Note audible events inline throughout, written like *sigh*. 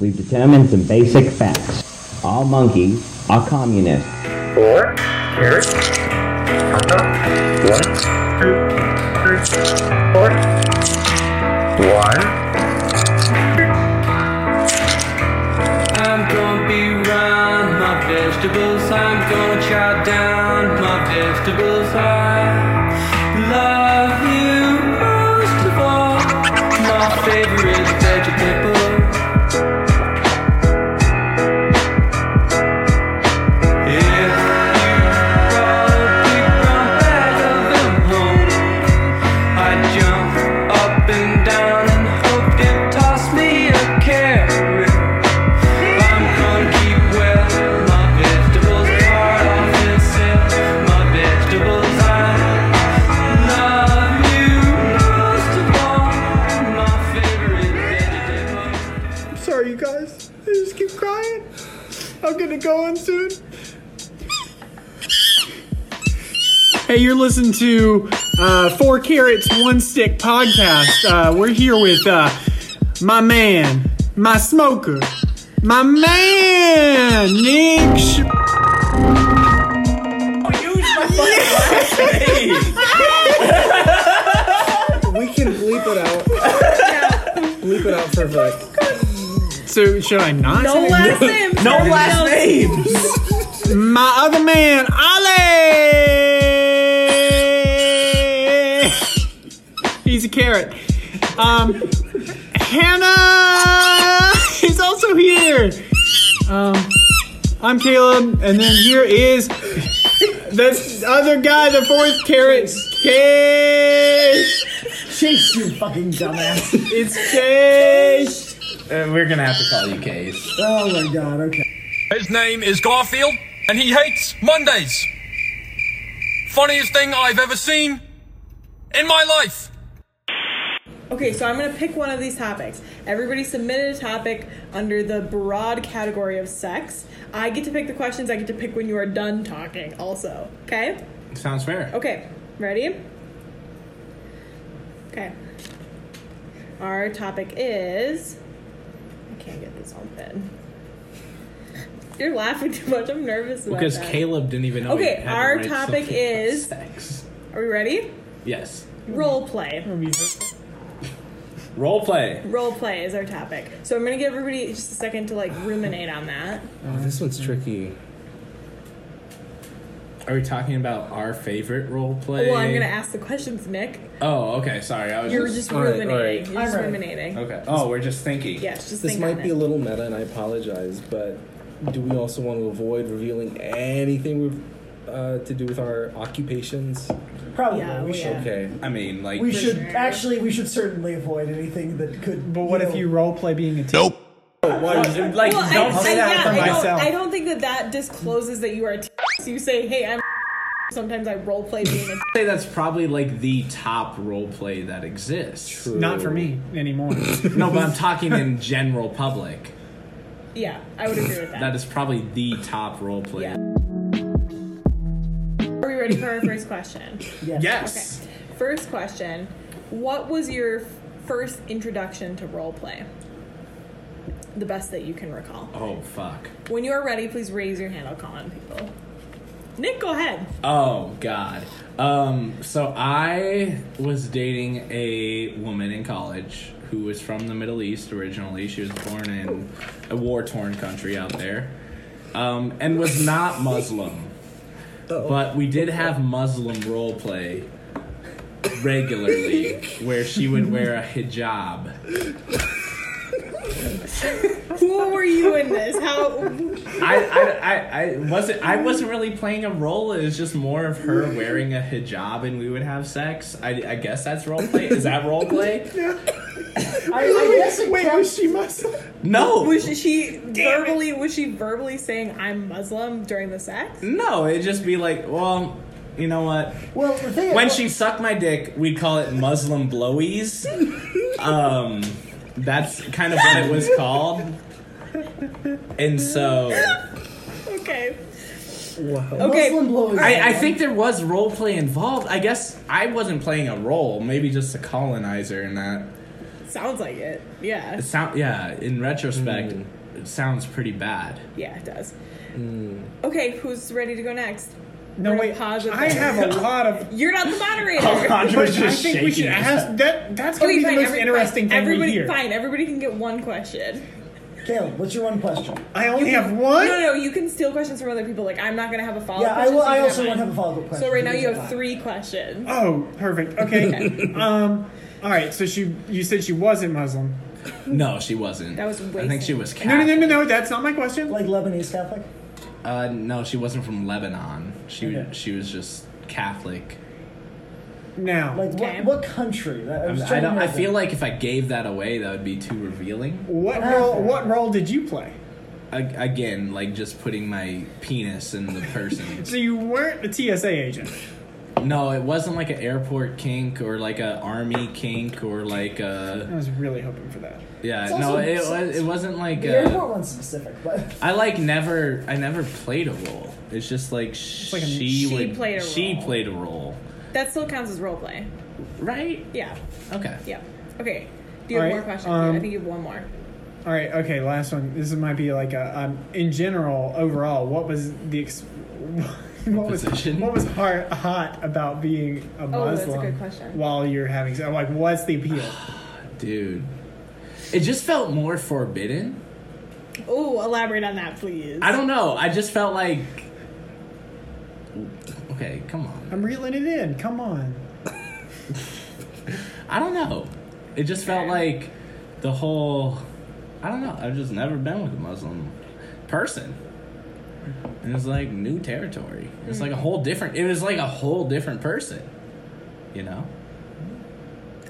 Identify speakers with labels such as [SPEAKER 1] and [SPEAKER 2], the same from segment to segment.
[SPEAKER 1] We've determined some basic facts. All monkeys are communists.
[SPEAKER 2] Four, carrot, one, two, three, four, one.
[SPEAKER 3] I'm gonna be round my vegetables. I'm gonna chow down my vegetables. I love you most of all. My favorite vegetable is you brought a big brown bag of them home. I jumped up and down and hoped it tossed me a carrot. I'm gonna keep well my vegetables part of itself. My vegetables I love you most of all. My favorite vegetable.
[SPEAKER 4] Sorry, you guys. I just keep crying. I'm gonna go in soon. Hey, you're listening to uh, Four Carrots One Stick podcast. Uh, we're here with uh, my man, my smoker, my man, Nick. Sh- *laughs*
[SPEAKER 5] We can bleep it out. Bleep it out for Vic.
[SPEAKER 4] so should I not?
[SPEAKER 6] No
[SPEAKER 4] say-
[SPEAKER 6] last name.
[SPEAKER 7] No last name.
[SPEAKER 4] *laughs* My other man, Ollie. He's a carrot. Um, Hannah *laughs* is also here. Um, I'm Caleb, and then here is the other guy, the fourth carrot, Case.
[SPEAKER 5] Chase you fucking dumbass.
[SPEAKER 4] It's Case.
[SPEAKER 7] Uh, we're gonna have to call you Case.
[SPEAKER 5] Oh my god, okay.
[SPEAKER 8] *laughs* His name is Garfield, and he hates Mondays. Funniest thing I've ever seen in my life.
[SPEAKER 6] Okay, so I'm gonna pick one of these topics. Everybody submitted a topic under the broad category of sex. I get to pick the questions. I get to pick when you are done talking. Also, okay?
[SPEAKER 7] Sounds fair.
[SPEAKER 6] Okay, ready? Okay. Our topic is. I can't get this open. You're laughing too much. I'm nervous about
[SPEAKER 7] Because
[SPEAKER 6] that.
[SPEAKER 7] Caleb didn't even know. he
[SPEAKER 6] Okay,
[SPEAKER 7] had to
[SPEAKER 6] our
[SPEAKER 7] write
[SPEAKER 6] topic
[SPEAKER 7] something about
[SPEAKER 6] is-
[SPEAKER 7] sex.
[SPEAKER 6] Are we ready?
[SPEAKER 7] Yes.
[SPEAKER 6] Role play.
[SPEAKER 7] Role play.
[SPEAKER 6] Role play is our topic. So I'm gonna give everybody just a second to like ruminate on that.
[SPEAKER 7] Oh, this one's tricky. Are we talking about our favorite role play?
[SPEAKER 6] Well, I'm gonna ask the questions, Nick.
[SPEAKER 7] Oh, okay. Sorry, I was.
[SPEAKER 6] You're
[SPEAKER 7] just,
[SPEAKER 6] just
[SPEAKER 5] all right, all
[SPEAKER 6] ruminating.
[SPEAKER 5] right.
[SPEAKER 6] You're just
[SPEAKER 5] I'm ready.
[SPEAKER 6] ruminating.
[SPEAKER 7] okay. Oh, we're just thinking.
[SPEAKER 6] Yeah, just
[SPEAKER 5] This
[SPEAKER 6] think
[SPEAKER 5] might
[SPEAKER 6] on
[SPEAKER 5] be
[SPEAKER 6] it.
[SPEAKER 5] a little meta, and I apologize, but do we also want to avoid revealing anything we've, uh, to do with our occupations?
[SPEAKER 9] Probably
[SPEAKER 6] Yeah,
[SPEAKER 9] we
[SPEAKER 6] we
[SPEAKER 9] should.
[SPEAKER 6] are.
[SPEAKER 5] Okay.
[SPEAKER 7] I mean, like.
[SPEAKER 9] We should
[SPEAKER 6] sure.
[SPEAKER 9] actually. We should certainly avoid anything that could.
[SPEAKER 4] But what if
[SPEAKER 9] know-
[SPEAKER 4] you role play being a team?
[SPEAKER 7] like
[SPEAKER 6] Well, I,
[SPEAKER 7] don't
[SPEAKER 6] I,
[SPEAKER 7] say that
[SPEAKER 6] yeah,
[SPEAKER 7] for
[SPEAKER 6] I
[SPEAKER 7] myself.
[SPEAKER 6] Don't, I don't think that that discloses that you are a *laughs* t- so you say, hey, I'm *laughs* sometimes I role play being a *laughs* t-
[SPEAKER 7] say that's probably like the top role play that exists.
[SPEAKER 4] Not for me
[SPEAKER 7] *laughs*
[SPEAKER 4] anymore.
[SPEAKER 7] No, but
[SPEAKER 5] *laughs*
[SPEAKER 7] I'm talking in general public.
[SPEAKER 6] Yeah, I would agree with that.
[SPEAKER 7] That is probably the top role play.
[SPEAKER 6] Yeah. Are we ready for our first question?
[SPEAKER 7] Yes.
[SPEAKER 6] First question What was your f- first introduction to role play? The best that you can recall.
[SPEAKER 7] Oh fuck.
[SPEAKER 6] When you are ready, please raise your hand. I'll call on people. Nick, go ahead.
[SPEAKER 7] Oh god. Um so I was dating a woman in college who was from the Middle East originally. She was born in a war-torn country out there. Um and was not Muslim. But we did have Muslim role play regularly where she would wear a hijab.
[SPEAKER 6] Who were you in this? How?
[SPEAKER 7] I, I, I, I wasn't I wasn't really playing a role. It was just more of her wearing a hijab and we would have sex. I, I guess that's role play. Is that role play?
[SPEAKER 4] *laughs*
[SPEAKER 9] I, I guess it
[SPEAKER 4] Wait,
[SPEAKER 9] counts.
[SPEAKER 4] was she Muslim?
[SPEAKER 7] No,
[SPEAKER 6] Was she verbally? Was she verbally saying "I'm Muslim" during the sex?
[SPEAKER 7] no. It'd just be like, well, you know what?
[SPEAKER 9] Well, the thing
[SPEAKER 7] When
[SPEAKER 9] is,
[SPEAKER 7] she sucked my dick, we'd call it Muslim blowies. Um, that's kind of what it was called. And so
[SPEAKER 6] Okay.
[SPEAKER 9] Muslim
[SPEAKER 6] Okay.
[SPEAKER 9] blowies.
[SPEAKER 7] I, I think there was role play involved. I guess I wasn't playing a role, maybe just a colonizer in that.
[SPEAKER 6] sounds like it. Yeah.
[SPEAKER 7] It sound yeah. In retrospect,
[SPEAKER 4] Hmm.
[SPEAKER 7] it sounds pretty bad.
[SPEAKER 6] Yeah, it does. Okay, who's ready to go next?
[SPEAKER 4] No,
[SPEAKER 6] We're
[SPEAKER 4] wait.
[SPEAKER 6] gonna pause it
[SPEAKER 4] I
[SPEAKER 6] there.
[SPEAKER 4] have
[SPEAKER 6] *laughs*
[SPEAKER 4] a lot
[SPEAKER 7] *laughs*
[SPEAKER 4] of.
[SPEAKER 6] You're not the moderator.
[SPEAKER 4] But I think we should ask. That that's going to
[SPEAKER 6] okay,
[SPEAKER 4] be the
[SPEAKER 6] fine.
[SPEAKER 4] most
[SPEAKER 6] every-
[SPEAKER 4] interesting
[SPEAKER 6] fine.
[SPEAKER 4] thing
[SPEAKER 6] everybody,
[SPEAKER 4] we hear.
[SPEAKER 6] fine. Everybody can get one question.
[SPEAKER 9] Caleb, what's your one question?
[SPEAKER 4] I only have one.
[SPEAKER 6] No, no, you can steal questions from other people. Like I'm not gonna have a follow-up.
[SPEAKER 9] Yeah, I
[SPEAKER 6] question,
[SPEAKER 9] will.
[SPEAKER 6] so
[SPEAKER 9] I
[SPEAKER 6] you
[SPEAKER 9] also
[SPEAKER 6] mine.
[SPEAKER 9] won't have a follow up question.
[SPEAKER 6] So right now
[SPEAKER 9] because
[SPEAKER 6] you
[SPEAKER 9] I'm
[SPEAKER 6] have
[SPEAKER 9] not.
[SPEAKER 6] three questions.
[SPEAKER 4] Oh, perfect.
[SPEAKER 6] *laughs*
[SPEAKER 4] Okay. um. All right. So she, you said she wasn't Muslim.
[SPEAKER 7] No, she wasn't.
[SPEAKER 6] That was
[SPEAKER 7] I think
[SPEAKER 6] wasted.
[SPEAKER 7] she was
[SPEAKER 4] No, no,
[SPEAKER 7] Catholic.
[SPEAKER 4] no, no, no. That's not my question.
[SPEAKER 9] Like Lebanese Catholic.
[SPEAKER 7] Uh, no, she wasn't from Lebanon. She
[SPEAKER 9] Okay.
[SPEAKER 7] she was just Catholic.
[SPEAKER 4] Now,
[SPEAKER 9] Like
[SPEAKER 6] Okay.
[SPEAKER 9] what? What country? That- I, was
[SPEAKER 7] I
[SPEAKER 9] trying to
[SPEAKER 7] don't. I
[SPEAKER 9] remember.
[SPEAKER 7] feel like if I gave that away, that would be too revealing.
[SPEAKER 4] what role? What role did you play?
[SPEAKER 7] I, again, like just putting my penis in the person.
[SPEAKER 4] So you weren't a TSA agent.
[SPEAKER 7] no, it wasn't like an airport kink or like a army kink or like
[SPEAKER 4] I
[SPEAKER 7] a
[SPEAKER 4] was really hoping for that.
[SPEAKER 7] yeah.
[SPEAKER 9] It's
[SPEAKER 7] no,
[SPEAKER 9] also-
[SPEAKER 7] it was. It wasn't like
[SPEAKER 9] the
[SPEAKER 7] a-
[SPEAKER 9] airport one's specific, but
[SPEAKER 7] I like never. I never played a role. It's just like, she
[SPEAKER 4] like a-
[SPEAKER 6] She
[SPEAKER 7] would.
[SPEAKER 6] played a
[SPEAKER 7] she
[SPEAKER 6] role.
[SPEAKER 7] played a role,
[SPEAKER 6] That still counts as role play.
[SPEAKER 7] right?
[SPEAKER 6] Yeah.
[SPEAKER 7] Okay.
[SPEAKER 6] Yeah. Okay. Do you have
[SPEAKER 4] All
[SPEAKER 6] more
[SPEAKER 4] right,
[SPEAKER 6] questions?
[SPEAKER 4] um,
[SPEAKER 6] I think you have one more.
[SPEAKER 4] All right. Okay. Last one. This might be like a. Um, in general, overall, what was the ex- *laughs* what was
[SPEAKER 7] Position?
[SPEAKER 4] what was hard, hot about being a Muslim?
[SPEAKER 6] Oh, that's a good question.
[SPEAKER 4] While you're having, I'm like, what's the appeal?
[SPEAKER 7] Dude. It just felt more forbidden.
[SPEAKER 6] Oh, elaborate on that, please.
[SPEAKER 7] I don't know. I just felt like. Okay, come on.
[SPEAKER 4] I'm reeling it in. Come on.
[SPEAKER 7] I don't know. It just felt like the whole. I don't know. I've just never been with a Muslim person. And it's like new territory. It's
[SPEAKER 6] Hmm.
[SPEAKER 7] like a whole different. It was like a whole different person. You know?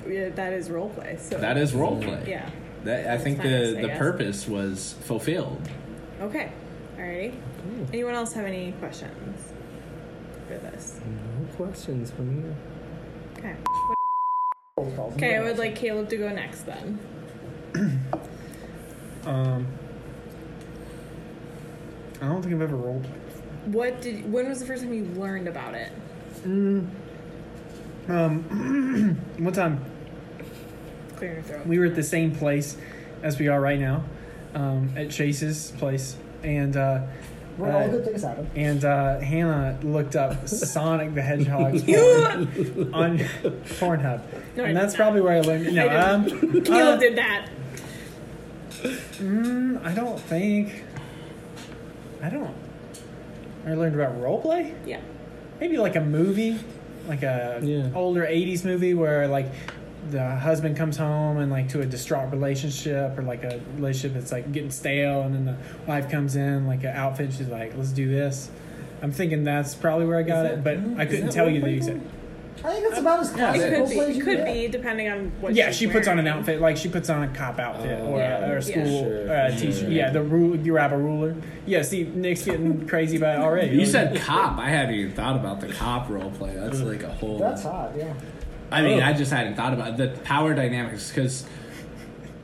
[SPEAKER 6] Yeah, that is role play. So
[SPEAKER 7] That is role play.
[SPEAKER 6] Mm-hmm. Yeah.
[SPEAKER 7] That, I think
[SPEAKER 6] nice,
[SPEAKER 7] the,
[SPEAKER 6] I
[SPEAKER 7] the
[SPEAKER 6] guess.
[SPEAKER 7] purpose was fulfilled.
[SPEAKER 6] Okay. Alrighty. Anyone else have any questions for this?
[SPEAKER 5] No questions from you.
[SPEAKER 6] Okay. Okay, I would like Caleb to go next then.
[SPEAKER 4] Um, I don't think I've ever role played.
[SPEAKER 6] What did? When was the first time you learned about it?
[SPEAKER 4] Um, *clears throat* one time
[SPEAKER 6] Clear your throat. *laughs*
[SPEAKER 4] we were at the same place as we are right now, um, at Chase's place, and uh,
[SPEAKER 9] we're all good things happen.
[SPEAKER 4] and uh, Hannah looked up Sonic the Hedgehog on Pornhub,
[SPEAKER 6] No, I
[SPEAKER 4] and that's
[SPEAKER 6] did not.
[SPEAKER 4] probably where I learned. No,
[SPEAKER 6] I
[SPEAKER 4] um,
[SPEAKER 6] Caleb did that.
[SPEAKER 4] mm, I don't think. I don't. I learned about role play.
[SPEAKER 6] Yeah.
[SPEAKER 4] maybe like a movie, like a
[SPEAKER 5] Yeah.
[SPEAKER 4] older '80s movie where like the husband comes home and like to a distraught relationship or like a relationship that's like getting stale, and then the wife comes in like an outfit. And she's like, "Let's do this." I'm thinking that's probably where I got it, but I couldn't tell you the exact.
[SPEAKER 9] I think that's about as classic.
[SPEAKER 6] *laughs* It
[SPEAKER 9] role
[SPEAKER 6] could be.
[SPEAKER 9] play as
[SPEAKER 6] It
[SPEAKER 9] you
[SPEAKER 6] could
[SPEAKER 9] get.
[SPEAKER 6] be depending on what.
[SPEAKER 4] Yeah,
[SPEAKER 6] she's
[SPEAKER 4] she puts on an
[SPEAKER 6] wearing.
[SPEAKER 4] outfit, like she puts on a cop outfit or,
[SPEAKER 5] Yeah.
[SPEAKER 4] a, or a
[SPEAKER 6] Yeah.
[SPEAKER 4] school
[SPEAKER 5] Sure.
[SPEAKER 4] or a t-shirt. Yeah, the rule you wrap a ruler. Yeah, see, Nick's getting crazy about it already.
[SPEAKER 7] You said cop. I hadn't even thought about the cop role play. That's like a whole.
[SPEAKER 9] That's hot. Yeah.
[SPEAKER 7] I mean, I just hadn't thought about the power dynamics because,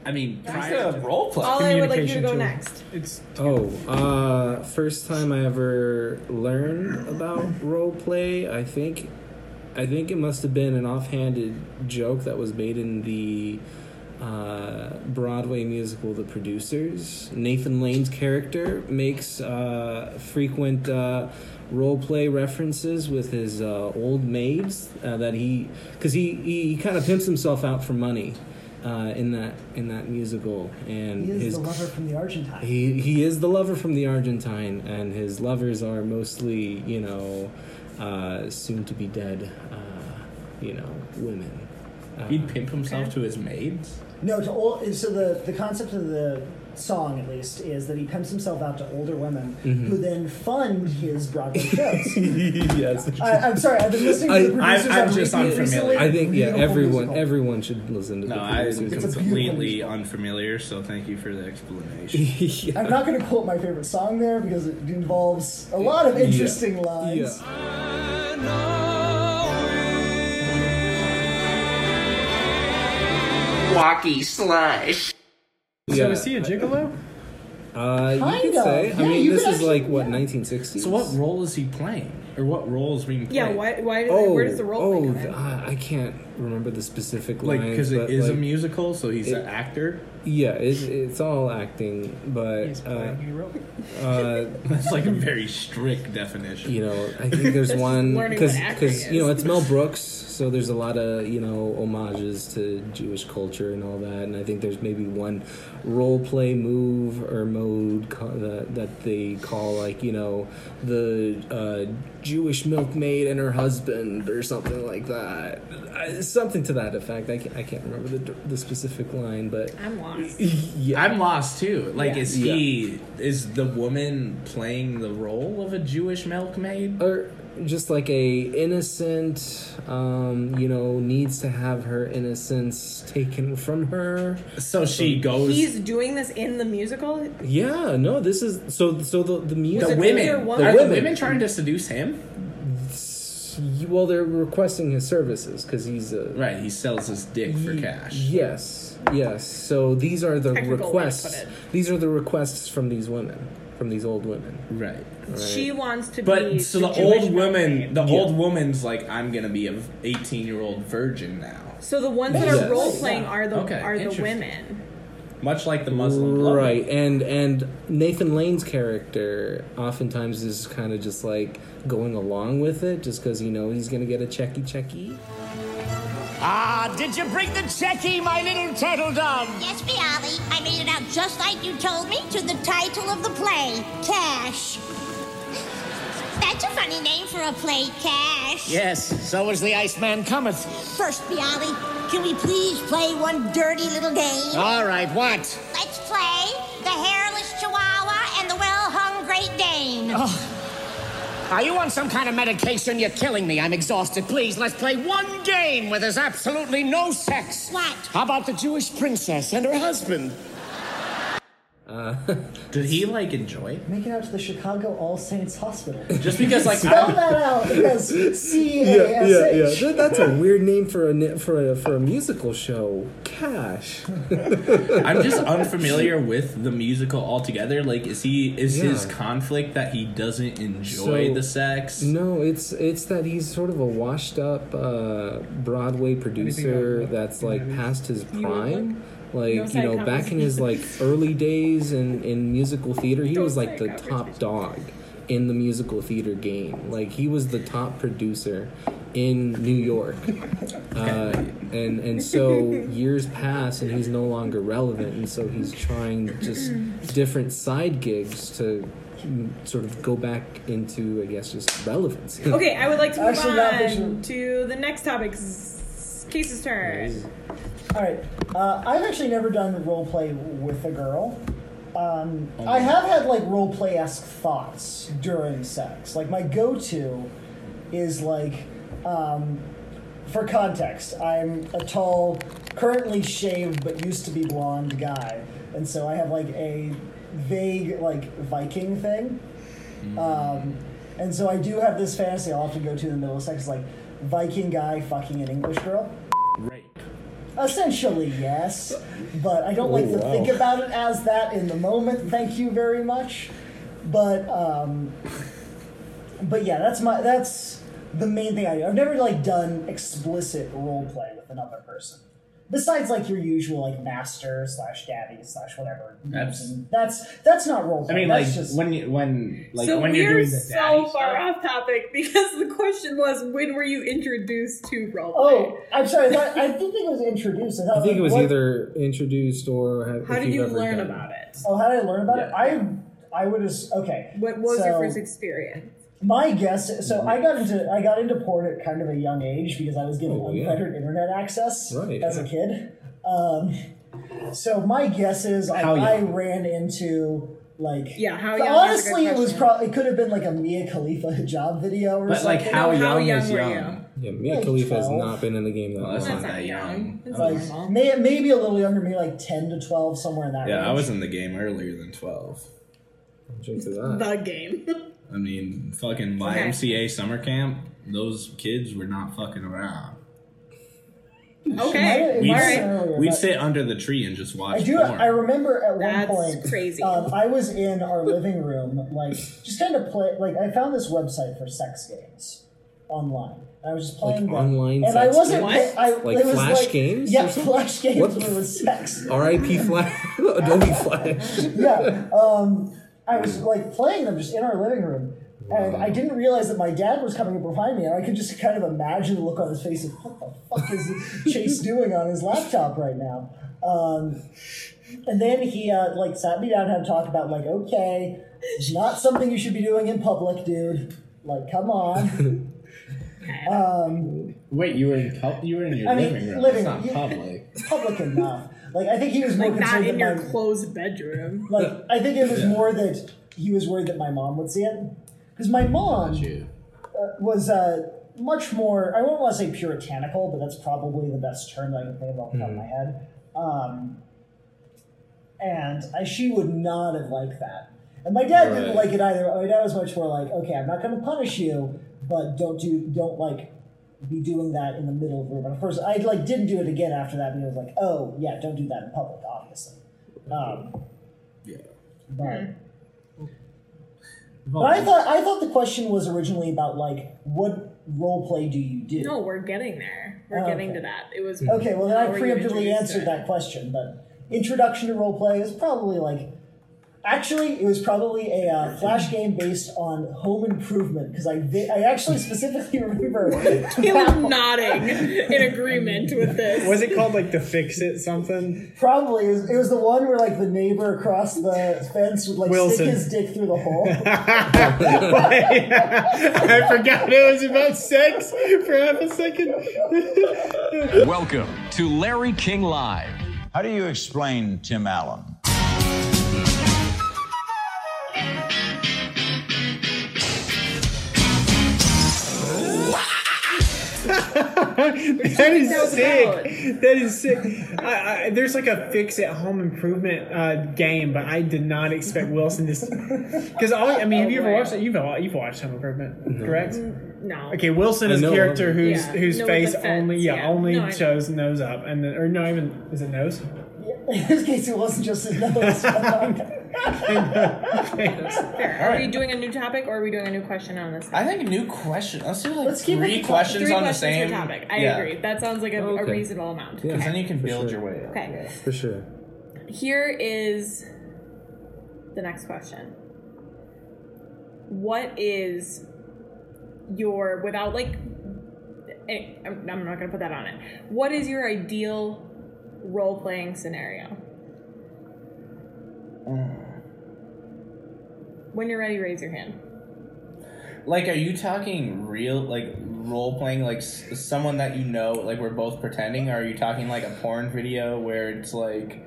[SPEAKER 7] I mean, prior,
[SPEAKER 5] role play.
[SPEAKER 6] All I would like you to
[SPEAKER 4] Communication
[SPEAKER 6] go
[SPEAKER 4] tool.
[SPEAKER 6] next.
[SPEAKER 4] it's
[SPEAKER 5] Oh, uh, first time I ever learned about role play. I think, I think it must have been an offhanded joke that was made in the uh, Broadway musical The Producers. Nathan Lane's character makes uh, frequent uh, role play references with his uh, old maids uh, that he, because he, he, he kind of pimps himself out for money. Uh, in that in that musical, and
[SPEAKER 9] He is
[SPEAKER 5] his
[SPEAKER 9] the lover from the Argentine.
[SPEAKER 5] he he is the lover from the Argentine, and his lovers are mostly you know uh, soon to be dead uh, you know women. Uh,
[SPEAKER 7] he'd pimp himself to his maids.
[SPEAKER 9] No, to old. So the the concept of the song, at least, is that he pimps himself out to older women who then fund his Broadway
[SPEAKER 5] *laughs*
[SPEAKER 9] shows. *laughs*
[SPEAKER 5] yes,
[SPEAKER 9] I, I'm sorry, I've been listening
[SPEAKER 5] I-
[SPEAKER 9] to the producers.
[SPEAKER 7] I'm- I'm
[SPEAKER 9] on
[SPEAKER 7] just
[SPEAKER 9] repeat
[SPEAKER 7] unfamiliar.
[SPEAKER 9] recently.
[SPEAKER 5] I think yeah
[SPEAKER 9] Beautiful
[SPEAKER 5] everyone
[SPEAKER 9] musical.
[SPEAKER 5] everyone should listen to
[SPEAKER 7] No,
[SPEAKER 5] the
[SPEAKER 7] I'm
[SPEAKER 5] producers.
[SPEAKER 9] a
[SPEAKER 7] completely
[SPEAKER 9] beautiful-
[SPEAKER 7] unfamiliar. So thank you for the
[SPEAKER 5] *laughs*
[SPEAKER 7] explanation. *laughs*
[SPEAKER 9] I'm not going to quote my favorite song there because it involves a lot of interesting lines.
[SPEAKER 5] yeah.
[SPEAKER 4] so is he a gigolo?
[SPEAKER 5] Uh, you
[SPEAKER 9] Kind
[SPEAKER 5] could
[SPEAKER 9] of.
[SPEAKER 5] say. I
[SPEAKER 9] Yeah,
[SPEAKER 5] mean,
[SPEAKER 9] you
[SPEAKER 5] this is
[SPEAKER 9] could actually-
[SPEAKER 5] like what 1960s.
[SPEAKER 7] So what role is he playing, or what role is being played?
[SPEAKER 6] Yeah, why, why
[SPEAKER 5] Oh,
[SPEAKER 6] where does the role
[SPEAKER 5] oh,
[SPEAKER 6] play come
[SPEAKER 5] th-
[SPEAKER 6] in?
[SPEAKER 5] I, I can't remember the specific
[SPEAKER 7] Like,
[SPEAKER 5] lines,
[SPEAKER 7] because it
[SPEAKER 5] but,
[SPEAKER 7] is
[SPEAKER 5] like,
[SPEAKER 7] a musical, so he's
[SPEAKER 5] it-
[SPEAKER 7] an actor. *laughs*
[SPEAKER 5] Yeah, it, it's all acting, but uh, uh,
[SPEAKER 7] That's like a very strict definition.
[SPEAKER 5] you know, I think there's
[SPEAKER 6] Just
[SPEAKER 5] one
[SPEAKER 6] learning
[SPEAKER 5] because
[SPEAKER 6] what acting
[SPEAKER 5] because you
[SPEAKER 6] is.
[SPEAKER 5] know it's Mel Brooks, so there's a lot of you know homages to Jewish culture and all that, and I think there's maybe one role play move or mode co- that that they call like you know the uh, Jewish milkmaid and her husband or something like that, I, something to that effect. I can't, I can't remember the the specific line, but *laughs*
[SPEAKER 6] I'm lost.
[SPEAKER 5] yeah,
[SPEAKER 7] I'm lost too. Like,
[SPEAKER 6] Yeah.
[SPEAKER 7] is he is the woman playing the role of a Jewish milkmaid?
[SPEAKER 5] or just like a innocent um you know needs to have her innocence taken from her
[SPEAKER 7] So she goes.
[SPEAKER 6] He's doing this in the musical?
[SPEAKER 5] yeah no this is so so the, the
[SPEAKER 7] the
[SPEAKER 5] music
[SPEAKER 6] it
[SPEAKER 7] women
[SPEAKER 6] either
[SPEAKER 7] are
[SPEAKER 6] one-
[SPEAKER 7] the
[SPEAKER 5] The
[SPEAKER 7] women.
[SPEAKER 5] women.
[SPEAKER 7] trying to seduce him?
[SPEAKER 5] well they're requesting his services because he's a
[SPEAKER 7] Right, he sells his dick for
[SPEAKER 5] Ye-
[SPEAKER 7] cash.
[SPEAKER 5] yes yes so these are the
[SPEAKER 6] Technical way to put
[SPEAKER 5] requests
[SPEAKER 6] it.
[SPEAKER 5] these are the requests from these women from these old women
[SPEAKER 7] Right.
[SPEAKER 6] She wants to be.
[SPEAKER 7] But so the
[SPEAKER 6] Jewish
[SPEAKER 7] old woman,
[SPEAKER 6] milkmaid.
[SPEAKER 7] the old woman's like, I'm gonna be a 18 year old virgin now,
[SPEAKER 6] So the ones that
[SPEAKER 5] Yes.
[SPEAKER 6] are role playing are the
[SPEAKER 7] Okay,
[SPEAKER 6] are the
[SPEAKER 7] interesting.
[SPEAKER 6] women.
[SPEAKER 7] much like the Muslim. blood.
[SPEAKER 5] right and and nathan lane's character oftentimes is kind of just like going along with it just because you know he's gonna get a checky checky
[SPEAKER 10] Ah, did you bring the checky, my little turtle dove?
[SPEAKER 11] Yes, Bialy, I made it out just like you told me to the title of the play, Cash. That's a funny name for a play, Cash.
[SPEAKER 10] Yes, so is the Iceman cometh.
[SPEAKER 11] First, Bialy, can we please play one dirty little game?
[SPEAKER 10] All right, what?
[SPEAKER 11] Let's play the hairless chihuahua and the well-hung Great Dane.
[SPEAKER 10] Are you on some kind of medication? You're killing me. I'm exhausted. Please, let's play one game where there's absolutely no sex.
[SPEAKER 11] What?
[SPEAKER 10] How about the Jewish princess and her husband?
[SPEAKER 7] Did he like enjoy? it?
[SPEAKER 9] Make it out to the Chicago All Saints Hospital.
[SPEAKER 7] Just because like
[SPEAKER 9] Spell
[SPEAKER 7] I,
[SPEAKER 9] that out because C
[SPEAKER 5] yeah,
[SPEAKER 9] A
[SPEAKER 5] yeah, yeah.
[SPEAKER 9] S H.
[SPEAKER 5] That- That's a weird name for a ni- for a for a musical show. Cash.
[SPEAKER 7] I'm just unfamiliar with the musical altogether. Like, is he is his
[SPEAKER 5] Yeah.
[SPEAKER 7] conflict that he doesn't enjoy
[SPEAKER 5] So-
[SPEAKER 7] the sex?
[SPEAKER 5] No, it's it's that he's sort of a washed up uh, Broadway producer that's like past his prime.
[SPEAKER 6] No
[SPEAKER 5] Like you
[SPEAKER 6] side
[SPEAKER 5] know, back in *laughs* his like early days in in musical theater, he was like the top dog in the musical theater game. Like he was the top producer in New York. Uh, and and
[SPEAKER 6] *laughs*
[SPEAKER 5] so years pass and he's no longer relevant and so he's trying just different side gigs to mm, sort of go back into I guess just relevance.
[SPEAKER 6] Okay, I would like to move
[SPEAKER 9] Actually, not
[SPEAKER 6] on
[SPEAKER 9] visual.
[SPEAKER 6] to the next topic. S- Case's turn.
[SPEAKER 9] All right. Uh, I've actually never done role play with a girl. Um, I have had like role play esque thoughts during sex. Like my go to is like, um, for context, I'm a tall, currently shaved but used to be blonde guy, and so I have like a vague like Viking thing. Um, and so I do have this fantasy I'll often go to in the middle of sex, like Viking guy fucking an English girl.
[SPEAKER 7] Rape.
[SPEAKER 9] Essentially, yes, but I don't like to
[SPEAKER 5] wow.
[SPEAKER 9] think about it as that in the moment. Thank you very much, but um, but yeah, that's my that's the main thing I do. I've never like done explicit role play with another person. Besides, like your usual like master slash daddy slash whatever.
[SPEAKER 7] That's-
[SPEAKER 9] that's that's not role
[SPEAKER 7] I
[SPEAKER 9] play.
[SPEAKER 7] mean,
[SPEAKER 9] that's
[SPEAKER 7] like
[SPEAKER 9] just,
[SPEAKER 7] when you when like
[SPEAKER 6] so
[SPEAKER 7] when
[SPEAKER 6] we're
[SPEAKER 7] you're doing the
[SPEAKER 6] so
[SPEAKER 7] daddy
[SPEAKER 6] far
[SPEAKER 7] stuff-
[SPEAKER 6] off topic *laughs* because the question was when were you introduced to role
[SPEAKER 9] oh, I'm sorry. I, thought, I didn't think it was introduced. I, thought,
[SPEAKER 5] I think it was
[SPEAKER 9] what-
[SPEAKER 5] either introduced or have,
[SPEAKER 6] How
[SPEAKER 5] if
[SPEAKER 6] did
[SPEAKER 5] you've
[SPEAKER 6] you
[SPEAKER 5] ever
[SPEAKER 6] learn
[SPEAKER 5] done it.
[SPEAKER 6] about it?
[SPEAKER 9] Oh, how did I learn about
[SPEAKER 7] Yeah.
[SPEAKER 9] it? I I would just okay.
[SPEAKER 6] What was your
[SPEAKER 9] so-
[SPEAKER 6] first experience?
[SPEAKER 9] My guess.
[SPEAKER 7] Mm-hmm.
[SPEAKER 9] So I got into I got into porn at kind of a young age because I was given
[SPEAKER 5] Oh, yeah.
[SPEAKER 9] unfettered internet access
[SPEAKER 5] Right,
[SPEAKER 9] as a
[SPEAKER 5] yeah.
[SPEAKER 9] kid. Um, so my guess is I,
[SPEAKER 7] How young?
[SPEAKER 9] I ran into like
[SPEAKER 6] Yeah, how
[SPEAKER 9] But
[SPEAKER 6] young is a good
[SPEAKER 9] Honestly, it was
[SPEAKER 6] question.
[SPEAKER 9] probably it could have been like a Mia Khalifa *laughs* hijab video or
[SPEAKER 7] but like
[SPEAKER 9] something.
[SPEAKER 7] how,
[SPEAKER 6] how
[SPEAKER 7] young,
[SPEAKER 6] young
[SPEAKER 7] is
[SPEAKER 6] were
[SPEAKER 7] young?
[SPEAKER 6] you?
[SPEAKER 5] Yeah, Mia
[SPEAKER 9] Like
[SPEAKER 5] Khalifa has
[SPEAKER 9] 12.
[SPEAKER 5] not been in the game that
[SPEAKER 7] Well, that's
[SPEAKER 5] long.
[SPEAKER 7] not
[SPEAKER 6] That's
[SPEAKER 7] that
[SPEAKER 6] not
[SPEAKER 7] young.
[SPEAKER 6] young. That's
[SPEAKER 7] I was-
[SPEAKER 6] normal.
[SPEAKER 9] May, maybe a little younger, maybe like ten to twelve, somewhere in that.
[SPEAKER 7] yeah, I
[SPEAKER 9] range.
[SPEAKER 7] was in the game earlier than 12.
[SPEAKER 5] Drink to that.
[SPEAKER 6] The *laughs* game.
[SPEAKER 7] I mean, fucking YMCA summer camp. Those kids were not fucking around.
[SPEAKER 9] might- it
[SPEAKER 7] We'd,
[SPEAKER 9] might have been earlier,
[SPEAKER 7] we'd
[SPEAKER 9] but-
[SPEAKER 7] sit under the tree and just watch
[SPEAKER 9] I do.
[SPEAKER 7] porn.
[SPEAKER 9] I remember at one
[SPEAKER 6] That's
[SPEAKER 9] point,
[SPEAKER 6] crazy.
[SPEAKER 9] Um, I was in our living room, like just kind of play. Like I found this website for sex games online. I was just
[SPEAKER 5] Like
[SPEAKER 9] playing them.
[SPEAKER 5] online
[SPEAKER 9] and I
[SPEAKER 5] sex
[SPEAKER 9] wasn't.
[SPEAKER 5] games?
[SPEAKER 9] I,
[SPEAKER 5] Like
[SPEAKER 9] it was
[SPEAKER 5] Flash
[SPEAKER 9] like,
[SPEAKER 5] games
[SPEAKER 9] Yeah, *laughs*
[SPEAKER 5] or something?
[SPEAKER 9] flash games
[SPEAKER 5] What
[SPEAKER 9] what?
[SPEAKER 5] the
[SPEAKER 9] with sex.
[SPEAKER 5] R.I.P. Flash. *laughs* Adobe Flash.
[SPEAKER 9] yeah. Um, I was like playing them just in our living room. And I didn't realize that my dad was coming up behind me, and I could just kind of imagine the look on his face of what the fuck is
[SPEAKER 6] *laughs*
[SPEAKER 9] Chase doing on his laptop right now. Um, and then he uh, like sat me down and had a talk about like, okay, it's not something you should be doing in public, dude. Like, come on. um,
[SPEAKER 7] Wait, you were in pub- you were in your
[SPEAKER 9] I mean,
[SPEAKER 7] living room.
[SPEAKER 9] living
[SPEAKER 7] it's
[SPEAKER 9] room.
[SPEAKER 7] not
[SPEAKER 9] You-
[SPEAKER 7] public.
[SPEAKER 9] public enough. Like, I think he was more
[SPEAKER 6] Like not
[SPEAKER 9] concerned
[SPEAKER 6] in
[SPEAKER 9] that
[SPEAKER 6] your
[SPEAKER 9] my-
[SPEAKER 6] closed bedroom.
[SPEAKER 9] Like, I think it was more that he was worried that my mom would see it. Because my mom
[SPEAKER 7] You.
[SPEAKER 9] uh, was uh, much more, I won't want to say puritanical, but that's probably the best term that I can think of off the top of
[SPEAKER 7] Hmm.
[SPEAKER 9] my head. Um, and I, she would not have liked that. And my dad didn't
[SPEAKER 7] Right.
[SPEAKER 9] like it either. My dad was much more like, okay, I'm not going to punish you, but don't do, don't like, be doing that in the middle of the room. And of course, I like didn't do it again after that. And he was like, oh yeah, don't do that in public, obviously. Um,
[SPEAKER 7] Yeah.
[SPEAKER 9] But but I thought I thought the question was originally about like what role play do you do?
[SPEAKER 6] No, we're getting there. We're
[SPEAKER 9] Oh,
[SPEAKER 6] getting
[SPEAKER 9] okay.
[SPEAKER 6] to that. It was
[SPEAKER 9] Okay, well then I
[SPEAKER 6] how were you
[SPEAKER 9] preemptively
[SPEAKER 6] introduced to
[SPEAKER 9] answered
[SPEAKER 6] it? *laughs*
[SPEAKER 9] that question, but introduction to role play is probably like actually it was probably a uh, flash game based on Home Improvement because I vi- I actually specifically *laughs* remember
[SPEAKER 6] Caleb nodding
[SPEAKER 9] *laughs*
[SPEAKER 6] in agreement with this.
[SPEAKER 4] Was it called like the fix it something? *laughs*
[SPEAKER 9] probably it was, it was the one where like the neighbor across the fence would like
[SPEAKER 4] Wilson.
[SPEAKER 9] stick his dick through the hole. *laughs*
[SPEAKER 4] *laughs* I forgot it was about sex for half a *laughs* second.
[SPEAKER 12] Welcome to Larry King Live. How do you explain Tim Allen?
[SPEAKER 4] That is
[SPEAKER 6] That was
[SPEAKER 4] sick. That is sick. I, I, there's like a fix it home improvement uh, game, but I did not expect Wilson
[SPEAKER 6] *laughs*
[SPEAKER 4] to. Because all I mean, have you ever watched it? You've you've watched Home Improvement, correct?
[SPEAKER 6] No.
[SPEAKER 4] Okay, Wilson
[SPEAKER 5] I
[SPEAKER 4] is a
[SPEAKER 5] know
[SPEAKER 4] character
[SPEAKER 5] of it.
[SPEAKER 4] whose
[SPEAKER 6] Yeah.
[SPEAKER 4] whose
[SPEAKER 6] No, with
[SPEAKER 4] face
[SPEAKER 6] the fence,
[SPEAKER 4] only yeah,
[SPEAKER 6] yeah.
[SPEAKER 4] only
[SPEAKER 6] No, I know.
[SPEAKER 4] shows nose up and then, or no even is it nose?
[SPEAKER 9] In this case, it wasn't just his *laughs* nose.
[SPEAKER 6] Fair. Are we doing a new topic or are we doing a new question on this?
[SPEAKER 7] I think new question. Let's do like
[SPEAKER 9] Let's keep it
[SPEAKER 7] three
[SPEAKER 9] to-
[SPEAKER 7] questions
[SPEAKER 6] Three
[SPEAKER 7] on
[SPEAKER 6] questions
[SPEAKER 7] the same
[SPEAKER 6] per topic. I
[SPEAKER 7] Yeah.
[SPEAKER 6] agree. That sounds like a,
[SPEAKER 5] Okay.
[SPEAKER 6] a reasonable amount.
[SPEAKER 5] Yeah.
[SPEAKER 7] 'Cause then you can build
[SPEAKER 5] sure.
[SPEAKER 7] your way up.
[SPEAKER 6] Okay.
[SPEAKER 5] For sure.
[SPEAKER 6] Here is the next question. What is your without like eh, I'm I'm not going to put that on it. What is your ideal role playing scenario?
[SPEAKER 7] Uh,
[SPEAKER 6] When you're ready, raise your hand.
[SPEAKER 7] Like, are you talking real, like role playing, like s- someone that you know, like we're both pretending, or are you talking like a porn video where it's like,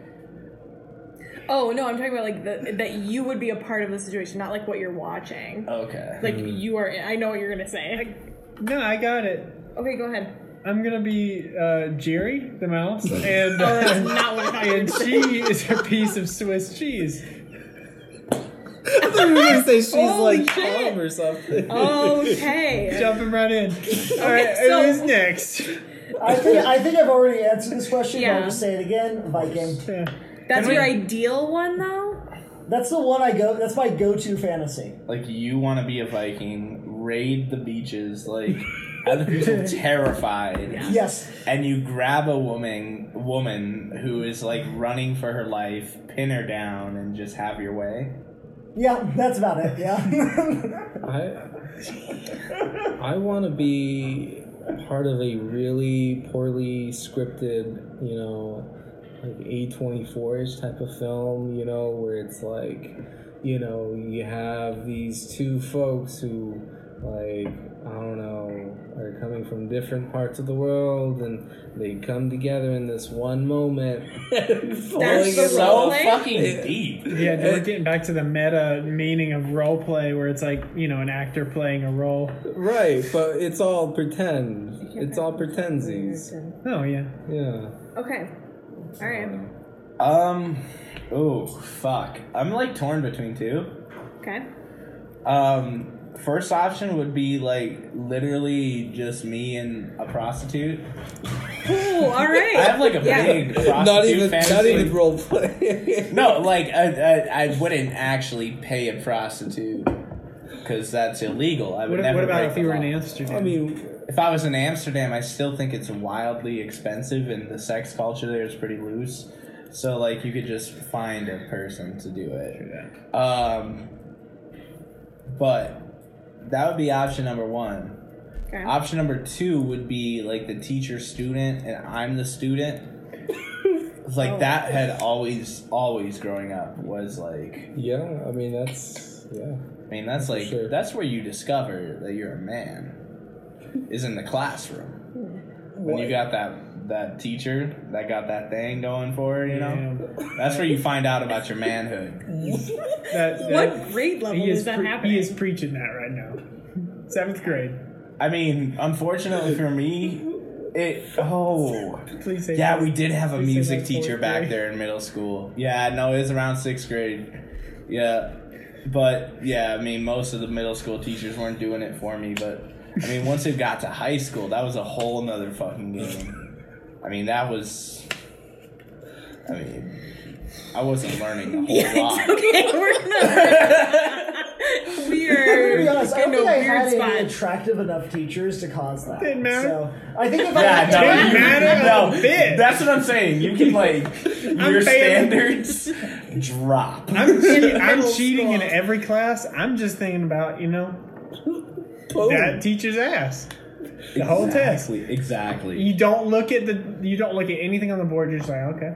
[SPEAKER 6] Oh, no, I'm talking about like the, that you would be a part of the situation, not like what you're watching.
[SPEAKER 7] okay,
[SPEAKER 5] *laughs*
[SPEAKER 6] Like you are I know what you're going to say.
[SPEAKER 4] No, I got it.
[SPEAKER 6] Okay, go ahead.
[SPEAKER 4] I'm gonna be uh, Jerry the
[SPEAKER 5] *laughs*
[SPEAKER 4] mouse, and uh,
[SPEAKER 6] Oh, that's not what I thought you were
[SPEAKER 4] and she is a piece of Swiss cheese.
[SPEAKER 5] You were gonna say she's
[SPEAKER 6] Holy
[SPEAKER 5] like
[SPEAKER 6] shit.
[SPEAKER 5] calm or something.
[SPEAKER 6] Okay.
[SPEAKER 4] Jumping right
[SPEAKER 6] *laughs*
[SPEAKER 4] in. All right,
[SPEAKER 6] so-
[SPEAKER 4] who's next? *laughs*
[SPEAKER 9] I think I think I've already answered this question. but
[SPEAKER 6] Yeah.
[SPEAKER 9] I'll just say it again. Viking.
[SPEAKER 6] That's your ideal one, though?
[SPEAKER 9] That's the one I go. That's my go-to fantasy.
[SPEAKER 7] like you want to be a Viking, raid the beaches, like
[SPEAKER 9] *laughs*
[SPEAKER 7] other people terrified,
[SPEAKER 9] Yes,
[SPEAKER 7] and you grab a woman, woman who is like running for her life, pin her down, and just have your way.
[SPEAKER 9] yeah, that's about it.
[SPEAKER 4] *laughs*
[SPEAKER 9] Yeah,
[SPEAKER 5] I I want to be part of a really poorly scripted, you know, like A24-ish type of film, you know, where it's like, you know, you have these two folks who like I don't know, are coming from different parts of the world and they come together in this one moment. *laughs*
[SPEAKER 6] That's the
[SPEAKER 7] So
[SPEAKER 6] role play?
[SPEAKER 7] fucking deep.
[SPEAKER 4] Yeah, we're getting back to the meta meaning of role play, where it's like you know an actor playing a role.
[SPEAKER 5] Right, but it's all pretend. It's all pretensies.
[SPEAKER 4] Oh yeah,
[SPEAKER 5] Yeah.
[SPEAKER 6] Okay. All right.
[SPEAKER 7] Um. Oh fuck. I'm like torn between two.
[SPEAKER 6] Okay.
[SPEAKER 7] Um. First option would be like literally just me and a prostitute.
[SPEAKER 6] Cool. All right.
[SPEAKER 7] I have like a
[SPEAKER 6] Yeah.
[SPEAKER 7] big prostitute
[SPEAKER 13] Not even-
[SPEAKER 7] fantasy.
[SPEAKER 13] not
[SPEAKER 5] *laughs*
[SPEAKER 13] even
[SPEAKER 7] role play. no, like I, I, I wouldn't actually pay a prostitute because that's illegal. I would
[SPEAKER 4] What,
[SPEAKER 7] never.
[SPEAKER 4] what about
[SPEAKER 7] break
[SPEAKER 4] if
[SPEAKER 7] the
[SPEAKER 4] you were
[SPEAKER 7] law.
[SPEAKER 4] in Amsterdam?
[SPEAKER 7] I mean, if I was in Amsterdam, I still think it's wildly expensive, and the sex culture there is pretty loose. So, like, you could just find a person to do it. Um, but that would be option number one.
[SPEAKER 6] Okay.
[SPEAKER 7] Option number two would be like the teacher student, and I'm the student. like
[SPEAKER 5] Oh.
[SPEAKER 7] that had always, always growing up was like. Yeah, I mean that's yeah. I mean that's like that's where you discover that you're a man, is in the classroom when you got that that teacher that got that thing going for her. You know, that's where you find out about your manhood.
[SPEAKER 4] That-
[SPEAKER 6] what
[SPEAKER 4] that-
[SPEAKER 6] grade level
[SPEAKER 4] he
[SPEAKER 6] is,
[SPEAKER 4] is
[SPEAKER 6] that
[SPEAKER 4] pre-
[SPEAKER 6] happening?
[SPEAKER 4] He is preaching that right now. Seventh grade.
[SPEAKER 7] I mean, unfortunately for me, it. Oh,
[SPEAKER 4] Please say
[SPEAKER 7] yeah,
[SPEAKER 4] that-
[SPEAKER 7] we did have a
[SPEAKER 4] please say
[SPEAKER 7] music
[SPEAKER 4] that's fourth
[SPEAKER 7] teacher back
[SPEAKER 4] grade.
[SPEAKER 7] there in middle school. Yeah, no, it was around sixth grade. Yeah, but yeah, I mean, most of the middle school teachers weren't doing it for me. But I mean, once it got to high school, that was a whole nother fucking game. I mean, that was. I mean, I wasn't
[SPEAKER 4] *laughs*
[SPEAKER 7] learning a whole
[SPEAKER 6] *laughs*
[SPEAKER 7] lot.
[SPEAKER 6] okay, we're not. *laughs* we
[SPEAKER 9] I'm
[SPEAKER 6] are
[SPEAKER 9] gonna be honest. I
[SPEAKER 6] in
[SPEAKER 9] don't
[SPEAKER 6] a
[SPEAKER 9] think I
[SPEAKER 6] weird
[SPEAKER 9] had
[SPEAKER 6] spot.
[SPEAKER 9] any attractive enough teachers to cause that.
[SPEAKER 6] Didn't matter.
[SPEAKER 9] So I think if I
[SPEAKER 7] Yeah,
[SPEAKER 9] had
[SPEAKER 7] no,
[SPEAKER 9] done-
[SPEAKER 7] you- no, That's what I'm saying. You can like your
[SPEAKER 4] failing.
[SPEAKER 7] standards drop. *laughs*
[SPEAKER 4] I'm, che- I'm
[SPEAKER 7] Middle
[SPEAKER 4] cheating in every class. I'm just thinking about, you know, that teacher's ass. The whole test.
[SPEAKER 7] Exactly, Exactly.
[SPEAKER 4] You don't look at the. You don't look at anything on the board. You're just like, okay,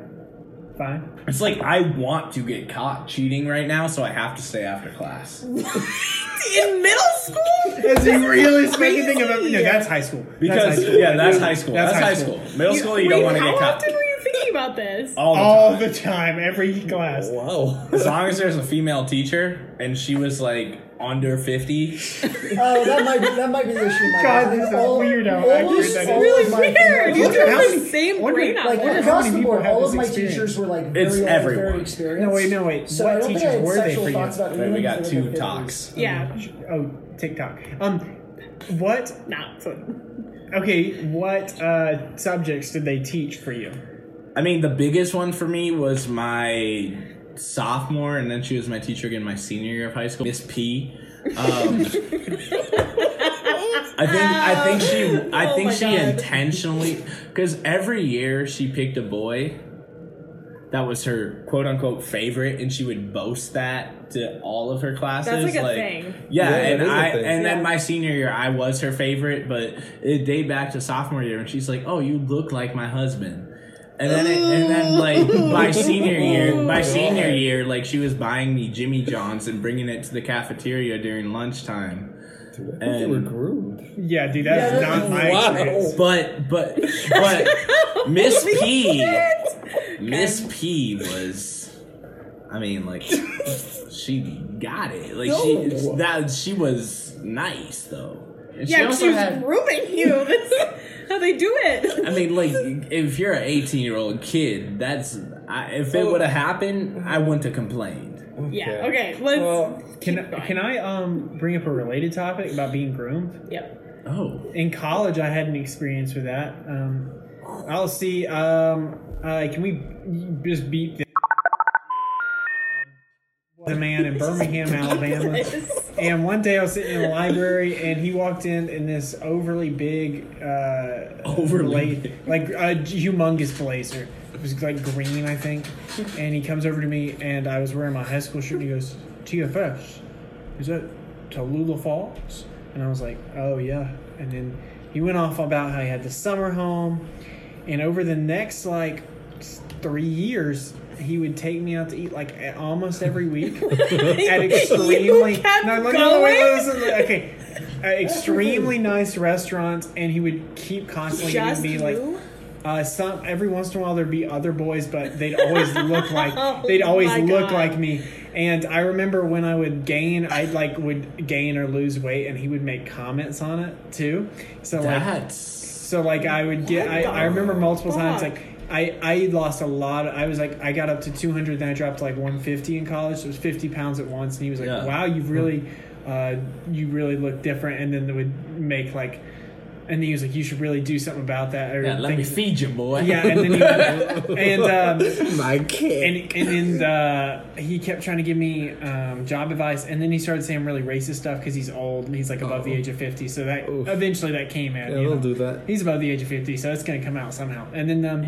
[SPEAKER 4] fine.
[SPEAKER 7] It's like I want to get caught cheating right now, so I have to stay after class.
[SPEAKER 6] in middle school?
[SPEAKER 4] Is he really making think about? No, that's high school.
[SPEAKER 7] Because
[SPEAKER 4] that's high school.
[SPEAKER 7] yeah, that's high school. That's, high school. Middle school, you, don't
[SPEAKER 6] wait,
[SPEAKER 7] want to
[SPEAKER 6] how
[SPEAKER 7] get caught.
[SPEAKER 6] often were you thinking about this?
[SPEAKER 7] All the
[SPEAKER 4] All the time, every class.
[SPEAKER 7] Wow. *laughs* As long as there's a female teacher and she was like under fifty,
[SPEAKER 9] Oh, that might be, that might be the issue. Mike.
[SPEAKER 4] God, this is
[SPEAKER 9] All-
[SPEAKER 4] weird how
[SPEAKER 9] all
[SPEAKER 4] accurate
[SPEAKER 9] of-
[SPEAKER 4] that is.
[SPEAKER 9] all of
[SPEAKER 4] Really
[SPEAKER 9] Oh my
[SPEAKER 4] weird.
[SPEAKER 9] teachers-
[SPEAKER 4] You
[SPEAKER 9] Wonder
[SPEAKER 4] two
[SPEAKER 9] how
[SPEAKER 4] have
[SPEAKER 9] many-
[SPEAKER 4] the same
[SPEAKER 9] wonder-
[SPEAKER 4] brain
[SPEAKER 9] Like
[SPEAKER 4] output. How
[SPEAKER 9] across
[SPEAKER 4] many
[SPEAKER 9] the
[SPEAKER 4] people
[SPEAKER 9] board,
[SPEAKER 4] have
[SPEAKER 9] all
[SPEAKER 4] this
[SPEAKER 9] of my
[SPEAKER 4] experience?
[SPEAKER 9] teachers were like very
[SPEAKER 4] It's
[SPEAKER 9] old,
[SPEAKER 4] everyone.
[SPEAKER 9] very experienced.
[SPEAKER 4] No, wait, no, wait.
[SPEAKER 9] So
[SPEAKER 4] What
[SPEAKER 9] I don't think I
[SPEAKER 4] teachers
[SPEAKER 9] had
[SPEAKER 4] were they
[SPEAKER 9] sexual
[SPEAKER 4] for you?
[SPEAKER 9] thoughts about
[SPEAKER 7] Wait, we
[SPEAKER 9] anyone
[SPEAKER 7] got
[SPEAKER 9] other
[SPEAKER 7] two
[SPEAKER 9] than fifties.
[SPEAKER 7] talks.
[SPEAKER 6] Yeah.
[SPEAKER 4] Oh, TikTok. Um, what?
[SPEAKER 6] Nah.
[SPEAKER 4] Okay, what uh, subjects did they teach for you?
[SPEAKER 7] I mean, the biggest one for me was my sophomore, and then she was my teacher again my senior year of high school. Miss P. Um, I think I think she I
[SPEAKER 13] Oh
[SPEAKER 7] think
[SPEAKER 13] my
[SPEAKER 7] she
[SPEAKER 13] God.
[SPEAKER 7] intentionally because every year she picked a boy that was her quote unquote favorite, and she would boast that to all of her classes.
[SPEAKER 13] That's like a thing.
[SPEAKER 7] Yeah,
[SPEAKER 13] Yeah,
[SPEAKER 7] and
[SPEAKER 13] it is a
[SPEAKER 7] I
[SPEAKER 13] thing.
[SPEAKER 7] and then
[SPEAKER 13] Yeah.
[SPEAKER 7] my senior year I was her favorite, but it dated back to sophomore year, and she's like, "Oh, you look like my husband." And then, it, and then, like by senior year,
[SPEAKER 6] *laughs*
[SPEAKER 7] by senior year, like she was buying me Jimmy John's and bringing it to the cafeteria during lunchtime.
[SPEAKER 13] they
[SPEAKER 7] And
[SPEAKER 13] were
[SPEAKER 4] Yeah, dude, that's
[SPEAKER 7] Yeah,
[SPEAKER 4] not my
[SPEAKER 7] wow.
[SPEAKER 4] experience.
[SPEAKER 7] But but but Miss P, Miss P was, I mean, like she got it. Like she that she was nice though. And
[SPEAKER 6] yeah,
[SPEAKER 7] also
[SPEAKER 6] she was
[SPEAKER 7] had-
[SPEAKER 6] grooming you. That's how they do it.
[SPEAKER 7] I mean, like, if you're an 18 year old kid, that's I, if
[SPEAKER 6] Oh.
[SPEAKER 7] it would have happened, I wouldn't have complained.
[SPEAKER 6] Yeah. Okay. Let's.
[SPEAKER 4] Can can I um bring up a related topic about being groomed?
[SPEAKER 6] Yep.
[SPEAKER 7] Oh.
[SPEAKER 4] In college, I had an experience with that. Um, I'll see. Um, uh, can we just beat the
[SPEAKER 7] *laughs*
[SPEAKER 4] was a man in
[SPEAKER 6] *laughs*
[SPEAKER 4] Birmingham, Alabama. And one day I was sitting in the library, and he walked in in this overly big, uh,
[SPEAKER 7] Overly
[SPEAKER 4] bla- like a humongous blazer. It was like green, I think. And he comes over to me, and I was wearing my high school shirt, and he goes, "TFS, is that Tallulah Falls?" And I was like, "Oh yeah." And then he went off about how he had the summer home, and over the next like three years, he would take me out to eat like a- almost every
[SPEAKER 13] *laughs*
[SPEAKER 4] week
[SPEAKER 6] *laughs*
[SPEAKER 4] at extremely
[SPEAKER 13] You kept
[SPEAKER 4] no, no, no, wait,
[SPEAKER 13] going?
[SPEAKER 4] listen, okay at extremely nice restaurants, and he would keep constantly
[SPEAKER 13] Just
[SPEAKER 4] giving me like.
[SPEAKER 13] you?
[SPEAKER 4] Uh, some every once in a while there'd be other boys, but they'd
[SPEAKER 13] *laughs*
[SPEAKER 4] always look like
[SPEAKER 13] Oh
[SPEAKER 4] they'd always
[SPEAKER 13] my
[SPEAKER 4] look
[SPEAKER 13] God.
[SPEAKER 4] like me. And I remember when I would gain, I would like would gain or lose weight, and he would make comments on it too. So like,
[SPEAKER 7] That's-
[SPEAKER 4] so like I would get.
[SPEAKER 13] What
[SPEAKER 4] I,
[SPEAKER 13] the
[SPEAKER 4] I remember multiple times
[SPEAKER 13] fuck?
[SPEAKER 4] like I I lost a lot. Of, I was like I got up to 200, then I dropped to like 150 in college. So it was 50 pounds at once, and he was like, "Wow, you've really." uh, you really look different, and then they would make like, and then he was like, you should really do something about that. Or
[SPEAKER 7] Yeah, let me
[SPEAKER 4] things-
[SPEAKER 7] feed you, boy.
[SPEAKER 4] Yeah, and *laughs* then
[SPEAKER 7] *laughs*
[SPEAKER 4] he, and um,
[SPEAKER 5] my
[SPEAKER 4] kid, and, and then uh, he kept trying to give me um, job advice, and then he started saying really racist stuff because he's old and he's like above the age of fifty. So that eventually that came out.
[SPEAKER 5] Yeah,
[SPEAKER 4] you
[SPEAKER 5] they'll
[SPEAKER 4] know?
[SPEAKER 5] do that. Hmm.
[SPEAKER 4] He's above the age of 50, so it's going to come out somehow. And then um,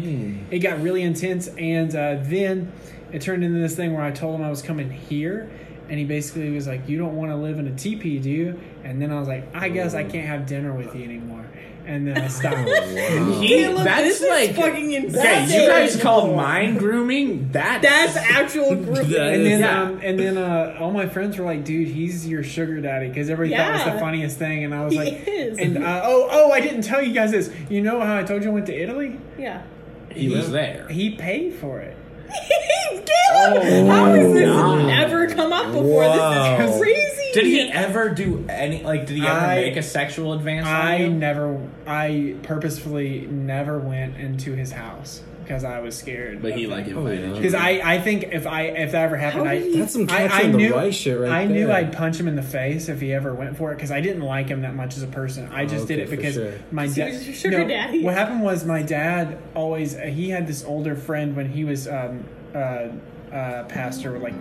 [SPEAKER 4] it got really intense, and uh, then it turned into this thing where I told him I was coming here, and he basically was like, You don't want to live in a teepee, do you? And then I was like, I guess
[SPEAKER 5] Oh.
[SPEAKER 4] I can't have dinner with you anymore. And then I
[SPEAKER 5] *laughs*
[SPEAKER 4] stopped.
[SPEAKER 7] He- Caleb, that's this is like-
[SPEAKER 6] fucking
[SPEAKER 7] Okay, you guys called mine grooming? That
[SPEAKER 6] That's
[SPEAKER 7] *laughs*
[SPEAKER 6] actual grooming.
[SPEAKER 4] and then,
[SPEAKER 7] yeah.
[SPEAKER 4] um, and then uh, all my friends were like, "Dude, he's your sugar daddy," because everybody thought it was
[SPEAKER 6] Yeah.
[SPEAKER 4] the funniest thing, and I was
[SPEAKER 6] He
[SPEAKER 4] like,
[SPEAKER 6] is.
[SPEAKER 4] "And uh, oh, oh, I didn't tell you guys this. You know how I told you I went to Italy?
[SPEAKER 6] Yeah.
[SPEAKER 7] he was there.
[SPEAKER 4] He paid for it.
[SPEAKER 6] Caleb, how has this ever come up before? This
[SPEAKER 7] Oh, Wow.
[SPEAKER 6] is crazy.
[SPEAKER 7] Did he ever do any? Like, did he ever
[SPEAKER 4] I-
[SPEAKER 7] make a sexual advance?
[SPEAKER 4] I
[SPEAKER 7] on you?
[SPEAKER 4] never, I purposefully never went into his house because I was scared.
[SPEAKER 7] But he like invited you.
[SPEAKER 4] Because I, I think if I if that ever happened,
[SPEAKER 5] How
[SPEAKER 4] I,
[SPEAKER 5] did he- That's some
[SPEAKER 4] I,
[SPEAKER 5] catch
[SPEAKER 4] I
[SPEAKER 5] on the
[SPEAKER 4] knew
[SPEAKER 5] right shit right
[SPEAKER 4] I knew
[SPEAKER 5] there.
[SPEAKER 4] I'd punch him in the face if he ever went for it because I didn't like him that much as a person. I just did
[SPEAKER 5] okay,
[SPEAKER 4] it
[SPEAKER 5] for
[SPEAKER 4] because
[SPEAKER 5] sure.
[SPEAKER 4] my
[SPEAKER 6] So
[SPEAKER 4] dad.
[SPEAKER 6] he's your sugar daddy.
[SPEAKER 4] What happened was my dad always uh, he had this older friend when he was um, uh, uh, pastor like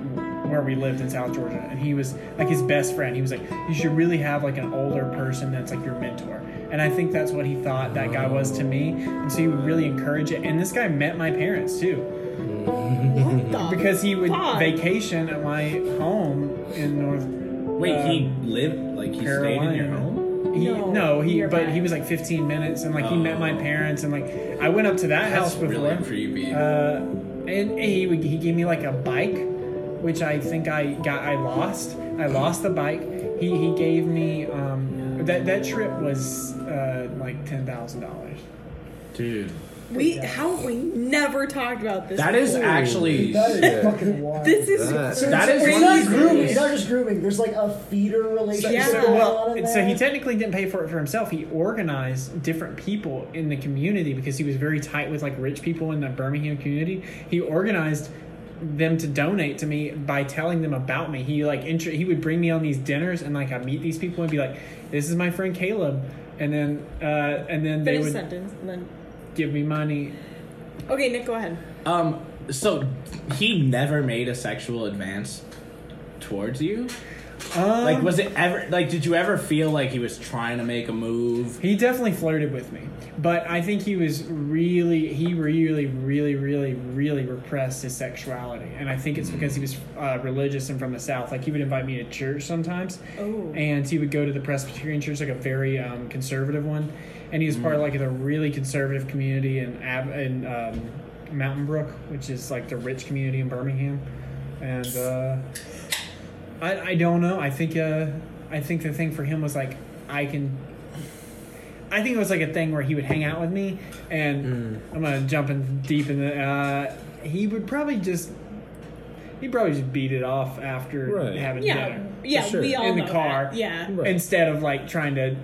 [SPEAKER 4] where we lived in South Georgia, and he was like his best friend. He was like, you should really have like an older person that's like your mentor. And I think that's what he thought that guy was to me, and so he would really encourage it. And this guy met my parents too
[SPEAKER 6] What the
[SPEAKER 4] because he would
[SPEAKER 6] fuck?
[SPEAKER 4] vacation at my home in North.
[SPEAKER 7] Wait, he
[SPEAKER 4] um,
[SPEAKER 7] lived like he stayed in your
[SPEAKER 4] Carolina.
[SPEAKER 7] home.
[SPEAKER 4] He,
[SPEAKER 6] No,
[SPEAKER 4] no, he. But
[SPEAKER 6] nearby.
[SPEAKER 4] he was like 15 minutes, and like he met my parents, and like I went up to that
[SPEAKER 7] Oh. That's
[SPEAKER 4] house before.
[SPEAKER 7] really creepy.
[SPEAKER 4] Uh, and he would, he gave me like a bike, which I think I got. I lost. I lost the bike. He he gave me um that that trip was uh like ten thousand dollars.
[SPEAKER 7] Dude,
[SPEAKER 6] We how we never talked about this.
[SPEAKER 7] that is
[SPEAKER 6] before.
[SPEAKER 7] actually.
[SPEAKER 9] That is fucking wild.
[SPEAKER 6] this is
[SPEAKER 5] That-
[SPEAKER 9] So
[SPEAKER 7] That
[SPEAKER 9] it's,
[SPEAKER 7] is
[SPEAKER 9] it's
[SPEAKER 7] one
[SPEAKER 9] not
[SPEAKER 7] of these
[SPEAKER 9] grooming.
[SPEAKER 7] things.
[SPEAKER 9] It's not just grooming. There's like a feeder relationship.
[SPEAKER 6] Yeah.
[SPEAKER 9] going
[SPEAKER 4] So, well,
[SPEAKER 9] on in
[SPEAKER 4] so he
[SPEAKER 9] there.
[SPEAKER 4] technically didn't pay for it for himself. He organized different people in the community because he was very tight with like rich people in the Birmingham community. He organized them to donate to me by telling them about me. He like intro- he would bring me on these dinners and like I meet these people and be like, "This is my friend Caleb," and then uh, and then they
[SPEAKER 6] finish
[SPEAKER 4] would
[SPEAKER 6] sentence and then
[SPEAKER 4] give me money.
[SPEAKER 6] Okay, Nick, go ahead.
[SPEAKER 7] Um. So he never made a sexual advance towards you.
[SPEAKER 4] Um,
[SPEAKER 7] Like, was it ever like? Did you ever feel like he was trying to make a move?
[SPEAKER 4] He definitely flirted with me, but I think he was really, he really, really, really, really repressed his sexuality, and I think it's because he was uh, religious and from the South. Like he would invite me to church sometimes,
[SPEAKER 6] Oh.
[SPEAKER 4] and he would go to the Presbyterian church, like a very um, conservative one, and he was part of like the really conservative community in Ab- in um, Mountain Brook, which is like the rich community in Birmingham, and. Uh, I, I don't know. I think uh, I think the thing for him was like I can. I think it was like a thing where he would hang out with me, and
[SPEAKER 7] Hmm.
[SPEAKER 4] I'm gonna jump in deep in the. Uh, he would probably just. He probably just beat it off after
[SPEAKER 5] Right.
[SPEAKER 4] having
[SPEAKER 6] Yeah,
[SPEAKER 4] dinner
[SPEAKER 6] yeah,
[SPEAKER 5] For sure.
[SPEAKER 6] we all
[SPEAKER 4] in the
[SPEAKER 6] know that.
[SPEAKER 4] car.
[SPEAKER 6] Yeah.
[SPEAKER 5] Right.
[SPEAKER 4] instead of like trying to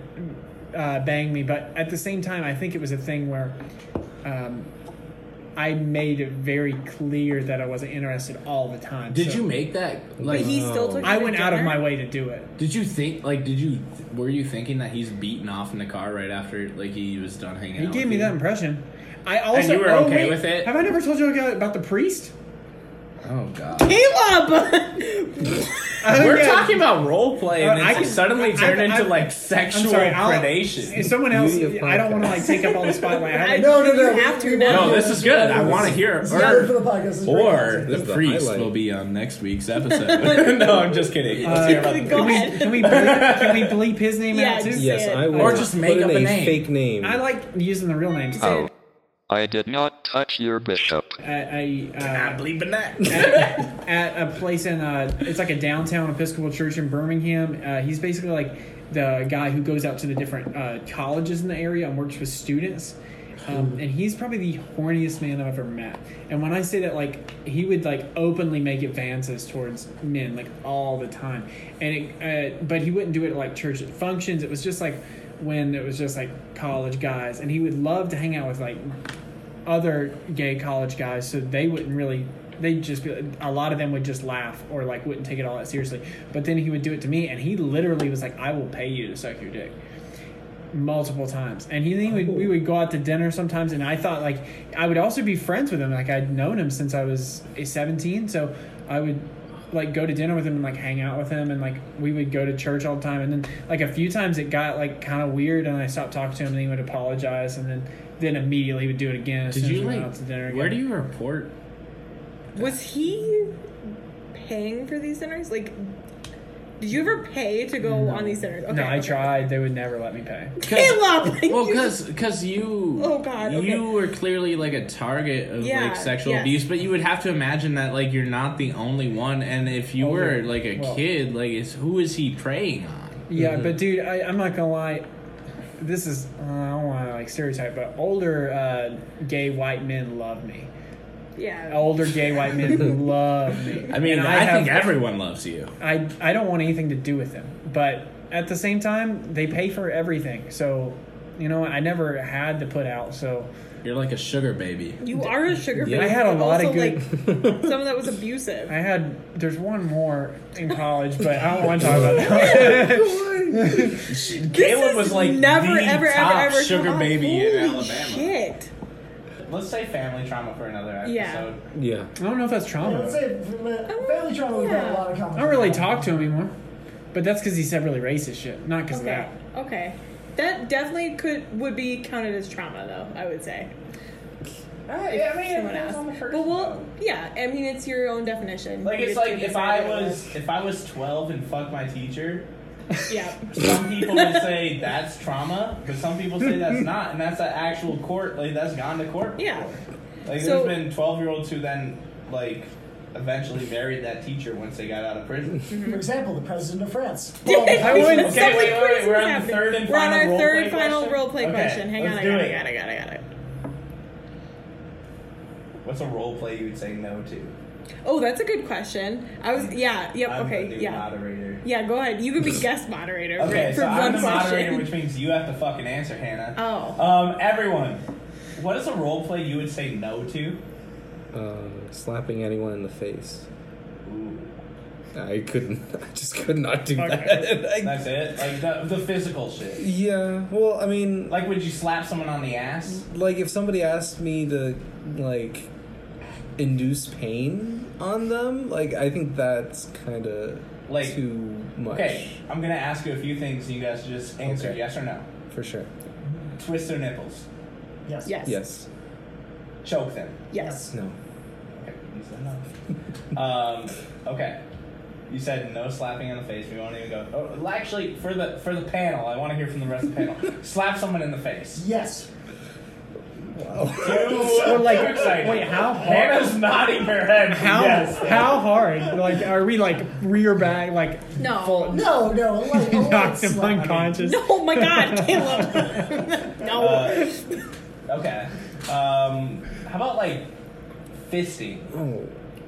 [SPEAKER 4] uh, bang me. But at the same time, I think it was a thing where um, I made it very clear that I wasn't interested all the time.
[SPEAKER 7] Did
[SPEAKER 4] so
[SPEAKER 7] you make that?
[SPEAKER 6] But
[SPEAKER 7] Like,
[SPEAKER 6] he still took.
[SPEAKER 4] I
[SPEAKER 6] you to
[SPEAKER 4] went out of
[SPEAKER 6] dinner? *laughs*
[SPEAKER 4] my way to do it.
[SPEAKER 7] did you think? Like, did you? Were you thinking that he's beaten off in the car right after? Like, he was done hanging
[SPEAKER 4] He
[SPEAKER 7] out.
[SPEAKER 4] gave
[SPEAKER 7] with
[SPEAKER 4] me
[SPEAKER 7] you?
[SPEAKER 4] that impression. I also
[SPEAKER 7] you were
[SPEAKER 4] oh,
[SPEAKER 7] okay
[SPEAKER 4] wait,
[SPEAKER 7] with it?
[SPEAKER 4] Have I never told you about the priest?
[SPEAKER 7] Oh
[SPEAKER 4] *laughs*
[SPEAKER 7] god.
[SPEAKER 6] *laughs* Caleb.
[SPEAKER 4] Oh,
[SPEAKER 7] We're
[SPEAKER 4] yeah.
[SPEAKER 7] talking about role play, and
[SPEAKER 4] Uh, I
[SPEAKER 7] it's
[SPEAKER 4] can-
[SPEAKER 7] suddenly
[SPEAKER 4] I-
[SPEAKER 7] turned
[SPEAKER 4] I-
[SPEAKER 7] into
[SPEAKER 4] I-
[SPEAKER 7] like sexual
[SPEAKER 4] sorry, I'll-
[SPEAKER 7] predation.
[SPEAKER 4] If someone else,
[SPEAKER 5] Beauty of
[SPEAKER 4] I don't want to
[SPEAKER 5] podcast.
[SPEAKER 4] like take up all the
[SPEAKER 5] *laughs*
[SPEAKER 4] spotlight. I
[SPEAKER 9] No, no, no.
[SPEAKER 6] You
[SPEAKER 9] we-
[SPEAKER 6] have to
[SPEAKER 9] we
[SPEAKER 6] now.
[SPEAKER 9] want
[SPEAKER 7] no, this is good. I want to hear it.
[SPEAKER 9] This is good for
[SPEAKER 7] Or,
[SPEAKER 9] the podcast. This is great
[SPEAKER 7] or
[SPEAKER 9] content.
[SPEAKER 7] the
[SPEAKER 5] This is the
[SPEAKER 7] priest
[SPEAKER 5] highlight.
[SPEAKER 7] will be on next
[SPEAKER 4] *laughs*
[SPEAKER 7] week's episode. *laughs* no, I'm just kidding. Let's hear about the
[SPEAKER 6] Go
[SPEAKER 4] can, we,
[SPEAKER 6] ahead.
[SPEAKER 4] can we bleep, can we bleep his name
[SPEAKER 6] Yeah,
[SPEAKER 4] out too?
[SPEAKER 6] just-
[SPEAKER 5] Yes,
[SPEAKER 6] said-
[SPEAKER 5] I will.
[SPEAKER 7] Or just
[SPEAKER 5] Put
[SPEAKER 7] make
[SPEAKER 5] in
[SPEAKER 7] up a
[SPEAKER 5] a
[SPEAKER 7] name.
[SPEAKER 5] fake name.
[SPEAKER 4] I like using the real names. I,
[SPEAKER 13] Oh. I did not touch your bishop.
[SPEAKER 4] I
[SPEAKER 7] I'm
[SPEAKER 4] uh,
[SPEAKER 7] *laughs* bleeping that.
[SPEAKER 4] at a place in uh, it's like a downtown Episcopal church in Birmingham. Uh, he's basically like the guy who goes out to the different uh, colleges in the area and works with students. Um, and he's probably the horniest man I've ever met. And when I say that, like he would like openly make advances towards men like all the time. And it, uh, but he wouldn't do it at, like church functions. It was just like when it was just like college guys. And he would love to hang out with like other gay college guys so they wouldn't really they just be, a lot of them would just laugh or like wouldn't take it all that seriously. But then he would do it to me, and he literally was like, "I will pay you to suck your dick." multiple times and he, he would, we would go out to dinner sometimes and i thought like i would also be friends with him like i'd known him since i was 17 so i would like go to dinner with him and like hang out with him and like we would go to church all the time and then like a few times it got like kind of weird and i stopped talking to him and he would apologize and then then immediately would do it again as
[SPEAKER 7] Did
[SPEAKER 4] soon
[SPEAKER 7] you
[SPEAKER 4] as we
[SPEAKER 7] like?
[SPEAKER 4] went out to dinner again.
[SPEAKER 7] Where do you report?
[SPEAKER 6] Was he paying for these dinners? Like, did you ever pay to go on these dinners? Okay.
[SPEAKER 4] no i tried they would never let me pay
[SPEAKER 6] Caleb, *laughs* like,
[SPEAKER 7] well,
[SPEAKER 6] you-
[SPEAKER 7] because because you
[SPEAKER 6] Oh, God, okay.
[SPEAKER 7] you were clearly like a target of
[SPEAKER 6] Yeah,
[SPEAKER 7] like sexual
[SPEAKER 6] yes.
[SPEAKER 7] abuse, but you would have to imagine that like you're not the only one, and if you
[SPEAKER 4] Oh,
[SPEAKER 7] were
[SPEAKER 4] yeah.
[SPEAKER 7] like a
[SPEAKER 4] Well-
[SPEAKER 7] kid, like it's, who is he preying on?
[SPEAKER 4] Yeah, but dude, I, I'm not gonna lie. This is uh, I don't want to like stereotype, but older uh, gay white men love me.
[SPEAKER 6] Yeah.
[SPEAKER 4] Older gay white
[SPEAKER 6] *laughs*
[SPEAKER 4] men love me.
[SPEAKER 7] I mean,
[SPEAKER 4] And
[SPEAKER 7] I,
[SPEAKER 4] have-
[SPEAKER 7] think everyone loves you.
[SPEAKER 4] I I don't want anything to do with them, but at the same time, they pay for everything. So, you know, I never had to put out. So
[SPEAKER 7] you're like a sugar baby.
[SPEAKER 6] you are a sugar
[SPEAKER 4] Yeah. I
[SPEAKER 6] baby,
[SPEAKER 4] had a
[SPEAKER 6] but
[SPEAKER 4] lot of
[SPEAKER 6] also,
[SPEAKER 4] good-
[SPEAKER 6] Like, some of that
[SPEAKER 7] *laughs*
[SPEAKER 6] was abusive.
[SPEAKER 4] I had there's one more in college, but I don't want to talk about that. *laughs*
[SPEAKER 7] Caleb was like
[SPEAKER 6] never,
[SPEAKER 7] the
[SPEAKER 6] ever, ever,
[SPEAKER 7] top
[SPEAKER 6] ever come
[SPEAKER 7] sugar
[SPEAKER 6] up.
[SPEAKER 7] baby in
[SPEAKER 6] Holy
[SPEAKER 7] Alabama.
[SPEAKER 6] Shit.
[SPEAKER 7] Let's say family trauma for another episode.
[SPEAKER 6] Yeah.
[SPEAKER 5] Yeah.
[SPEAKER 4] I don't know if that's trauma.
[SPEAKER 9] Yeah, let's say uh, family trauma. We've got a lot of
[SPEAKER 4] I
[SPEAKER 9] common.
[SPEAKER 4] don't really talk to him anymore. But that's because he said really racist shit, not because
[SPEAKER 6] Okay.
[SPEAKER 4] of
[SPEAKER 6] Okay. That definitely could would be counted as trauma, though. I would say.
[SPEAKER 7] yeah, I mean, it
[SPEAKER 6] someone
[SPEAKER 7] depends
[SPEAKER 6] asked.
[SPEAKER 7] on the person,
[SPEAKER 6] But well, yeah. I mean, it's your own definition.
[SPEAKER 7] Like
[SPEAKER 6] You
[SPEAKER 7] it's
[SPEAKER 6] get to
[SPEAKER 7] like if
[SPEAKER 6] decide
[SPEAKER 7] I
[SPEAKER 6] what it
[SPEAKER 7] was if I was twelve and fuck my teacher,
[SPEAKER 6] Yeah.
[SPEAKER 7] some people would say that's trauma, but some people say that's not, and that's an actual court like that's gone to court.
[SPEAKER 6] Mm-hmm.
[SPEAKER 7] *laughs*
[SPEAKER 6] Yeah.
[SPEAKER 7] Like
[SPEAKER 6] So-
[SPEAKER 7] there's been twelve year olds who then like eventually married that teacher once they got out of prison.
[SPEAKER 6] Mm-hmm.
[SPEAKER 9] For example, the president
[SPEAKER 4] *laughs*
[SPEAKER 9] of France.
[SPEAKER 6] *laughs*
[SPEAKER 7] I wouldn't-
[SPEAKER 6] Something
[SPEAKER 7] okay, wait, wait,
[SPEAKER 6] crazy
[SPEAKER 7] we're on the
[SPEAKER 6] happened.
[SPEAKER 7] third and
[SPEAKER 6] We're on
[SPEAKER 7] final
[SPEAKER 6] our
[SPEAKER 7] role
[SPEAKER 6] third
[SPEAKER 7] play
[SPEAKER 6] final
[SPEAKER 7] question?
[SPEAKER 6] role play
[SPEAKER 7] Okay,
[SPEAKER 6] question. Hang
[SPEAKER 7] let's
[SPEAKER 6] on, I
[SPEAKER 7] do
[SPEAKER 6] got, it.
[SPEAKER 7] it.
[SPEAKER 6] I got it, I got it, I got it.
[SPEAKER 7] What's a role play you would say no to?
[SPEAKER 6] Oh, that's a good question. I was, yeah, yep,
[SPEAKER 7] I'm
[SPEAKER 6] okay,
[SPEAKER 7] the new
[SPEAKER 6] yeah,
[SPEAKER 7] moderator.
[SPEAKER 6] yeah. Go ahead. You could be guest moderator
[SPEAKER 7] Okay,
[SPEAKER 6] for, for
[SPEAKER 7] so
[SPEAKER 6] one
[SPEAKER 7] I'm the moderator,
[SPEAKER 6] session.
[SPEAKER 7] which means you have to fucking answer, Hannah.
[SPEAKER 6] *laughs* Oh.
[SPEAKER 7] Um, everyone, what is a role play you would say no to?
[SPEAKER 5] Um, slapping anyone in the face. I couldn't. *laughs* I just could not
[SPEAKER 6] *laughs*
[SPEAKER 5] do that. *laughs*
[SPEAKER 7] That's it. Like the, the physical shit.
[SPEAKER 5] Yeah. Well, I mean,
[SPEAKER 7] Like, would you slap someone on the ass?
[SPEAKER 5] like if somebody asked me to like induce pain on them, like I think that's kind of
[SPEAKER 7] Like-
[SPEAKER 5] too much.
[SPEAKER 7] Okay, I'm gonna ask you a few things, and you guys just answer
[SPEAKER 5] Okay.
[SPEAKER 7] yes or no.
[SPEAKER 5] For sure.
[SPEAKER 7] Twist their nipples,
[SPEAKER 9] Yes.
[SPEAKER 6] Yes.
[SPEAKER 5] Yes.
[SPEAKER 7] choke them.
[SPEAKER 6] Yes.
[SPEAKER 5] No.
[SPEAKER 7] Okay, you said
[SPEAKER 4] *laughs*
[SPEAKER 7] no. um, okay, you said no slapping on the face. We won't even go. Oh, actually, for the for the panel, I want to hear from the rest of the
[SPEAKER 4] *laughs*
[SPEAKER 7] panel. Slap someone in the face.
[SPEAKER 9] Yes.
[SPEAKER 4] Or like,
[SPEAKER 7] Too excited.
[SPEAKER 4] wait, how hard?
[SPEAKER 7] Hannah's nodding her head.
[SPEAKER 4] How
[SPEAKER 7] yes.
[SPEAKER 4] how hard? Like, are we like rear back? Like,
[SPEAKER 6] No. *laughs*
[SPEAKER 4] *laughs*
[SPEAKER 9] No, no. Like,
[SPEAKER 4] knocked him unconscious.
[SPEAKER 6] Oh my God, Caleb. *laughs* no.
[SPEAKER 7] Uh, okay. Um, how about like fisting?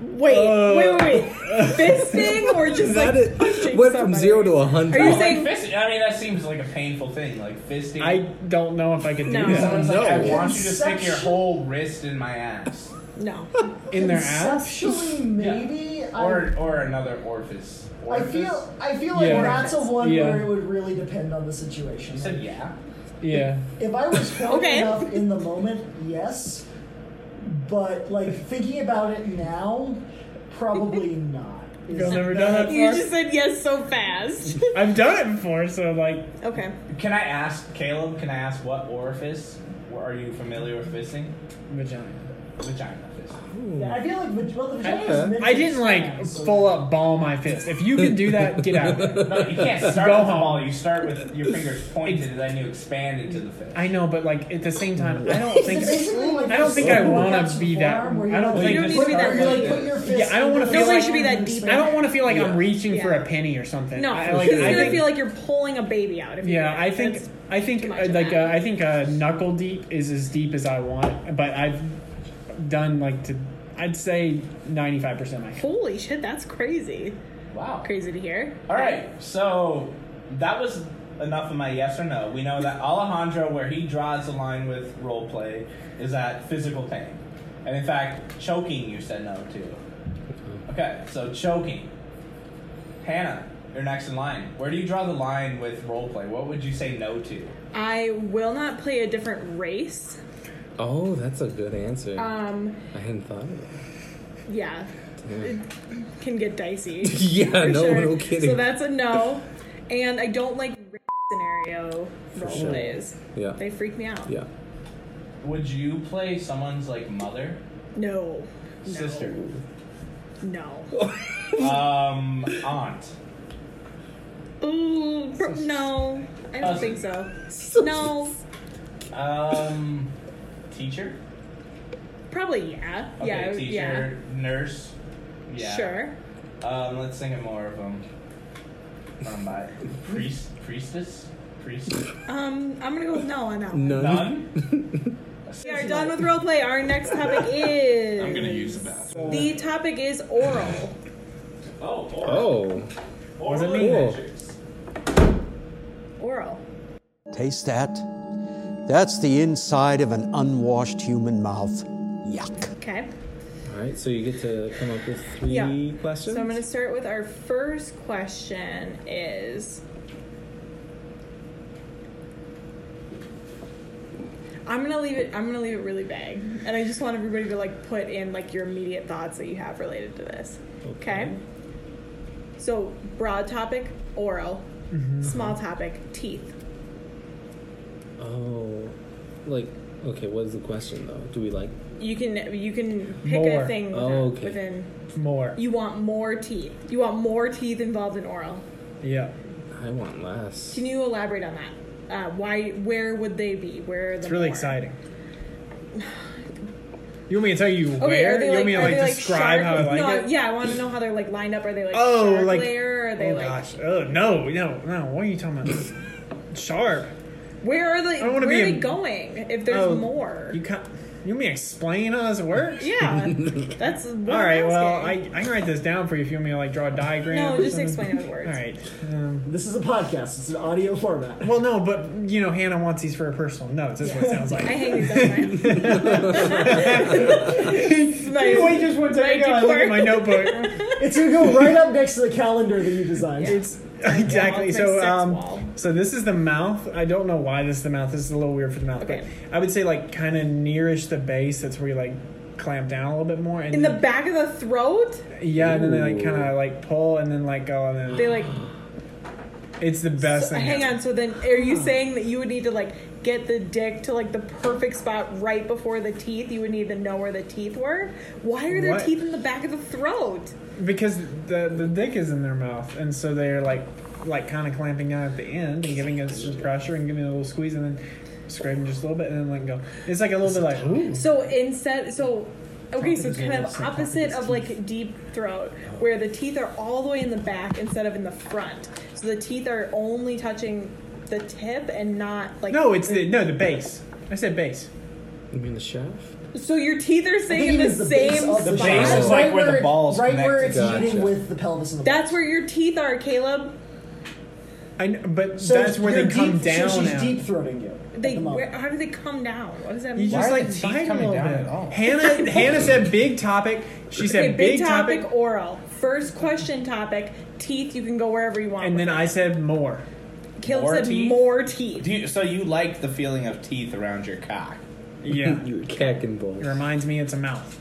[SPEAKER 6] wait, wait, wait, wait. Fisting or just
[SPEAKER 5] That
[SPEAKER 6] like *laughs*
[SPEAKER 5] it
[SPEAKER 6] punching
[SPEAKER 5] went from
[SPEAKER 6] somebody?
[SPEAKER 5] zero to a hundred.
[SPEAKER 6] Are you
[SPEAKER 7] Like
[SPEAKER 6] saying-
[SPEAKER 7] fisting? I mean, that seems like a painful thing. Like fisting.
[SPEAKER 4] I don't know if I could do
[SPEAKER 6] No.
[SPEAKER 4] that
[SPEAKER 7] Someone's like,
[SPEAKER 6] *laughs*
[SPEAKER 7] I
[SPEAKER 5] No.
[SPEAKER 7] want Oh, you to stick your
[SPEAKER 9] Suction.
[SPEAKER 7] whole wrist in my ass,
[SPEAKER 6] No.
[SPEAKER 4] in their ass.
[SPEAKER 9] Conceptually, maybe. I,
[SPEAKER 7] or or another orifice.
[SPEAKER 9] I
[SPEAKER 7] orifice?
[SPEAKER 9] feel. I feel like
[SPEAKER 4] Yeah.
[SPEAKER 9] that's a one
[SPEAKER 4] Yeah.
[SPEAKER 9] where it would really depend on the situation.
[SPEAKER 7] You said yeah.
[SPEAKER 4] Yeah.
[SPEAKER 9] If
[SPEAKER 4] *laughs*
[SPEAKER 9] I was drunk
[SPEAKER 6] Okay.
[SPEAKER 9] enough in the moment, yes. But like thinking about it now,
[SPEAKER 4] *laughs*
[SPEAKER 9] probably not. Is-
[SPEAKER 4] You've never done that
[SPEAKER 6] *laughs* You
[SPEAKER 4] before.
[SPEAKER 6] just said yes so fast. *laughs*
[SPEAKER 4] I've done it before, so like,
[SPEAKER 6] Okay.
[SPEAKER 7] Can I ask Caleb? Can I ask what orifice? Are you familiar with fisting?
[SPEAKER 4] vagina.
[SPEAKER 7] Vagina fisting.
[SPEAKER 9] Yeah, I feel like vag- well, the vagina is meant
[SPEAKER 4] I
[SPEAKER 9] to
[SPEAKER 4] didn't like
[SPEAKER 9] expand, so-
[SPEAKER 4] full up ball my fist. If you can do that, get out. Of there.
[SPEAKER 7] No,
[SPEAKER 4] *laughs*
[SPEAKER 7] you can't start
[SPEAKER 4] Go
[SPEAKER 7] with the
[SPEAKER 4] home.
[SPEAKER 7] ball. You start with your fingers pointed, and then you expand into the fist.
[SPEAKER 4] I know, but like at the same time, I don't think
[SPEAKER 9] Basically, like,
[SPEAKER 4] I don't think I
[SPEAKER 9] you're
[SPEAKER 4] want to
[SPEAKER 9] touching
[SPEAKER 4] be that. I
[SPEAKER 9] forearm where you're
[SPEAKER 4] don't
[SPEAKER 9] like-
[SPEAKER 7] Well,
[SPEAKER 4] think
[SPEAKER 6] You don't need to be that
[SPEAKER 7] start
[SPEAKER 9] You're
[SPEAKER 7] with
[SPEAKER 9] like
[SPEAKER 7] this.
[SPEAKER 9] put your fist.
[SPEAKER 4] Yeah, I don't wanna
[SPEAKER 9] into
[SPEAKER 4] feel
[SPEAKER 9] the
[SPEAKER 4] like-
[SPEAKER 6] Nobody
[SPEAKER 9] vagina
[SPEAKER 6] should be that
[SPEAKER 9] and
[SPEAKER 6] deep.
[SPEAKER 9] expand.
[SPEAKER 4] I don't want to feel like I'm reaching
[SPEAKER 6] Yeah.
[SPEAKER 4] for a penny or something.
[SPEAKER 6] No,
[SPEAKER 4] I,
[SPEAKER 6] because
[SPEAKER 4] like,
[SPEAKER 6] it's
[SPEAKER 4] I
[SPEAKER 6] gonna
[SPEAKER 4] think,
[SPEAKER 6] feel like you're pulling a baby out if you do
[SPEAKER 4] yeah,
[SPEAKER 6] that.
[SPEAKER 4] I think
[SPEAKER 6] That's-
[SPEAKER 4] I think
[SPEAKER 6] too
[SPEAKER 4] uh,
[SPEAKER 6] much of
[SPEAKER 4] like uh,
[SPEAKER 6] that.
[SPEAKER 4] I think uh, knuckle deep is as deep as I want, but I've done like to I'd say ninety five percent of my.
[SPEAKER 6] holy shit, that's crazy.
[SPEAKER 7] Wow.
[SPEAKER 6] Crazy to hear.
[SPEAKER 7] All right, so that was enough of my yes or no. We know that Alejandro, where he draws the line with role play, is at physical pain. And in fact, choking you said no to. Okay, so choking. Hannah, you're next in line. Where do you draw the line with roleplay? What would you say no to?
[SPEAKER 6] I will not play a different race.
[SPEAKER 5] Oh, that's a good answer.
[SPEAKER 6] Um,
[SPEAKER 5] I hadn't thought of it.
[SPEAKER 6] yeah, it
[SPEAKER 5] Damn.
[SPEAKER 6] can get dicey.
[SPEAKER 5] *laughs* Yeah,
[SPEAKER 6] for
[SPEAKER 5] no-
[SPEAKER 6] sure.
[SPEAKER 5] no kidding.
[SPEAKER 6] So that's a no. And I don't like race scenario
[SPEAKER 7] For
[SPEAKER 6] role
[SPEAKER 7] sure.
[SPEAKER 6] plays.
[SPEAKER 7] Yeah.
[SPEAKER 6] They freak me out.
[SPEAKER 7] Would you play someone's like mother,
[SPEAKER 6] No.
[SPEAKER 7] sister,
[SPEAKER 6] No.
[SPEAKER 7] um, aunt?
[SPEAKER 6] Ooh, bro- no. I don't think so. No.
[SPEAKER 7] Um, teacher?
[SPEAKER 6] Probably yeah.
[SPEAKER 7] Okay,
[SPEAKER 6] yeah. I would- yeah.
[SPEAKER 7] teacher, nurse. Yeah.
[SPEAKER 6] Sure.
[SPEAKER 7] Um, let's think of more of them. Um, by priest, priestess, priest.
[SPEAKER 6] Um, I'm gonna go with no on that one.
[SPEAKER 7] None.
[SPEAKER 6] We are done with role play. Our next topic is.
[SPEAKER 7] *laughs* I'm gonna use the bathroom.
[SPEAKER 6] The topic is oral.
[SPEAKER 7] Oh.
[SPEAKER 5] *laughs* Oh.
[SPEAKER 7] What
[SPEAKER 6] does it mean? Oral.
[SPEAKER 14] Taste that? That's the inside of an unwashed human mouth. Yuck.
[SPEAKER 6] Okay.
[SPEAKER 5] All right, so you get to come up with three
[SPEAKER 6] Yeah.
[SPEAKER 5] questions.
[SPEAKER 6] So I'm going to start with our first question is I'm going to leave it I'm going to leave it really vague. And I just want everybody to like put in like your immediate thoughts that you have related to this. Okay? So broad topic, oral.
[SPEAKER 4] Mm-hmm.
[SPEAKER 5] Mhm.
[SPEAKER 6] Small topic, teeth.
[SPEAKER 5] Oh, like okay. What is the question though? Do we like?
[SPEAKER 6] You can you can pick a
[SPEAKER 5] More.
[SPEAKER 6] thing within,
[SPEAKER 5] Oh, okay.
[SPEAKER 6] within
[SPEAKER 5] More.
[SPEAKER 6] you want more teeth. You want more teeth involved in oral.
[SPEAKER 5] Yeah. I want less.
[SPEAKER 6] Can you elaborate on that? Uh, why? Where would they be? Where? Are the
[SPEAKER 4] It's really
[SPEAKER 6] more?
[SPEAKER 4] exciting. You want me to tell you
[SPEAKER 6] Okay,
[SPEAKER 4] where?
[SPEAKER 6] are they
[SPEAKER 4] you want
[SPEAKER 6] like,
[SPEAKER 4] me to
[SPEAKER 6] are
[SPEAKER 4] like
[SPEAKER 6] they like
[SPEAKER 4] describe
[SPEAKER 6] shark-
[SPEAKER 4] how I like
[SPEAKER 6] no,
[SPEAKER 4] it?
[SPEAKER 6] Yeah, I want to know how they're like lined up. Are they like
[SPEAKER 4] oh,
[SPEAKER 6] sharp
[SPEAKER 4] like
[SPEAKER 6] layer? Are they
[SPEAKER 4] oh
[SPEAKER 6] like
[SPEAKER 4] gosh, oh no, no, no! What are you talking about? Sharp.
[SPEAKER 6] where are they?
[SPEAKER 4] I don't
[SPEAKER 6] where
[SPEAKER 4] wanna
[SPEAKER 6] are
[SPEAKER 4] be
[SPEAKER 6] they
[SPEAKER 4] in-
[SPEAKER 6] going? If there's
[SPEAKER 4] Oh,
[SPEAKER 6] more,
[SPEAKER 4] You can You want me to explain how this works? *laughs*
[SPEAKER 6] Yeah, that's what
[SPEAKER 4] All right.
[SPEAKER 6] I'm
[SPEAKER 4] Well, I, I
[SPEAKER 6] asking.
[SPEAKER 4] can write this down for you if you want me to like draw a diagram.
[SPEAKER 6] No,
[SPEAKER 4] or
[SPEAKER 6] just
[SPEAKER 4] something.
[SPEAKER 6] explain it with words.
[SPEAKER 4] All right. Um,
[SPEAKER 9] this is a podcast. It's an audio format.
[SPEAKER 4] Well, no, but you know, Hannah wants these for her personal notes. That's what it sounds like.
[SPEAKER 6] *laughs* I hate
[SPEAKER 4] *laughs*
[SPEAKER 6] these deadlines.
[SPEAKER 4] Can you wait just one second? I gotta look at my notebook.
[SPEAKER 9] *laughs*
[SPEAKER 6] *laughs*
[SPEAKER 9] it's gonna go right up next to the calendar that you designed.
[SPEAKER 4] It's *laughs* exactly. So, um, so this is the mouth. I don't know why this is the mouth. This is a little weird for the mouth, but I would say like kind of nearish the base. That's where you like clamp down a little bit more. And
[SPEAKER 6] in the back of the throat,
[SPEAKER 4] yeah, and then they like kind of like pull and then like go and then
[SPEAKER 6] they like
[SPEAKER 4] it's the best thing.
[SPEAKER 6] hang on. So then, are
[SPEAKER 4] Hmm.
[SPEAKER 6] you saying that you would need to like get the dick to like the perfect spot right before the teeth? You would need to know where the teeth were. Why are there
[SPEAKER 4] What?
[SPEAKER 6] teeth in the back of the throat?
[SPEAKER 4] because the the dick is in their mouth, and so they're like like kind of clamping down at the end and giving us some pressure and giving it a little squeeze and then scraping just a little bit and then letting go. It's like a little bit like ooh.
[SPEAKER 6] So instead, so okay, so
[SPEAKER 4] Topic is
[SPEAKER 6] kind
[SPEAKER 4] anal,
[SPEAKER 6] of
[SPEAKER 4] so topic
[SPEAKER 6] opposite
[SPEAKER 4] is
[SPEAKER 6] of like deep throat, where the teeth are all the way in the back instead of in the front. So the teeth are only touching the tip and not like
[SPEAKER 4] no, it's the no the base. I said base. You mean the shaft?
[SPEAKER 6] So your teeth are
[SPEAKER 9] I think
[SPEAKER 6] staying
[SPEAKER 9] he
[SPEAKER 6] in the
[SPEAKER 9] means base
[SPEAKER 6] same
[SPEAKER 9] of
[SPEAKER 6] spot.
[SPEAKER 4] The base is like where the
[SPEAKER 9] it-
[SPEAKER 4] balls
[SPEAKER 9] right
[SPEAKER 4] connect
[SPEAKER 9] where
[SPEAKER 4] to
[SPEAKER 9] it's
[SPEAKER 4] the-
[SPEAKER 9] meeting
[SPEAKER 4] Gotcha.
[SPEAKER 9] with the pelvis and the.
[SPEAKER 6] That's where your teeth are, Caleb.
[SPEAKER 4] I know, but
[SPEAKER 9] So
[SPEAKER 4] that's where
[SPEAKER 9] you're
[SPEAKER 4] they come
[SPEAKER 9] deep- she-
[SPEAKER 4] down.
[SPEAKER 9] she's
[SPEAKER 4] now.
[SPEAKER 9] deep throating you.
[SPEAKER 6] They where, how do they come down? What does that mean?
[SPEAKER 4] You just like bite a little bit. *laughs* Hannah Hannah said big topic. She said
[SPEAKER 6] Okay,
[SPEAKER 4] big, topic,
[SPEAKER 6] oral. First question topic teeth. You can go wherever you want.
[SPEAKER 4] and then I said *laughs* more.
[SPEAKER 6] Caleb
[SPEAKER 7] More
[SPEAKER 6] said
[SPEAKER 7] teeth?
[SPEAKER 6] more teeth.
[SPEAKER 7] Do you, so you like the feeling of teeth around your cock?
[SPEAKER 4] Yeah.
[SPEAKER 7] Your cock and balls.
[SPEAKER 4] It reminds me it's a mouth.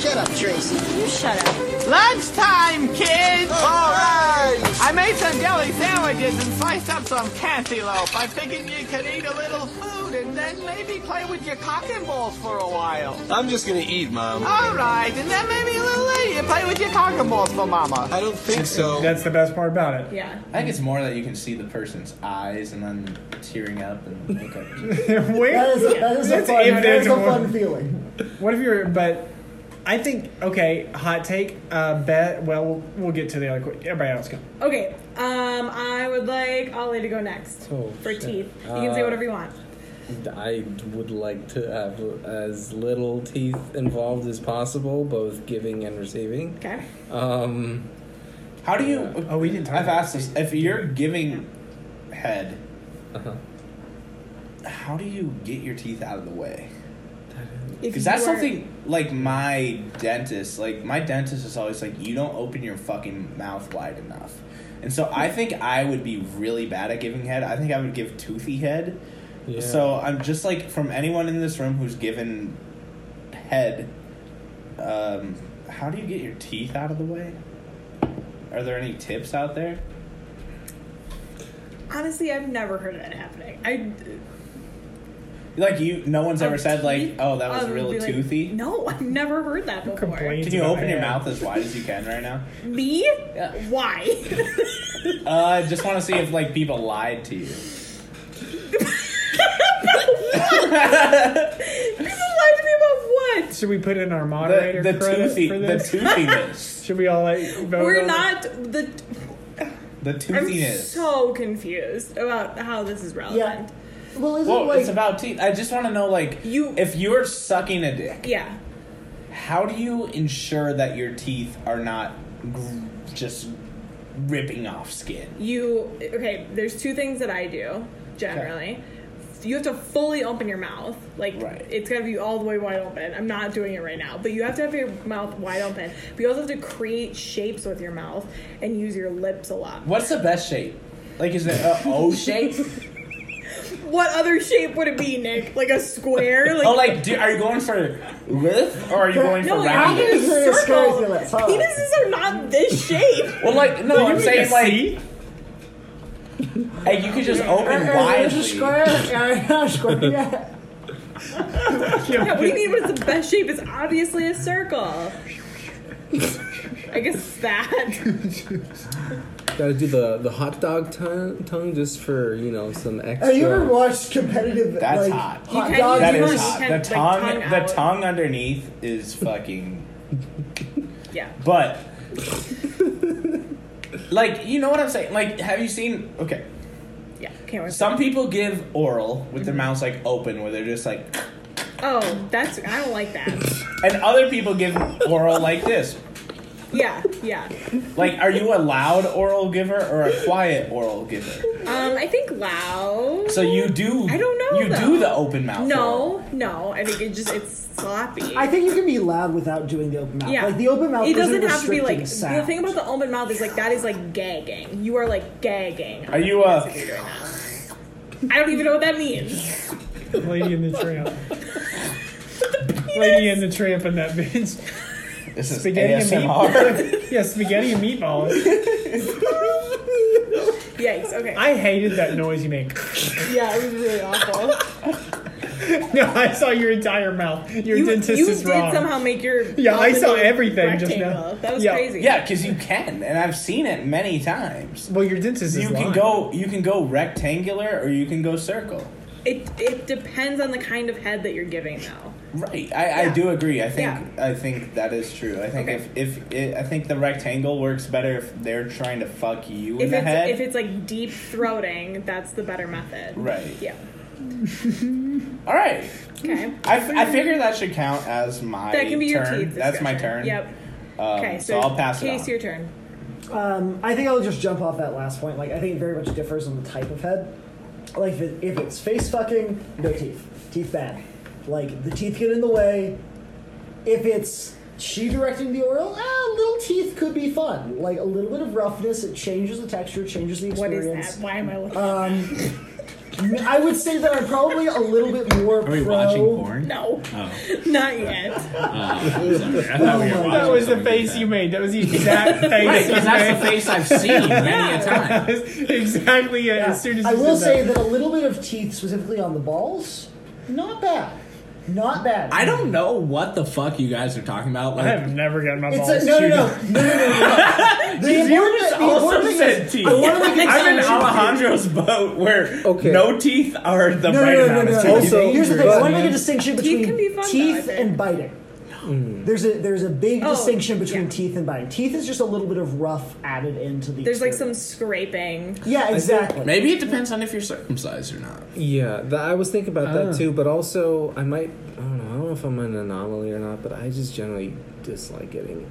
[SPEAKER 15] Shut up, Tracy. You shut up. Lunchtime, kids! All right! I made some deli sandwiches and sliced up some cantaloupe. I figured you could eat a little food and then maybe play with your cock and balls for a while.
[SPEAKER 16] I'm just gonna eat, Mom.
[SPEAKER 15] All right, and then maybe a little later you play with your cock and balls for mama.
[SPEAKER 16] I don't think so.
[SPEAKER 4] That's the best part about *laughs* it.
[SPEAKER 6] Yeah.
[SPEAKER 7] I think it's more that you can see the person's eyes and then tearing up and makeup.
[SPEAKER 9] That is a, that is a
[SPEAKER 4] That's
[SPEAKER 9] fun,
[SPEAKER 4] if
[SPEAKER 9] that
[SPEAKER 4] there's
[SPEAKER 9] is a
[SPEAKER 4] a war.
[SPEAKER 9] fun feeling.
[SPEAKER 4] What if you're? But I think okay. Hot take. Uh, bet. Well, we'll get to the other. que- Everybody else go.
[SPEAKER 6] Okay. Um, I would like Ollie to go next
[SPEAKER 5] Oh,
[SPEAKER 6] for
[SPEAKER 5] shit.
[SPEAKER 6] teeth. You can say
[SPEAKER 5] Uh,
[SPEAKER 6] whatever you want.
[SPEAKER 5] I would like to have as little teeth involved as possible, both giving and receiving.
[SPEAKER 6] Okay.
[SPEAKER 5] Um,
[SPEAKER 7] How do you?
[SPEAKER 4] *laughs* oh, we didn't. Talk
[SPEAKER 7] I've asked this. If you're giving
[SPEAKER 5] uh-huh.
[SPEAKER 7] head, how do you get your teeth out of the way?
[SPEAKER 6] If
[SPEAKER 7] Because that's
[SPEAKER 6] you are-
[SPEAKER 7] something like my dentist, like my dentist is always like, you don't open your fucking mouth wide enough. And so I think I would be really bad at giving head. I think I would give toothy head.
[SPEAKER 5] Yeah.
[SPEAKER 7] So I'm just like from anyone in this room who's given head. Um, how do you get your teeth out of the way? Are there any tips out there?
[SPEAKER 6] Honestly, I've never heard of that happening. I
[SPEAKER 7] Like you, no one's ever said like, "Oh, that was
[SPEAKER 6] um,
[SPEAKER 7] really
[SPEAKER 6] be like,
[SPEAKER 7] toothy."
[SPEAKER 6] No, I've never heard that before.
[SPEAKER 7] Can you open your mouth as wide as you can right now?
[SPEAKER 6] Me?
[SPEAKER 7] *laughs*
[SPEAKER 6] Why? *laughs*
[SPEAKER 7] Uh, I just want to see if like people
[SPEAKER 4] *laughs*
[SPEAKER 7] lied to you.
[SPEAKER 4] This is live to me about what? Should we put in our moderator
[SPEAKER 7] The- the
[SPEAKER 4] credit
[SPEAKER 7] toothy-
[SPEAKER 4] for
[SPEAKER 7] the
[SPEAKER 4] this?
[SPEAKER 7] toothiness.
[SPEAKER 4] Should we all like vote?
[SPEAKER 6] We're
[SPEAKER 4] on
[SPEAKER 6] not the. *laughs*
[SPEAKER 7] The
[SPEAKER 6] I'm
[SPEAKER 7] toothiness.
[SPEAKER 6] so confused about how this is relevant. Yeah.
[SPEAKER 9] Well,
[SPEAKER 7] Well, it's about teeth. I just want to know, like, you if you're sucking a dick,
[SPEAKER 6] yeah.
[SPEAKER 7] how do you ensure that your teeth are not gr- just ripping off skin?
[SPEAKER 6] You okay? There's two things that I do generally. You have to fully open your mouth, like it's got to be all the way wide open. I'm not doing it right now, but you have to have your mouth wide open. But you also have to create shapes with your mouth and use your lips a lot.
[SPEAKER 7] What's the best shape? Like, is it a
[SPEAKER 6] *laughs*
[SPEAKER 7] O shape?
[SPEAKER 6] What other shape would it be, Nick? Like a square? Like
[SPEAKER 7] oh, like, do, are you going for lift or are you going
[SPEAKER 6] no,
[SPEAKER 7] for
[SPEAKER 6] like, how
[SPEAKER 7] round?
[SPEAKER 6] can you circle? Penises are not this
[SPEAKER 7] *laughs*
[SPEAKER 6] shape.
[SPEAKER 7] Well, like, no, I'm saying like, hey, you could just open
[SPEAKER 9] It's
[SPEAKER 7] widely.
[SPEAKER 9] a square. Yeah, square. Yeah.
[SPEAKER 6] yeah, what do you mean? What's the best shape? It's obviously a circle. I guess that.
[SPEAKER 5] Gotta do the, the hot dog tongue, tongue just for, you know, some extra.
[SPEAKER 9] Have you ever watched competitive?
[SPEAKER 5] That's
[SPEAKER 9] like,
[SPEAKER 5] hot.
[SPEAKER 9] hot
[SPEAKER 6] You
[SPEAKER 9] dog
[SPEAKER 7] That
[SPEAKER 9] eaters?
[SPEAKER 7] is hot. The tongue, the tongue underneath is fucking.
[SPEAKER 6] Yeah.
[SPEAKER 7] But, like, you know what I'm saying? Like, have you seen? Okay,
[SPEAKER 6] yeah, can't wait.
[SPEAKER 7] some people give oral with
[SPEAKER 6] Mm-hmm.
[SPEAKER 7] their mouths like open, where they're just like,
[SPEAKER 6] Oh, that's I don't like that.
[SPEAKER 7] and other people give oral like this.
[SPEAKER 6] Yeah, yeah.
[SPEAKER 7] Like, are you a loud oral giver or a quiet oral giver?
[SPEAKER 6] Um, I think loud.
[SPEAKER 7] So you do.
[SPEAKER 6] I don't know,
[SPEAKER 7] You
[SPEAKER 6] though.
[SPEAKER 7] do the open mouth. oral.
[SPEAKER 6] No, no. I think it just it's sloppy.
[SPEAKER 9] I think you can be loud without doing the open mouth.
[SPEAKER 6] Yeah,
[SPEAKER 9] Like the open mouth.
[SPEAKER 6] It doesn't
[SPEAKER 9] isn't
[SPEAKER 6] have to be
[SPEAKER 9] restricting
[SPEAKER 6] like
[SPEAKER 9] sound.
[SPEAKER 6] the thing about the open mouth is like that is like gagging. You are like gagging.
[SPEAKER 7] Are you a?
[SPEAKER 6] I don't even know what that means.
[SPEAKER 4] Lady and the
[SPEAKER 7] *laughs*
[SPEAKER 4] Tramp. Lady and the Tramp in that bitch.
[SPEAKER 7] This is
[SPEAKER 4] meatballs. *laughs* yeah, spaghetti and meatballs.
[SPEAKER 6] Yikes! Okay.
[SPEAKER 4] I hated that noise you make. *laughs*
[SPEAKER 6] yeah, it was really awful.
[SPEAKER 4] No, I saw your entire mouth. Your
[SPEAKER 6] *laughs* you
[SPEAKER 4] dentist
[SPEAKER 6] you
[SPEAKER 4] is
[SPEAKER 6] did
[SPEAKER 4] wrong.
[SPEAKER 6] somehow make your
[SPEAKER 4] Yeah, I saw
[SPEAKER 6] balcony
[SPEAKER 4] everything just now.
[SPEAKER 6] rectangle. That was
[SPEAKER 4] Yeah.
[SPEAKER 6] crazy.
[SPEAKER 7] *laughs* Yeah, because you can, and I've seen it many times.
[SPEAKER 4] Well, your dentist is
[SPEAKER 7] You can
[SPEAKER 4] lying.
[SPEAKER 7] go. You can go rectangular, or you can go circle.
[SPEAKER 6] It it depends on the kind of head that you're giving though.
[SPEAKER 7] Right. I, I do agree. I think I think that is true. I think if if it, I think the rectangle works better if they're trying to fuck you in
[SPEAKER 6] If
[SPEAKER 7] the
[SPEAKER 6] it's
[SPEAKER 7] head.
[SPEAKER 6] if it's like deep throating, that's the better method.
[SPEAKER 7] Right.
[SPEAKER 6] Yeah.
[SPEAKER 7] All right.
[SPEAKER 6] Okay.
[SPEAKER 7] I, I figure that should count as my
[SPEAKER 6] That can be your
[SPEAKER 7] turn.
[SPEAKER 6] teeth
[SPEAKER 7] That's my
[SPEAKER 6] discussion.
[SPEAKER 7] turn.
[SPEAKER 6] Yep.
[SPEAKER 7] Um,
[SPEAKER 4] Oh,
[SPEAKER 6] okay.
[SPEAKER 7] so, I'll pass it
[SPEAKER 6] Case,
[SPEAKER 7] on.
[SPEAKER 6] your turn.
[SPEAKER 9] Um, I think I'll just jump off that last point. Like, I think it very much differs on the type of head. Like, if, it, if it's face fucking, no teeth. Teeth bad. Like, the teeth get in the way. If it's she directing the oral, ah, little teeth could be fun. Like, a little bit of roughness, it changes the texture, changes the
[SPEAKER 6] What is
[SPEAKER 9] experience.
[SPEAKER 6] that? Why am I looking?
[SPEAKER 9] Um, I would say that I'm probably a little bit more
[SPEAKER 7] Are we
[SPEAKER 9] pro.
[SPEAKER 7] watching porn?
[SPEAKER 6] No.
[SPEAKER 7] Oh.
[SPEAKER 6] *laughs* Not
[SPEAKER 4] *laughs*
[SPEAKER 6] yet. *laughs*
[SPEAKER 4] that was the face you made. That was the
[SPEAKER 7] *laughs*
[SPEAKER 4] exact face.
[SPEAKER 7] Right, 'cause
[SPEAKER 4] you
[SPEAKER 7] that's the
[SPEAKER 4] made.
[SPEAKER 7] face I've seen many
[SPEAKER 4] *laughs*
[SPEAKER 7] a time.
[SPEAKER 4] exactly. it. As soon as
[SPEAKER 9] I
[SPEAKER 4] you
[SPEAKER 9] will
[SPEAKER 4] said
[SPEAKER 9] say that a little bit of teeth, specifically on the balls, not bad. Not bad.
[SPEAKER 7] I don't know what the fuck you guys are talking about. Like,
[SPEAKER 4] I've never gotten my
[SPEAKER 9] It's a, no, no, no, no, no,
[SPEAKER 7] *laughs*
[SPEAKER 9] no, no. The
[SPEAKER 7] You
[SPEAKER 9] important-
[SPEAKER 7] just
[SPEAKER 9] the important
[SPEAKER 7] also
[SPEAKER 9] thing
[SPEAKER 7] said
[SPEAKER 9] is-
[SPEAKER 7] teeth.
[SPEAKER 9] I wanna make
[SPEAKER 7] *laughs*
[SPEAKER 9] it
[SPEAKER 7] I'm in
[SPEAKER 9] sound-
[SPEAKER 7] Alejandro's boat where no teeth are the
[SPEAKER 9] No,
[SPEAKER 7] right
[SPEAKER 9] no, no,
[SPEAKER 7] amount
[SPEAKER 9] no,
[SPEAKER 7] of
[SPEAKER 9] no.
[SPEAKER 7] teeth.
[SPEAKER 9] Also, here's the thing. I want to make a distinction between teeth, and biting.
[SPEAKER 7] Mm.
[SPEAKER 9] There's a there's a big
[SPEAKER 6] Oh,
[SPEAKER 9] distinction between teeth and biting. Teeth is just a little bit of rough added into the.
[SPEAKER 6] There's like some scraping.
[SPEAKER 9] Yeah, exactly.
[SPEAKER 7] Maybe it depends on if you're circumcised or not.
[SPEAKER 5] Yeah, that, I was thinking about
[SPEAKER 7] Ah.
[SPEAKER 5] that too, but also I might I don't know I don't know if I'm an anomaly or not, but I just generally dislike getting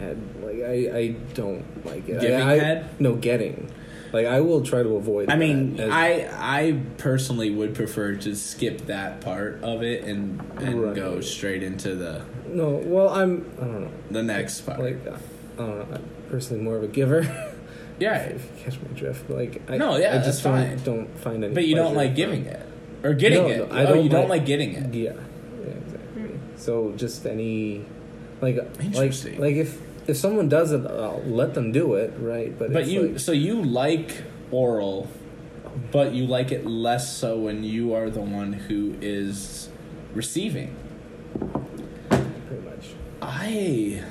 [SPEAKER 5] head. Like I, I don't like it.
[SPEAKER 7] Giving
[SPEAKER 5] I, I-
[SPEAKER 7] head?
[SPEAKER 5] No, getting. Like I will try to avoid.
[SPEAKER 7] I mean,
[SPEAKER 5] that as-
[SPEAKER 7] I I personally would prefer to skip that part of it and and
[SPEAKER 5] Right.
[SPEAKER 7] go straight into the
[SPEAKER 5] no. Well, I'm. I don't know.
[SPEAKER 7] the next part.
[SPEAKER 5] Like I don't know. I'm personally more of a giver. *laughs*
[SPEAKER 7] Yeah.
[SPEAKER 5] If you catch my drift, like I,
[SPEAKER 7] No, yeah,
[SPEAKER 5] I just
[SPEAKER 7] that's
[SPEAKER 5] don't,
[SPEAKER 7] fine.
[SPEAKER 5] don't find any.
[SPEAKER 7] but you don't
[SPEAKER 5] pleasure
[SPEAKER 7] like
[SPEAKER 5] from-
[SPEAKER 7] giving it or getting
[SPEAKER 5] No,
[SPEAKER 7] it.
[SPEAKER 5] no, I
[SPEAKER 7] oh,
[SPEAKER 5] don't
[SPEAKER 7] you don't
[SPEAKER 5] like-
[SPEAKER 7] like getting it.
[SPEAKER 5] Yeah. Yeah, exactly.
[SPEAKER 6] Hmm.
[SPEAKER 5] So just any, like, like, like if if someone does it, I'll let them do it, right? But
[SPEAKER 7] But
[SPEAKER 5] it's
[SPEAKER 7] you
[SPEAKER 5] like,
[SPEAKER 7] so you like oral, but you like it less so when you are the one who is receiving.
[SPEAKER 5] pretty much.
[SPEAKER 7] I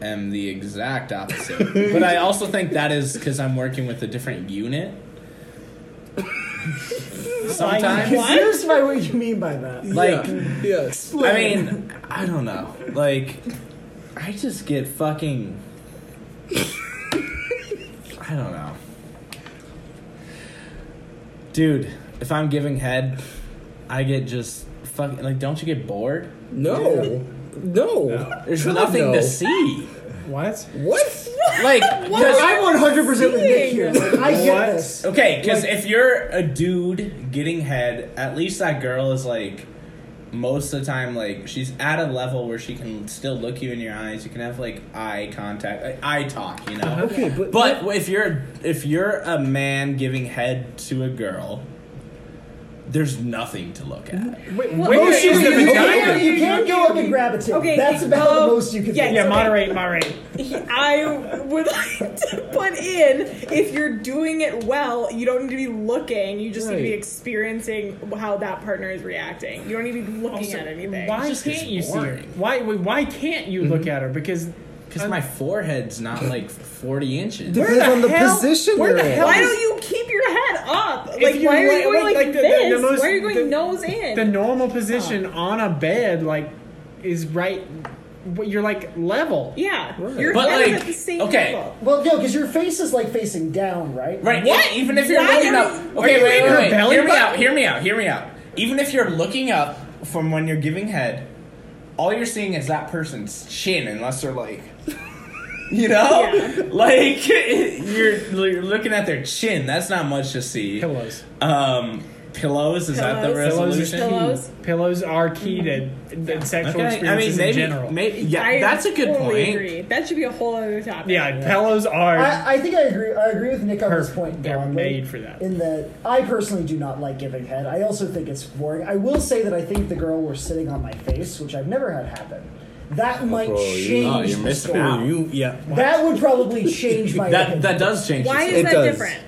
[SPEAKER 7] am the exact opposite. but I also think that is because I'm working with a different unit. Sometimes.
[SPEAKER 9] I'm confused by what you mean by that.
[SPEAKER 7] *laughs* Like, I
[SPEAKER 9] Explain.
[SPEAKER 7] mean, I don't know. Like, I just get fucking. I don't know. Dude, if I'm giving head, I get just fucking. Like, don't you get bored?
[SPEAKER 5] No. No.
[SPEAKER 7] There's
[SPEAKER 5] God,
[SPEAKER 7] nothing
[SPEAKER 5] no.
[SPEAKER 7] to see.
[SPEAKER 4] What?
[SPEAKER 5] What? *laughs*
[SPEAKER 7] Like,
[SPEAKER 9] What? I 100% with Nick here. Like, I get
[SPEAKER 7] What?
[SPEAKER 9] this.
[SPEAKER 7] Okay, because
[SPEAKER 9] Like-
[SPEAKER 7] if you're a dude getting head, at least that girl is like, most of the time, like, she's at a level where she can still look you in your eyes. You can have like eye contact, like, eye talk, you know.
[SPEAKER 5] Okay, but-
[SPEAKER 7] but if you're if you're a man giving head to a girl, there's nothing to look at.
[SPEAKER 4] Wait,
[SPEAKER 9] Well,
[SPEAKER 7] Where
[SPEAKER 9] okay,
[SPEAKER 7] is the
[SPEAKER 9] you, you
[SPEAKER 7] vagina?
[SPEAKER 9] can, you can go up and grab a tip.
[SPEAKER 6] Okay,
[SPEAKER 9] That's
[SPEAKER 6] you-
[SPEAKER 9] about
[SPEAKER 6] um,
[SPEAKER 9] the most you can
[SPEAKER 6] yeah,
[SPEAKER 9] do.
[SPEAKER 6] Yeah, moderate,
[SPEAKER 4] moderate.
[SPEAKER 6] I would *laughs* like to put in if you're doing it well, you don't need to be looking. You just need to be
[SPEAKER 4] Right.
[SPEAKER 6] experiencing how that partner is reacting. You don't need to be looking at anything.
[SPEAKER 4] Why can't you see her? Why why can't you look at her? Because
[SPEAKER 7] Because my forehead's not like 40 inches.
[SPEAKER 4] Where Depends the on the hell- position where the you're in. hell
[SPEAKER 6] Why
[SPEAKER 4] is-
[SPEAKER 6] don't you keep your head up?
[SPEAKER 4] If
[SPEAKER 6] Like,
[SPEAKER 4] you
[SPEAKER 6] why are
[SPEAKER 4] lay-
[SPEAKER 6] you going
[SPEAKER 4] like-
[SPEAKER 6] like,
[SPEAKER 4] like the- the- the
[SPEAKER 6] this?
[SPEAKER 4] most-
[SPEAKER 6] why are you going
[SPEAKER 4] the-
[SPEAKER 6] nose in?
[SPEAKER 4] the normal position on a bed like is right. what- You're like level.
[SPEAKER 6] Yeah,
[SPEAKER 4] Right.
[SPEAKER 6] your
[SPEAKER 4] But,
[SPEAKER 6] head is
[SPEAKER 4] like,
[SPEAKER 6] at the same
[SPEAKER 4] okay.
[SPEAKER 6] level.
[SPEAKER 9] Well, no, because your face is like facing down, right?
[SPEAKER 7] Right. Yeah. Even if you're
[SPEAKER 9] Why
[SPEAKER 7] looking
[SPEAKER 9] are
[SPEAKER 7] up.
[SPEAKER 9] you-
[SPEAKER 7] Okay.
[SPEAKER 9] are you
[SPEAKER 7] Wait.
[SPEAKER 9] in her
[SPEAKER 7] Wait. wait.
[SPEAKER 9] belly
[SPEAKER 7] Hear me
[SPEAKER 9] button?
[SPEAKER 7] out. Hear me out. Hear me out. Even if you're looking up from when you're giving head, all you're seeing is that person's chin, unless they're like, *laughs* you know, like *laughs* you're, you're looking at their chin. That's not much to see. Pillows. Um, pillows. Is that the resolution?
[SPEAKER 4] Pillows, pillows are key to, to sexual
[SPEAKER 7] Okay, I
[SPEAKER 4] experiences
[SPEAKER 7] mean, maybe-
[SPEAKER 4] in general.
[SPEAKER 7] maybe-
[SPEAKER 6] I totally Agree. That should be a whole other topic.
[SPEAKER 4] Yeah, pillows are.
[SPEAKER 9] I, I think I agree. I agree with Nick on this point. They're
[SPEAKER 4] made for that.
[SPEAKER 9] In that, I personally do not like giving head. I also think it's boring. I will say that I think the girl was sitting on my face, which I've never had happen. That might
[SPEAKER 5] Oh,
[SPEAKER 9] change. the story.
[SPEAKER 7] You, yeah.
[SPEAKER 9] That would probably change my
[SPEAKER 7] *laughs* That that does change.
[SPEAKER 6] Why
[SPEAKER 7] the
[SPEAKER 6] is
[SPEAKER 7] story.
[SPEAKER 6] that different?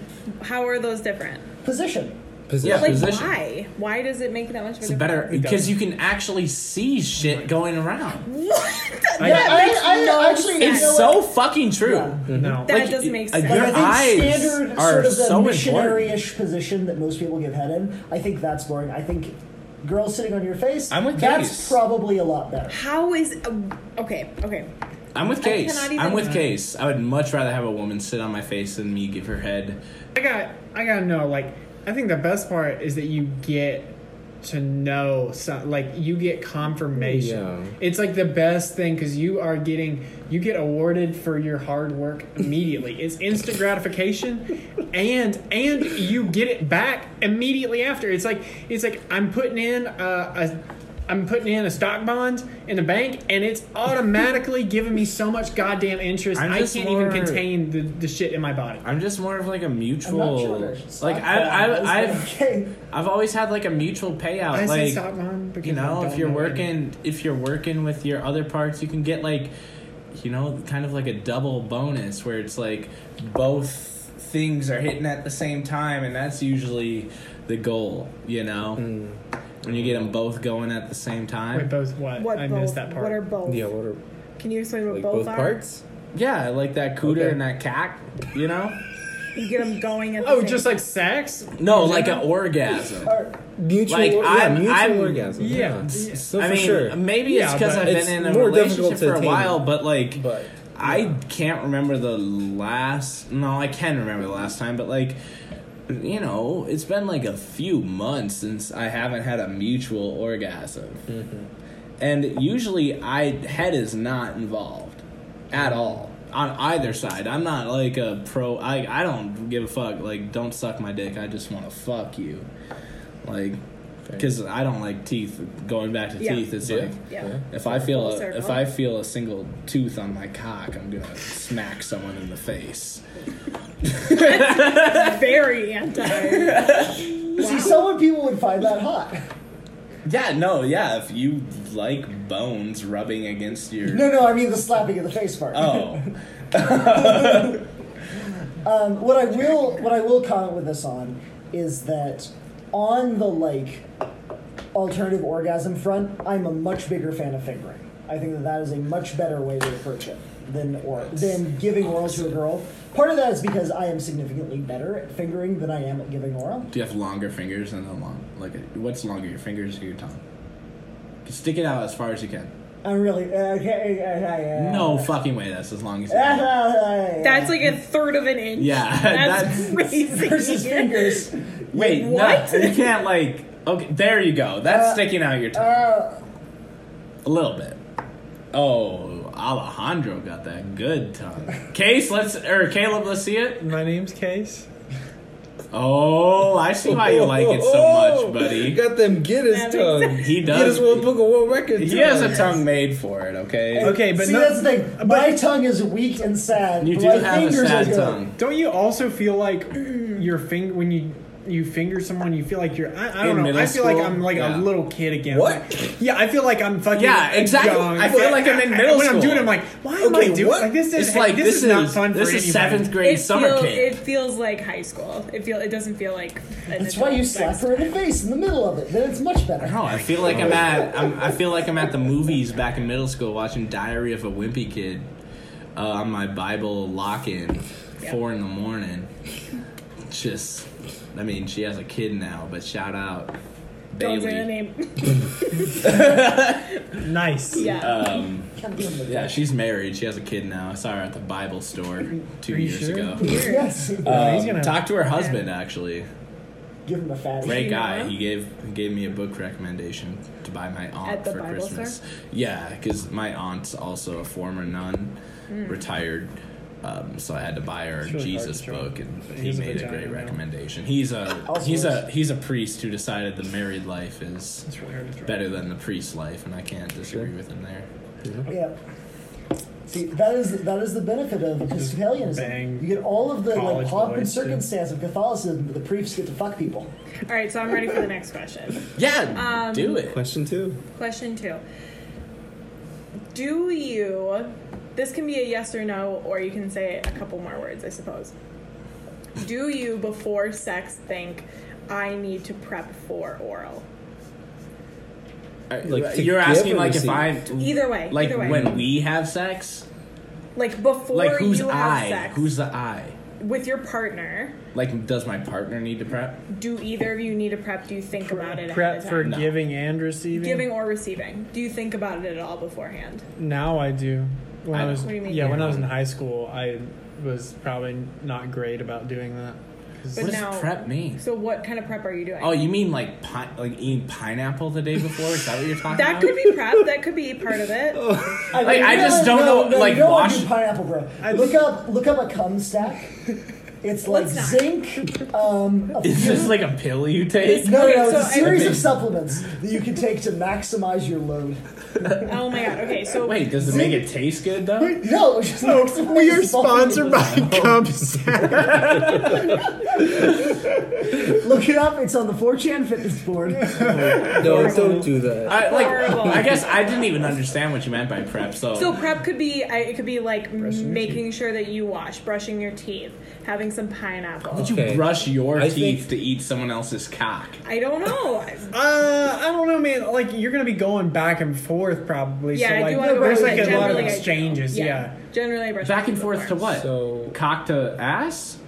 [SPEAKER 6] How are those different?
[SPEAKER 9] position.
[SPEAKER 7] Position.
[SPEAKER 6] like
[SPEAKER 7] Position.
[SPEAKER 6] why? Why does it make that much of a
[SPEAKER 7] It's
[SPEAKER 6] difference?
[SPEAKER 7] better because you can actually see shit going around.
[SPEAKER 6] What? That,
[SPEAKER 7] I-
[SPEAKER 6] that
[SPEAKER 7] I-
[SPEAKER 6] makes
[SPEAKER 9] I
[SPEAKER 6] no
[SPEAKER 9] actually-
[SPEAKER 6] sense.
[SPEAKER 7] It's so fucking true.
[SPEAKER 4] No,
[SPEAKER 6] That doesn't make sense.
[SPEAKER 7] Your
[SPEAKER 9] Like, I think
[SPEAKER 7] eyes
[SPEAKER 9] standard
[SPEAKER 7] are
[SPEAKER 9] sort of the
[SPEAKER 7] so important.
[SPEAKER 9] missionary-ish position that most people give head in. I think that's boring. I think girls sitting on your face.
[SPEAKER 7] I'm with
[SPEAKER 9] that's
[SPEAKER 7] Katie's.
[SPEAKER 9] probably a lot better.
[SPEAKER 6] *laughs* How is um, okay? Okay.
[SPEAKER 7] I'm with
[SPEAKER 6] I
[SPEAKER 7] Case.
[SPEAKER 6] cannot
[SPEAKER 7] I'm
[SPEAKER 6] even-
[SPEAKER 7] with Case. I would much rather have a woman sit on my face than me give her head.
[SPEAKER 4] I got I gotta know like I think the best part is that you get to know some like you get confirmation.
[SPEAKER 5] Yeah.
[SPEAKER 4] It's like the best thing because you are getting you get awarded for your hard work immediately. it's instant gratification, and and you get it back immediately after. It's like it's like I'm putting in uh, a. I'm putting in a stock bond in the bank, and it's automatically giving me so much goddamn interest.
[SPEAKER 7] I'm
[SPEAKER 4] I
[SPEAKER 7] just
[SPEAKER 4] can't
[SPEAKER 7] more-
[SPEAKER 4] even contain the, the shit in my body.
[SPEAKER 7] I'm just more of like a
[SPEAKER 4] not
[SPEAKER 7] mutual.
[SPEAKER 4] sure there's
[SPEAKER 7] like
[SPEAKER 4] stock
[SPEAKER 7] I,
[SPEAKER 4] bonds,
[SPEAKER 7] I, I've I've always had like a mutual payout.
[SPEAKER 4] I
[SPEAKER 7] like
[SPEAKER 4] say stock bond because
[SPEAKER 7] you
[SPEAKER 4] I
[SPEAKER 7] know,
[SPEAKER 4] don't
[SPEAKER 7] if you're
[SPEAKER 4] know
[SPEAKER 7] working, if you're working with your other parts, you can get like, you know, kind of like a double bonus where it's like both things are hitting at the same time, and that's usually the goal. You know,
[SPEAKER 5] Mm.
[SPEAKER 7] when you get them both going at the same time.
[SPEAKER 4] Wait, both what?
[SPEAKER 6] What
[SPEAKER 4] I
[SPEAKER 6] both?
[SPEAKER 4] missed that part.
[SPEAKER 6] What are both?
[SPEAKER 7] Yeah, what are
[SPEAKER 6] Can you explain what both, are?
[SPEAKER 7] Yeah, like that cooter and that cack. You
[SPEAKER 4] *laughs*
[SPEAKER 7] know.
[SPEAKER 6] You get them going at the
[SPEAKER 4] Oh,
[SPEAKER 6] same
[SPEAKER 4] just like sex?
[SPEAKER 7] No, like an
[SPEAKER 4] *laughs*
[SPEAKER 7] orgasm.
[SPEAKER 5] Mutual,
[SPEAKER 7] like
[SPEAKER 5] or- yeah,
[SPEAKER 7] I'm,
[SPEAKER 5] mutual
[SPEAKER 7] I'm,
[SPEAKER 5] orgasm.
[SPEAKER 7] Yeah,
[SPEAKER 5] Yeah.
[SPEAKER 7] S-
[SPEAKER 5] So
[SPEAKER 7] I
[SPEAKER 5] for
[SPEAKER 7] mean,
[SPEAKER 5] sure.
[SPEAKER 7] maybe it's
[SPEAKER 5] Yeah,
[SPEAKER 7] because
[SPEAKER 5] but
[SPEAKER 7] I've been
[SPEAKER 5] it's
[SPEAKER 7] in a
[SPEAKER 5] more
[SPEAKER 7] relationship
[SPEAKER 5] difficult to
[SPEAKER 7] for a
[SPEAKER 5] attain.
[SPEAKER 7] while, but like, I can't remember the last. No, I can remember the last time, but like, you know, it's been like a few months since I haven't had a mutual orgasm, and usually I head is not involved at all. on either side. I'm not like a pro. I I don't give a fuck. Like, don't suck my dick. I just want to fuck you. Like, because I don't like teeth. Going back to
[SPEAKER 6] Yeah.
[SPEAKER 7] teeth, it's
[SPEAKER 6] Yeah.
[SPEAKER 7] like
[SPEAKER 6] Yeah.
[SPEAKER 7] if I feel
[SPEAKER 6] Full
[SPEAKER 7] a,
[SPEAKER 6] circle.
[SPEAKER 7] if I feel a single tooth on my cock, I'm gonna smack someone in the face.
[SPEAKER 6] *laughs* Very anti.
[SPEAKER 9] See, some people would find that hot. *laughs*
[SPEAKER 7] Yeah, no, yeah. If you like bones rubbing against your
[SPEAKER 9] No, no, I mean the slapping of the face part.
[SPEAKER 7] *laughs* oh,
[SPEAKER 9] Um, what I will what I will comment with this on is that on the like alternative orgasm front, I'm a much bigger fan of fingering. I think that that is a much better way to approach it than or than giving oral to a girl. Part of that is because I am significantly better at fingering than I am at giving oral.
[SPEAKER 7] do you have longer fingers than the long? Like, what's longer, your fingers or your tongue? Stick it out as far as you can.
[SPEAKER 9] I'm really okay.
[SPEAKER 7] No fucking way. That's as long as. You
[SPEAKER 9] *laughs*
[SPEAKER 7] can.
[SPEAKER 9] That's
[SPEAKER 6] That's like a third of an inch.
[SPEAKER 7] Yeah, *laughs*
[SPEAKER 6] that's, crazy. *laughs*
[SPEAKER 9] *laughs* Versus fingers.
[SPEAKER 7] Wait,
[SPEAKER 6] What?
[SPEAKER 7] No, you can't like. Okay, there you go. That's
[SPEAKER 9] Uh,
[SPEAKER 7] sticking out your tongue
[SPEAKER 9] Uh,
[SPEAKER 7] a little bit. Oh, Alejandro got that
[SPEAKER 4] *laughs*
[SPEAKER 7] good tongue. Case, let's or Caleb, let's see it.
[SPEAKER 4] My name's Case.
[SPEAKER 7] Oh, I see why you like it
[SPEAKER 4] *laughs*
[SPEAKER 5] *laughs*
[SPEAKER 7] so much, buddy.
[SPEAKER 5] Oh, Got them get his tongue.
[SPEAKER 7] He
[SPEAKER 5] Get his
[SPEAKER 7] does.
[SPEAKER 5] World Book of World Record.
[SPEAKER 7] He has a tongue made for it. Okay.
[SPEAKER 9] see that's the thing. My tongue is weak and sad.
[SPEAKER 4] You
[SPEAKER 9] but
[SPEAKER 4] do
[SPEAKER 9] my
[SPEAKER 4] have a
[SPEAKER 9] fingers
[SPEAKER 4] sad
[SPEAKER 9] are good.
[SPEAKER 4] tongue. Don't you also feel like your finger when you you finger someone, you feel like you're. I, I
[SPEAKER 7] In
[SPEAKER 4] don't know.
[SPEAKER 7] middle
[SPEAKER 4] I feel like
[SPEAKER 7] school?
[SPEAKER 4] I'm like a
[SPEAKER 7] Yeah.
[SPEAKER 4] little kid again. What? yeah, I feel like I'm fucking.
[SPEAKER 7] Yeah, exactly.
[SPEAKER 4] young.
[SPEAKER 7] I feel like I'm in middle
[SPEAKER 4] When
[SPEAKER 7] school.
[SPEAKER 4] I'm doing, it, I'm like, why am I doing like this? Is
[SPEAKER 7] It's like
[SPEAKER 4] this, is, not fun.
[SPEAKER 7] This
[SPEAKER 4] for
[SPEAKER 7] is
[SPEAKER 4] anybody.
[SPEAKER 7] seventh grade summer
[SPEAKER 6] feels,
[SPEAKER 7] camp.
[SPEAKER 6] It feels like high school. It feel it doesn't feel like. An
[SPEAKER 9] That's why you
[SPEAKER 6] adult
[SPEAKER 9] slap
[SPEAKER 6] sex.
[SPEAKER 9] her in the face in the middle of it. Then it's much better.
[SPEAKER 7] No, I feel like I'm at I'm, I feel like I'm at the movies back in middle school watching Diary of a Wimpy Kid uh, on my Bible lock-in four in the morning. Just, I mean, she has a kid now, but shout out
[SPEAKER 6] Don't say the
[SPEAKER 7] Bailey.
[SPEAKER 6] name.
[SPEAKER 4] Nice.
[SPEAKER 6] Yeah.
[SPEAKER 7] Um,
[SPEAKER 9] Can't be in the-
[SPEAKER 7] yeah, she's married. She has a kid now. I saw her at the Bible store two
[SPEAKER 9] Are you
[SPEAKER 7] years
[SPEAKER 9] sure?
[SPEAKER 7] ago.
[SPEAKER 9] Yes.
[SPEAKER 7] Um, talk to her husband actually.
[SPEAKER 9] Give him
[SPEAKER 6] *laughs*
[SPEAKER 9] a fat.
[SPEAKER 7] Great guy. He gave he gave me a book recommendation to buy my aunt
[SPEAKER 9] At the
[SPEAKER 7] for
[SPEAKER 9] Bible
[SPEAKER 7] Christmas.
[SPEAKER 9] store?
[SPEAKER 7] Yeah, because my aunt's also a former nun,
[SPEAKER 6] Hmm.
[SPEAKER 9] Mm.
[SPEAKER 7] retired. Um, so I had to buy her a
[SPEAKER 5] It's really
[SPEAKER 7] Jesus
[SPEAKER 5] hard to show.
[SPEAKER 7] book, and
[SPEAKER 5] But
[SPEAKER 7] he
[SPEAKER 5] he's a
[SPEAKER 7] made a
[SPEAKER 5] vagina
[SPEAKER 7] great
[SPEAKER 5] now.
[SPEAKER 7] recommendation. He's a
[SPEAKER 5] Also
[SPEAKER 7] he's a
[SPEAKER 5] is-
[SPEAKER 7] he's a priest who decided the married life is
[SPEAKER 5] hard to draw.
[SPEAKER 7] better than the priest life, and I can't disagree with him there.
[SPEAKER 9] Yeah. See, that is that is the benefit of Episcopalianism. You get all of the like
[SPEAKER 7] college
[SPEAKER 9] pomp and
[SPEAKER 7] boys, too.
[SPEAKER 9] circumstance of Catholicism, but the priests get to fuck people.
[SPEAKER 6] All right, so I'm ready for the next question.
[SPEAKER 7] Yeah,
[SPEAKER 6] Um,
[SPEAKER 7] do it.
[SPEAKER 5] Question two.
[SPEAKER 6] Question two. Do you? This can be a yes or no, or you can say a couple more words, I suppose. Do you, before sex, think I need to prep for oral?
[SPEAKER 7] Like
[SPEAKER 5] to
[SPEAKER 7] you're
[SPEAKER 5] give
[SPEAKER 7] asking
[SPEAKER 5] or
[SPEAKER 7] like if
[SPEAKER 5] receive?
[SPEAKER 7] I
[SPEAKER 6] Either way,
[SPEAKER 7] like
[SPEAKER 6] either way.
[SPEAKER 7] when we have sex,
[SPEAKER 6] Like before
[SPEAKER 7] like who's
[SPEAKER 6] you
[SPEAKER 7] I?
[SPEAKER 6] have sex
[SPEAKER 7] Who's the I?
[SPEAKER 6] with your partner,
[SPEAKER 7] Like, does my partner need to prep?
[SPEAKER 6] do either of you need to prep? Do you think about it? ahead
[SPEAKER 4] Prep
[SPEAKER 6] of
[SPEAKER 4] for
[SPEAKER 6] time?
[SPEAKER 4] giving and receiving.
[SPEAKER 6] giving or receiving. Do you think about it at all beforehand?
[SPEAKER 4] Now I do. When
[SPEAKER 6] I-
[SPEAKER 4] I, was
[SPEAKER 6] What do you mean
[SPEAKER 4] yeah,
[SPEAKER 6] you
[SPEAKER 4] when I was in
[SPEAKER 6] don't?
[SPEAKER 4] high school, I was probably not great about doing that. 'Cause-
[SPEAKER 6] But now,
[SPEAKER 7] mean?
[SPEAKER 6] So what kind of prep are you doing?
[SPEAKER 7] Oh, you mean like pi- like eating pineapple the day before? Is that what you're talking
[SPEAKER 6] that
[SPEAKER 7] about?
[SPEAKER 6] could be prep. That could be part of it.
[SPEAKER 9] mean,
[SPEAKER 7] Like, I
[SPEAKER 9] no,
[SPEAKER 7] just don't
[SPEAKER 9] no,
[SPEAKER 7] know,
[SPEAKER 9] no,
[SPEAKER 7] like,
[SPEAKER 9] you don't wanna
[SPEAKER 7] wash-
[SPEAKER 9] do pineapple, bro. look up look up a cum stack. It's like *laughs* zinc. Um, a
[SPEAKER 7] Is
[SPEAKER 9] few-
[SPEAKER 7] this like a pill you *laughs* take?
[SPEAKER 9] no, no,
[SPEAKER 6] so
[SPEAKER 9] it's a
[SPEAKER 6] I-
[SPEAKER 9] series
[SPEAKER 7] Okay.
[SPEAKER 9] of supplements that you can take to maximize your load.
[SPEAKER 6] Oh my god. Okay, so
[SPEAKER 7] Wait, does it make it taste good though?
[SPEAKER 9] No, it's just maximize
[SPEAKER 4] we are
[SPEAKER 9] your
[SPEAKER 4] sponsored
[SPEAKER 9] volume.
[SPEAKER 5] *laughs*
[SPEAKER 4] by Cum Stack.
[SPEAKER 9] Look it up. It's on the 4chan fitness board.
[SPEAKER 5] No, don't do that.
[SPEAKER 7] I, like,
[SPEAKER 6] Horrible.
[SPEAKER 7] I guess I didn't even understand what you meant by prep. So,
[SPEAKER 6] So prep could be I, it could be like making sure that you wash, brushing your teeth, having some pineapple.
[SPEAKER 7] would you brush your teeth to eat someone else's cock?
[SPEAKER 6] I don't know.
[SPEAKER 4] Uh, I don't know, man. Like you're gonna be going back and forth probably.
[SPEAKER 6] Yeah, I
[SPEAKER 4] so
[SPEAKER 6] do
[SPEAKER 4] like
[SPEAKER 6] wanna go
[SPEAKER 4] there's
[SPEAKER 6] back
[SPEAKER 4] like a lot of
[SPEAKER 6] generally, I do.
[SPEAKER 4] exchanges.
[SPEAKER 6] Yeah.
[SPEAKER 4] yeah.
[SPEAKER 6] Generally, I brush
[SPEAKER 7] Back and
[SPEAKER 6] my teeth
[SPEAKER 7] forth to
[SPEAKER 6] before.
[SPEAKER 7] what? cock to ass?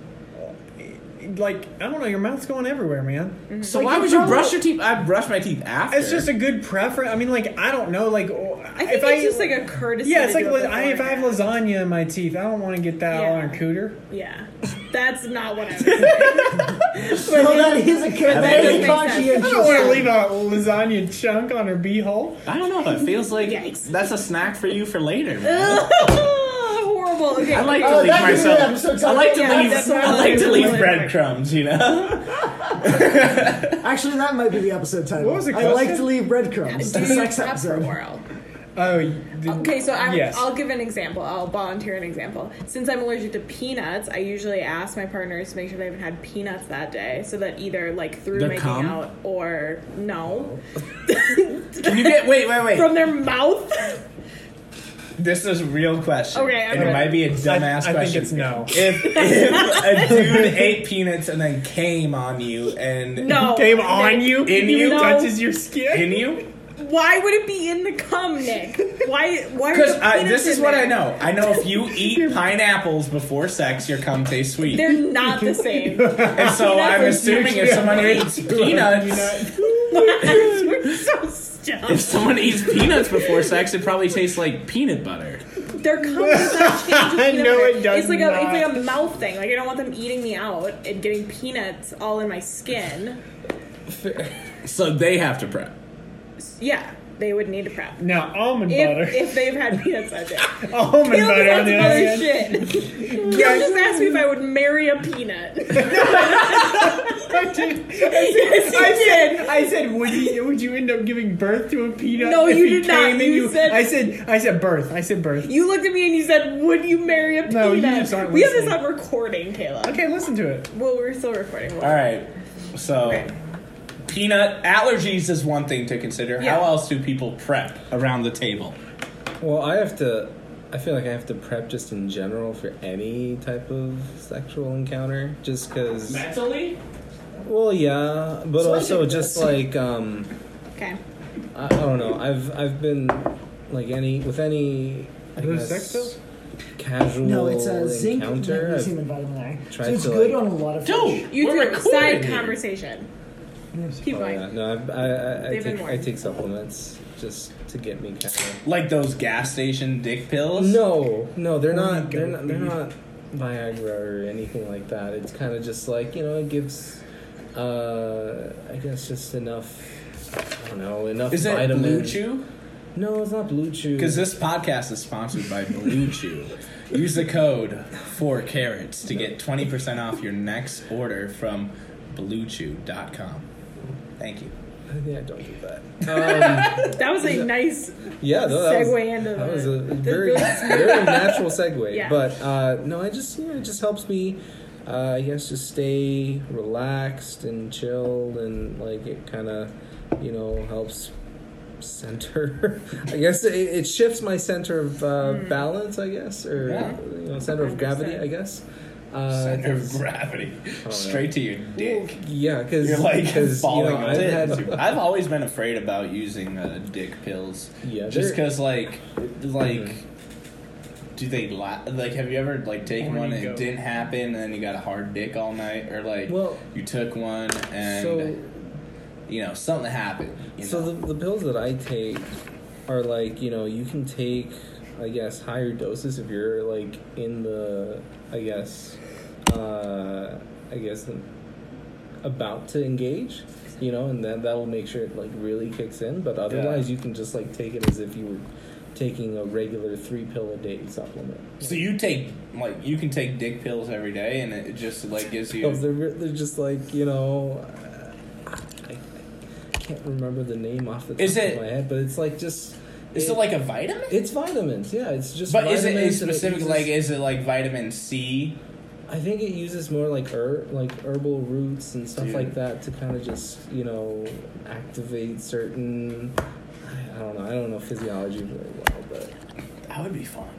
[SPEAKER 4] Like I don't know, your mouth's going everywhere, man.
[SPEAKER 6] Mm-hmm.
[SPEAKER 7] So
[SPEAKER 4] Like,
[SPEAKER 7] why
[SPEAKER 4] you're
[SPEAKER 7] would you
[SPEAKER 4] probably-
[SPEAKER 7] brush your teeth? I brush my teeth after.
[SPEAKER 4] It's just a good preference. I mean, like I don't know, like
[SPEAKER 6] I think
[SPEAKER 4] if
[SPEAKER 6] it's
[SPEAKER 4] I
[SPEAKER 6] just like a courtesy.
[SPEAKER 4] yeah, it's
[SPEAKER 6] to
[SPEAKER 4] like
[SPEAKER 6] do
[SPEAKER 4] la-
[SPEAKER 6] it
[SPEAKER 4] I, if I have lasagna in my teeth, I don't want to get that on a
[SPEAKER 6] *laughs*
[SPEAKER 4] cooter.
[SPEAKER 6] before. yeah, that's
[SPEAKER 4] *laughs*
[SPEAKER 6] not what I was.
[SPEAKER 9] No, that is a good. That is a
[SPEAKER 4] I
[SPEAKER 9] conscientious.
[SPEAKER 4] don't want to leave
[SPEAKER 9] thing.
[SPEAKER 4] a lasagna chunk on her beehole.
[SPEAKER 7] I don't know. It feels like that's a snack for you for later. Man.
[SPEAKER 6] Horrible. *laughs* horrible. Okay.
[SPEAKER 7] I like to leave myself. I like to leave. I like to leave breadcrumbs. You know. *laughs*
[SPEAKER 9] Actually, that might be the episode title.
[SPEAKER 6] was the
[SPEAKER 9] I like
[SPEAKER 6] question?
[SPEAKER 9] to leave breadcrumbs.
[SPEAKER 6] Do
[SPEAKER 9] The
[SPEAKER 6] you
[SPEAKER 9] sex
[SPEAKER 6] clap for a
[SPEAKER 9] episode.
[SPEAKER 6] while?
[SPEAKER 4] Oh,
[SPEAKER 6] Okay, so I'm,
[SPEAKER 9] Yes.
[SPEAKER 6] I'll give an example. I'll volunteer an example. Since I'm allergic to peanuts, I usually ask my partners to make sure they haven't had peanuts that day, so that either like through
[SPEAKER 7] The
[SPEAKER 6] making
[SPEAKER 7] cum?
[SPEAKER 6] out or no
[SPEAKER 7] Can you get? Wait, wait, wait.
[SPEAKER 6] from their mouth.
[SPEAKER 7] This is a real question.
[SPEAKER 6] Okay, I'm
[SPEAKER 7] and it
[SPEAKER 6] ready.
[SPEAKER 7] might be
[SPEAKER 4] I
[SPEAKER 7] a dumbass question.
[SPEAKER 4] think it's no.
[SPEAKER 7] If, *laughs* if a dude ate peanuts and then came on you and
[SPEAKER 6] No. Came on
[SPEAKER 7] you, in
[SPEAKER 6] You
[SPEAKER 7] you,
[SPEAKER 6] know- Touches your
[SPEAKER 7] skin, in you.
[SPEAKER 6] Why would it be in the cum, Nick? Why? Why? are
[SPEAKER 7] Because
[SPEAKER 6] the
[SPEAKER 7] I-
[SPEAKER 6] peanuts
[SPEAKER 7] this is
[SPEAKER 6] in
[SPEAKER 7] what
[SPEAKER 6] there?
[SPEAKER 7] I know. I know if *laughs* you eat pineapples before sex, your cum tastes sweet.
[SPEAKER 6] They're not the
[SPEAKER 7] *laughs*
[SPEAKER 6] same. *laughs*
[SPEAKER 7] and so I'm assuming if someone eats *laughs* peanuts,
[SPEAKER 6] We're so stumped.
[SPEAKER 7] if someone eats peanuts before sex, it probably tastes like peanut butter.
[SPEAKER 6] Their cum does not
[SPEAKER 7] *laughs*
[SPEAKER 6] change with
[SPEAKER 7] I
[SPEAKER 6] peanut
[SPEAKER 7] know
[SPEAKER 6] butter.
[SPEAKER 7] it does
[SPEAKER 6] it's like
[SPEAKER 7] not.
[SPEAKER 6] a it's like a mouth thing. Like I don't want them eating me out and getting peanuts all in my skin.
[SPEAKER 7] So they have to prep.
[SPEAKER 6] Yeah, they would need to prep.
[SPEAKER 4] Now almond
[SPEAKER 6] if,
[SPEAKER 4] butter.
[SPEAKER 6] if they've had peanuts that day. *laughs*
[SPEAKER 4] Almond
[SPEAKER 6] Caleb
[SPEAKER 4] butter
[SPEAKER 6] has
[SPEAKER 4] on the
[SPEAKER 6] other
[SPEAKER 4] other hand.
[SPEAKER 6] shit. Caleb just asked me if I would marry a peanut.
[SPEAKER 4] I did. I said,
[SPEAKER 6] Yes, you
[SPEAKER 4] *laughs* I, *laughs* said
[SPEAKER 6] did.
[SPEAKER 4] I said, would you would you end up giving birth to a peanut?
[SPEAKER 6] No,
[SPEAKER 4] if
[SPEAKER 6] you
[SPEAKER 4] he
[SPEAKER 6] did not.
[SPEAKER 4] came and
[SPEAKER 6] You said-
[SPEAKER 4] I said. I said birth. I said birth.
[SPEAKER 6] You looked at me and you said, "Would you marry a peanut?"
[SPEAKER 4] No, you just aren't
[SPEAKER 6] we have this
[SPEAKER 4] listening.
[SPEAKER 6] on recording, Kayla.
[SPEAKER 4] Okay, listen to it.
[SPEAKER 6] Well, we're still recording. We'll-
[SPEAKER 7] All right. So, peanut allergies is one thing to consider.
[SPEAKER 6] Yeah.
[SPEAKER 7] How else do people prep around the table?
[SPEAKER 5] Well, I have to. I feel like I have to prep just in general for any type of sexual encounter, just because.
[SPEAKER 7] Mentally?
[SPEAKER 5] Well, yeah, but
[SPEAKER 7] So I
[SPEAKER 5] also
[SPEAKER 7] think
[SPEAKER 5] just
[SPEAKER 7] that's-
[SPEAKER 5] like um,
[SPEAKER 6] Okay.
[SPEAKER 5] I, I don't know. I've I've been like any with any. I
[SPEAKER 9] Are those
[SPEAKER 5] guess,
[SPEAKER 9] sex pills?
[SPEAKER 5] Casual
[SPEAKER 9] No, it's a zinc
[SPEAKER 5] encounter.
[SPEAKER 9] magnesium
[SPEAKER 5] I've-
[SPEAKER 9] and vitamin A. So
[SPEAKER 5] tried
[SPEAKER 9] it's
[SPEAKER 5] to,
[SPEAKER 9] good
[SPEAKER 5] like-
[SPEAKER 9] on a lot of.
[SPEAKER 7] Dude,
[SPEAKER 6] You
[SPEAKER 7] We're
[SPEAKER 6] do
[SPEAKER 7] recording
[SPEAKER 6] side
[SPEAKER 7] here.
[SPEAKER 6] conversation. Keep
[SPEAKER 5] Oh,
[SPEAKER 6] going.
[SPEAKER 5] yeah. No, I, I, I, I,
[SPEAKER 6] They've been
[SPEAKER 5] take, I
[SPEAKER 6] warned.
[SPEAKER 5] take supplements just to get me kind of.
[SPEAKER 7] Like those gas station dick pills?
[SPEAKER 5] No, no, they're
[SPEAKER 7] Where
[SPEAKER 5] not.
[SPEAKER 7] you
[SPEAKER 5] They're
[SPEAKER 7] go, Mm-hmm.
[SPEAKER 5] not. They're
[SPEAKER 7] baby.
[SPEAKER 5] not Viagra or anything like that. It's kind of just like you know, it gives. Uh, I guess just enough. I don't know enough.
[SPEAKER 7] Is it
[SPEAKER 5] vitamin.
[SPEAKER 7] Blue Chew?
[SPEAKER 5] No, it's not Blue Chew.
[SPEAKER 7] Because this podcast is sponsored by *laughs* Blue Chew. Use the code four carrots to get twenty percent off your next order from BlueChew.com. Thank you.
[SPEAKER 5] Yeah, don't do that.
[SPEAKER 6] that was a nice
[SPEAKER 5] Yeah, no, that
[SPEAKER 6] segue
[SPEAKER 5] was,
[SPEAKER 6] into
[SPEAKER 5] that
[SPEAKER 6] the-
[SPEAKER 5] was a
[SPEAKER 6] the
[SPEAKER 5] very
[SPEAKER 6] really
[SPEAKER 5] very natural segue.
[SPEAKER 6] Yeah.
[SPEAKER 5] But uh, no, I just yeah, it just helps me. Uh, I guess just stay relaxed and chilled, and like it kind of, you know, helps center. *laughs* I guess it, it shifts my center of uh, balance. I guess or
[SPEAKER 7] Yeah.
[SPEAKER 5] you know, center of gravity. I guess. Uh,
[SPEAKER 7] Center of
[SPEAKER 5] 'cause-
[SPEAKER 7] *laughs* gravity,
[SPEAKER 5] Oh,
[SPEAKER 7] straight to your dick.
[SPEAKER 5] Yeah, because *laughs*
[SPEAKER 7] You're like falling
[SPEAKER 5] you know,
[SPEAKER 7] I've,
[SPEAKER 5] I've had
[SPEAKER 7] *laughs* I've always been afraid about using uh, dick pills.
[SPEAKER 5] Yeah,
[SPEAKER 7] just
[SPEAKER 5] they're-
[SPEAKER 7] because like like do they la- like have you ever like taken
[SPEAKER 5] Horny
[SPEAKER 7] one and
[SPEAKER 5] goat.
[SPEAKER 7] it didn't happen and then you got a hard dick all night or like
[SPEAKER 5] Well-
[SPEAKER 7] you took one and
[SPEAKER 5] So-
[SPEAKER 7] you know something happened. You
[SPEAKER 5] so
[SPEAKER 7] know?
[SPEAKER 5] the, the pills that I take are like you know you can take I guess higher doses if you're like in the I guess uh, I guess about to engage you know and then that will make sure it like really kicks in but otherwise you can just like take it as if you were taking a regular three pill a day supplement
[SPEAKER 7] So you take like you can take dick pills every day and it just like gives you
[SPEAKER 5] Because they're, re- they're just like you know uh, I, I can't remember the name off the top
[SPEAKER 7] Is it-
[SPEAKER 5] of my head but it's like just
[SPEAKER 7] Is it like a vitamin?
[SPEAKER 5] It's vitamins, yeah. It's just.
[SPEAKER 7] But is it
[SPEAKER 5] vitamins
[SPEAKER 7] is
[SPEAKER 5] and
[SPEAKER 7] specific?
[SPEAKER 5] uses-
[SPEAKER 7] Like, is it like vitamin C?
[SPEAKER 5] I think it uses more like herb, like herbal roots and stuff
[SPEAKER 7] Dude.
[SPEAKER 5] like that to kind of just you know activate certain. I don't know. I don't know physiology very well, but
[SPEAKER 7] that would be fun.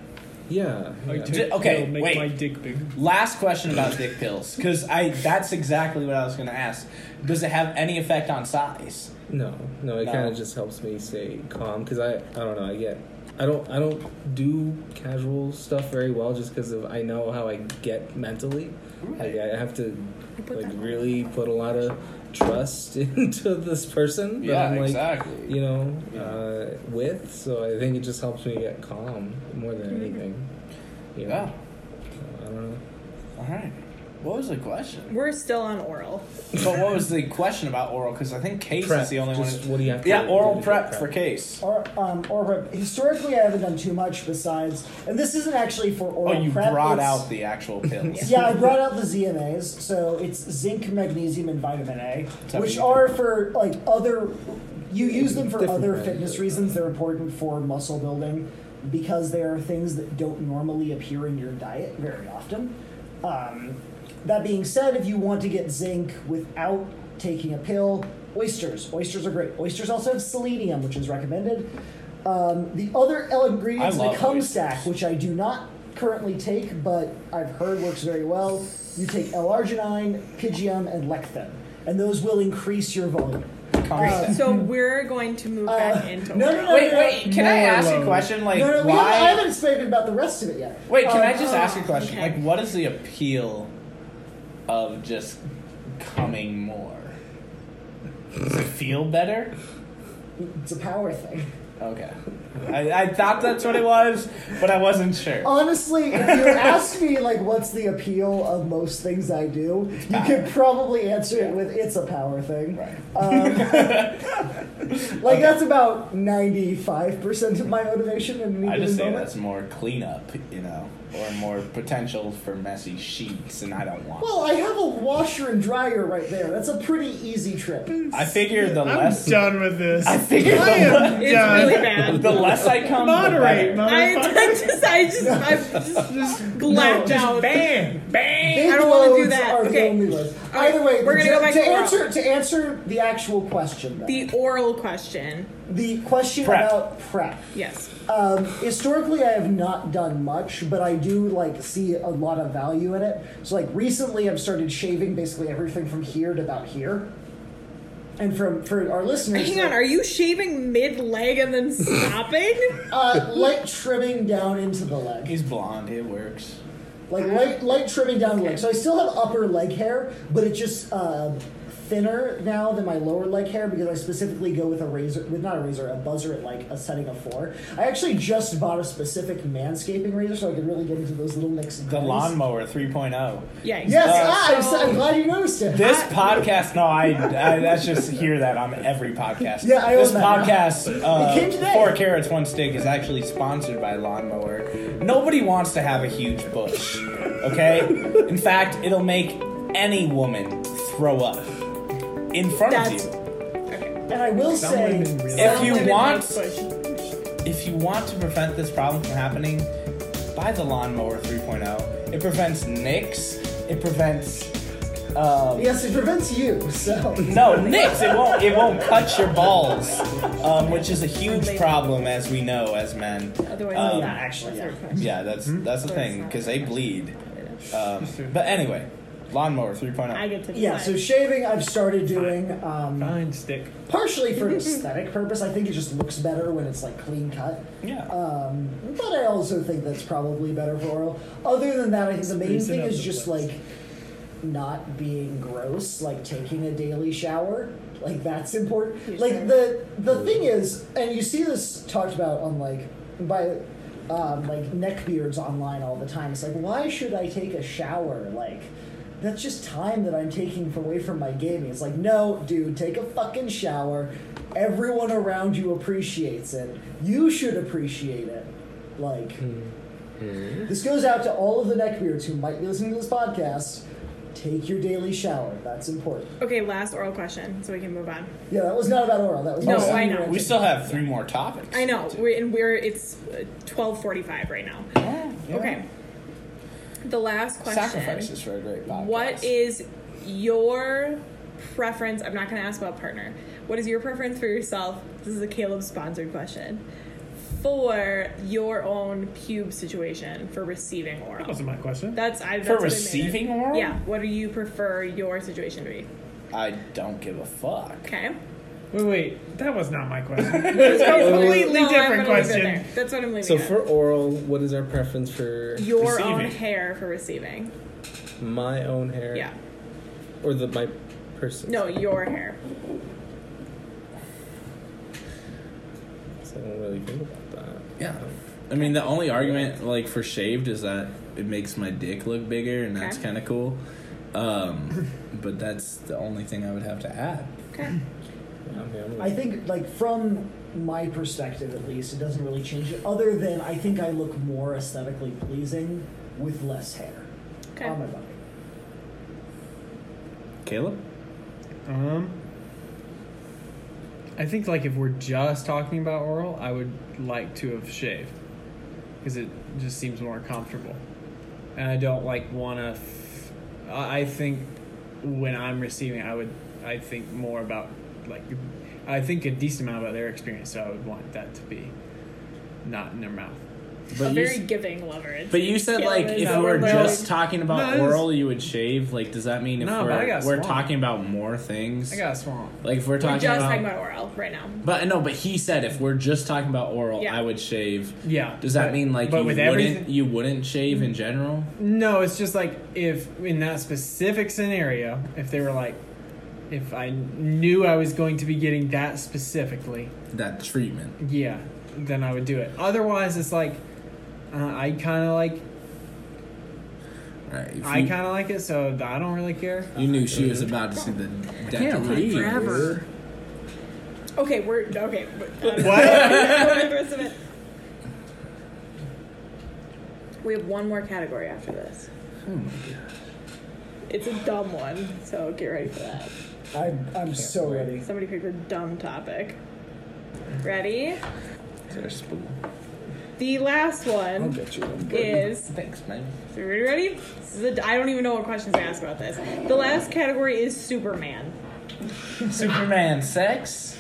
[SPEAKER 5] Yeah. yeah.
[SPEAKER 7] Di- okay, wait. Last question about dick pills, because I that's exactly what I was going to ask. Does it have any effect on size?
[SPEAKER 5] No, no, it
[SPEAKER 7] No.
[SPEAKER 5] kind of just helps me stay calm because I, I don't know, I get, I don't, I don't do casual stuff very well just because of I know how I get mentally. Like I have to, like really put a lot of trust *laughs* into this person. That
[SPEAKER 7] Yeah,
[SPEAKER 5] I'm, like,
[SPEAKER 7] exactly.
[SPEAKER 5] You know, uh, with so I think it just helps me get calm more than anything. You know?
[SPEAKER 7] Yeah.
[SPEAKER 5] So, I don't know.
[SPEAKER 7] All right. What was the
[SPEAKER 6] *laughs*
[SPEAKER 7] question?
[SPEAKER 6] We're still on oral.
[SPEAKER 7] but what was the question about oral? Because I think case
[SPEAKER 5] Prep.
[SPEAKER 7] is the only
[SPEAKER 5] Just
[SPEAKER 7] one.
[SPEAKER 5] what do you have to
[SPEAKER 7] yeah,
[SPEAKER 5] do
[SPEAKER 7] oral
[SPEAKER 5] to
[SPEAKER 7] prep,
[SPEAKER 5] prep?
[SPEAKER 7] for case.
[SPEAKER 9] Or, um, or prep. Historically, I haven't done too much besides, and this isn't actually for
[SPEAKER 7] Oh,
[SPEAKER 9] oral
[SPEAKER 7] you
[SPEAKER 9] prep.
[SPEAKER 7] brought
[SPEAKER 9] it's-
[SPEAKER 7] out the actual
[SPEAKER 9] *laughs*
[SPEAKER 7] pills.
[SPEAKER 9] yeah, I brought out the ZMAs. So it's zinc, magnesium, and vitamin A,
[SPEAKER 7] Something
[SPEAKER 9] which
[SPEAKER 7] you
[SPEAKER 9] are for like other. You use them for
[SPEAKER 5] Different
[SPEAKER 9] other
[SPEAKER 5] brand.
[SPEAKER 9] fitness reasons. They're important for muscle building because they are things that don't normally appear in your diet very often. Um, that being said, if you want to get zinc without taking a pill, oysters. Oysters are great. Oysters also have selenium, which is recommended. Um, the other el- ingredients in
[SPEAKER 7] I
[SPEAKER 9] the
[SPEAKER 7] love
[SPEAKER 9] cum
[SPEAKER 7] oysters.
[SPEAKER 9] stack, which I do not currently take, but I've heard works very well, you take L-arginine, pygium, and lecithin, and those will increase your volume. Uh,
[SPEAKER 6] so we're going to move back into
[SPEAKER 9] no,
[SPEAKER 6] oral.
[SPEAKER 9] no, no,
[SPEAKER 7] Wait,
[SPEAKER 9] no,
[SPEAKER 7] wait,
[SPEAKER 9] no,
[SPEAKER 7] can I
[SPEAKER 9] no,
[SPEAKER 7] ask
[SPEAKER 9] no,
[SPEAKER 7] a
[SPEAKER 9] no.
[SPEAKER 7] question? Like,
[SPEAKER 9] no, no, we
[SPEAKER 7] why-
[SPEAKER 9] haven't, I haven't spoken about the rest of it yet.
[SPEAKER 7] Wait, can
[SPEAKER 9] Um,
[SPEAKER 7] I just ask a question? Like, what is the appeal of just coming more? Does it feel better?
[SPEAKER 9] It's a power thing.
[SPEAKER 7] Okay. I, I thought that's what it was, but I wasn't sure.
[SPEAKER 9] Honestly, if you ask me like what's the appeal of most things I do, you could probably answer it with it's a power thing. Right. Um, like that's about ninety five percent of my motivation in any
[SPEAKER 7] I
[SPEAKER 9] given
[SPEAKER 7] just say
[SPEAKER 9] moment.
[SPEAKER 7] that's more cleanup, you know, or more potential for messy sheets, and I don't want.
[SPEAKER 9] Well, I have a washer and dryer right there. That's a pretty easy trip.
[SPEAKER 6] Mm,
[SPEAKER 7] I figure the
[SPEAKER 9] I'm
[SPEAKER 7] less
[SPEAKER 4] done with this.
[SPEAKER 7] I figure the,
[SPEAKER 9] I am
[SPEAKER 7] le-
[SPEAKER 9] done. It's really bad.
[SPEAKER 7] the less I come,
[SPEAKER 4] Moderate,
[SPEAKER 7] the better.
[SPEAKER 6] I just, I just, I'm just, just blacked
[SPEAKER 4] just
[SPEAKER 6] out.
[SPEAKER 4] bam,
[SPEAKER 6] bang.
[SPEAKER 9] Big
[SPEAKER 6] I don't want to do
[SPEAKER 9] loads
[SPEAKER 6] that.
[SPEAKER 9] Are The
[SPEAKER 6] Okay.
[SPEAKER 9] only ones. Either way,
[SPEAKER 6] we're gonna
[SPEAKER 9] to,
[SPEAKER 6] go back
[SPEAKER 9] to
[SPEAKER 6] to oral.
[SPEAKER 9] answer to answer the actual question. Though,
[SPEAKER 6] The oral question.
[SPEAKER 9] the question
[SPEAKER 6] Prep.
[SPEAKER 9] about prep.
[SPEAKER 6] Yes.
[SPEAKER 9] Um, historically, I have not done much, but I do like see a lot of value in it. So, like recently, I've started shaving basically everything from here to about here. And from for our listeners,
[SPEAKER 6] Hang on, are you shaving mid leg and then stopping?
[SPEAKER 9] uh, light trimming down into the leg.
[SPEAKER 7] He's blonde. It works.
[SPEAKER 9] Like light, light trimming down the leg. So I still have upper leg hair, but it's just uh, thinner now than my lower leg hair because I specifically go with a razor, with not a razor, a buzzer at like a setting of four. I actually just bought a specific manscaping razor so I could really get into those little nicks. and
[SPEAKER 7] The
[SPEAKER 9] crannies.
[SPEAKER 7] lawnmower 3.0.
[SPEAKER 6] Yes.
[SPEAKER 9] Yes,
[SPEAKER 7] Uh,
[SPEAKER 9] ah, I'm, so- I'm glad you noticed it.
[SPEAKER 7] This
[SPEAKER 9] I-
[SPEAKER 7] podcast, no, I, I that's just hear that on every podcast.
[SPEAKER 9] Yeah, I own
[SPEAKER 7] this
[SPEAKER 9] that now.
[SPEAKER 7] podcast, uh,
[SPEAKER 9] It came today.
[SPEAKER 7] four carrots, one stick, is actually sponsored by Lawnmower. Nobody wants to have a huge bush, okay? In fact, it'll make any woman throw up in front of you.
[SPEAKER 9] and I will say,
[SPEAKER 7] If you want, if you want to prevent this problem from happening, buy the lawnmower 3.0. It prevents nicks. It prevents. Um,
[SPEAKER 9] yes, it prevents you. So
[SPEAKER 7] no nicks. It won't. It won't cut your balls, um, which is a huge problem as we know as men.
[SPEAKER 6] Otherwise,
[SPEAKER 7] Um,
[SPEAKER 6] yeah, actually, yeah.
[SPEAKER 7] yeah, that's that's the thing because they bleed. Um, but anyway, lawnmower oh. 3.0.
[SPEAKER 6] I get to
[SPEAKER 9] *laughs* Yeah, so shaving I've started doing. Um,
[SPEAKER 7] Fine stick.
[SPEAKER 9] partially for an aesthetic purpose. I think it just looks better when it's like clean cut.
[SPEAKER 7] Yeah.
[SPEAKER 9] Um, but I also think that's probably better for oral. Other than that, I think the main
[SPEAKER 5] Grease it
[SPEAKER 9] thing
[SPEAKER 5] up
[SPEAKER 9] is
[SPEAKER 5] the
[SPEAKER 9] just like not being gross, like taking a daily shower. Like that's important. Like the the thing is, and you see this talked about on like by um, like neckbeards online all the time. It's like, why should I take a shower? Like, that's just time that I'm taking away from my gaming. It's like, no, dude, take a fucking shower. Everyone around you appreciates it. You should appreciate it. Like, this goes out to all of the neckbeards who might be listening to this podcast. Take your daily shower. That's important.
[SPEAKER 6] Okay, last oral question, so we can move on.
[SPEAKER 9] Yeah, that was not about oral. That was
[SPEAKER 6] No,
[SPEAKER 9] about
[SPEAKER 6] I know.
[SPEAKER 7] We still have three more topics.
[SPEAKER 6] I know, we're, and we're it's uh, twelve forty five right now. Okay. The last question.
[SPEAKER 7] Sacrifices for a great podcast.
[SPEAKER 6] What is your preference? I'm not going to ask about partner. What is your preference for yourself? This is a Caleb sponsored question. For your own pube situation for receiving oral. That
[SPEAKER 4] wasn't my question.
[SPEAKER 6] That's I. That's
[SPEAKER 7] For
[SPEAKER 6] what I made it.
[SPEAKER 7] receiving oral?
[SPEAKER 6] Yeah. What do you prefer your situation to be?
[SPEAKER 7] I don't give a fuck.
[SPEAKER 6] Okay.
[SPEAKER 4] Wait, wait, that was not my question.
[SPEAKER 6] That's
[SPEAKER 4] completely different question.
[SPEAKER 6] That's what I'm leaving.
[SPEAKER 5] So
[SPEAKER 6] it.
[SPEAKER 5] for oral, what is our preference for
[SPEAKER 6] your own
[SPEAKER 5] receiving?
[SPEAKER 6] hair for receiving.
[SPEAKER 5] My own hair.
[SPEAKER 6] Yeah.
[SPEAKER 5] Or the my person.
[SPEAKER 6] No, your hair.
[SPEAKER 5] I don't really think about that.
[SPEAKER 7] Yeah. I mean, the only argument like for shaved is that it makes my dick look bigger, and that's
[SPEAKER 6] Okay.
[SPEAKER 7] kind of cool. Um, *laughs* but that's the only thing I would have to add.
[SPEAKER 6] Okay.
[SPEAKER 9] I think, like, from my perspective at least, it doesn't really change it, other than I think I look more aesthetically pleasing with less hair on my body.
[SPEAKER 7] Caleb?
[SPEAKER 4] Um, I think like if we're just talking about oral, I would like to have shaved because it just seems more comfortable, and I don't like want to. F- I I think when I'm receiving, I would I think more about like I think a decent amount about their experience, so I would want that to be not in their mouth.
[SPEAKER 6] a very giving lover. It's-
[SPEAKER 7] But you said
[SPEAKER 6] yeah,
[SPEAKER 7] like
[SPEAKER 6] it's
[SPEAKER 7] if
[SPEAKER 6] not
[SPEAKER 7] we were
[SPEAKER 6] like-
[SPEAKER 7] just talking
[SPEAKER 4] No,
[SPEAKER 7] about
[SPEAKER 4] it's-
[SPEAKER 7] oral, you would shave. Like, does that mean if
[SPEAKER 4] No, but I
[SPEAKER 7] we're
[SPEAKER 4] got
[SPEAKER 7] we're
[SPEAKER 4] swamped.
[SPEAKER 7] talking about more things?
[SPEAKER 4] I got swamped.
[SPEAKER 7] Like if we're
[SPEAKER 6] we're just
[SPEAKER 7] talking
[SPEAKER 6] talking
[SPEAKER 7] about.
[SPEAKER 6] about oral right now.
[SPEAKER 7] But no, but he said if we're just talking about oral,
[SPEAKER 6] Yeah.
[SPEAKER 7] I would shave.
[SPEAKER 4] Yeah.
[SPEAKER 7] Does that
[SPEAKER 4] but-
[SPEAKER 7] mean like
[SPEAKER 4] but
[SPEAKER 7] you
[SPEAKER 4] with
[SPEAKER 7] wouldn't
[SPEAKER 4] everything-
[SPEAKER 7] you wouldn't shave in general?
[SPEAKER 4] No, it's just like if in that specific scenario, if they were like, if I knew I was going to be getting that specifically,
[SPEAKER 7] That treatment.
[SPEAKER 4] yeah, then I would do it. Otherwise, it's like uh, I kind of like.
[SPEAKER 7] Right,
[SPEAKER 4] I
[SPEAKER 7] you-
[SPEAKER 4] kind of like it, so I don't really care.
[SPEAKER 7] You knew she was about to see the. dental
[SPEAKER 4] read
[SPEAKER 7] read.
[SPEAKER 4] forever.
[SPEAKER 6] Okay, we're okay. *laughs* What? We have one more category after this.
[SPEAKER 7] Oh my
[SPEAKER 6] It's a dumb one, so get ready for that.
[SPEAKER 9] I'm, I'm so ready.
[SPEAKER 6] Somebody picked a dumb topic. Ready? The last one
[SPEAKER 7] I'll get you one good.
[SPEAKER 6] is
[SPEAKER 7] thanks, man.
[SPEAKER 6] So ready, ready? This is a, I don't even know what questions I asked about this. The last category is Superman.
[SPEAKER 7] *laughs* Superman sex.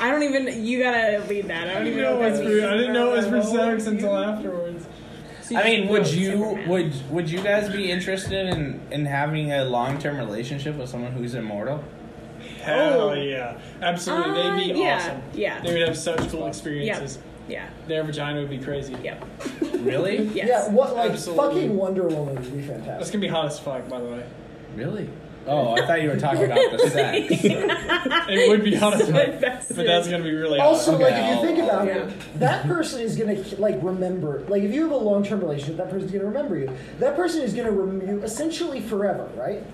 [SPEAKER 6] I don't even. You gotta lead that. I don't even know what
[SPEAKER 4] it's for, I didn't know it was for sex until afterwards.
[SPEAKER 7] I mean, would you would would you guys be interested in in having a long term relationship with someone who's immortal?
[SPEAKER 4] *laughs*
[SPEAKER 15] Oh.
[SPEAKER 4] Hell yeah,
[SPEAKER 6] Absolutely, they'd be Uh, yeah, awesome. yeah. They would
[SPEAKER 4] have such cool
[SPEAKER 6] Yeah. Yeah.
[SPEAKER 4] Their vagina would be crazy.
[SPEAKER 6] Yep.
[SPEAKER 7] Really?
[SPEAKER 9] Yeah, what, like,
[SPEAKER 4] Absolutely.
[SPEAKER 9] fucking Wonder Woman would be fantastic.
[SPEAKER 4] That's gonna be hot as fuck, by the way.
[SPEAKER 7] Really? Oh, I thought you were talking about the sex. *laughs*
[SPEAKER 4] it would be hot as
[SPEAKER 6] *laughs*
[SPEAKER 4] fuck, *laughs*
[SPEAKER 6] but
[SPEAKER 4] that's gonna be really hot.
[SPEAKER 9] Also, like, if you think about it, that person is gonna like remember. Like, if you have a long-term relationship, that person's gonna remember you. That person is gonna remember you essentially forever, right?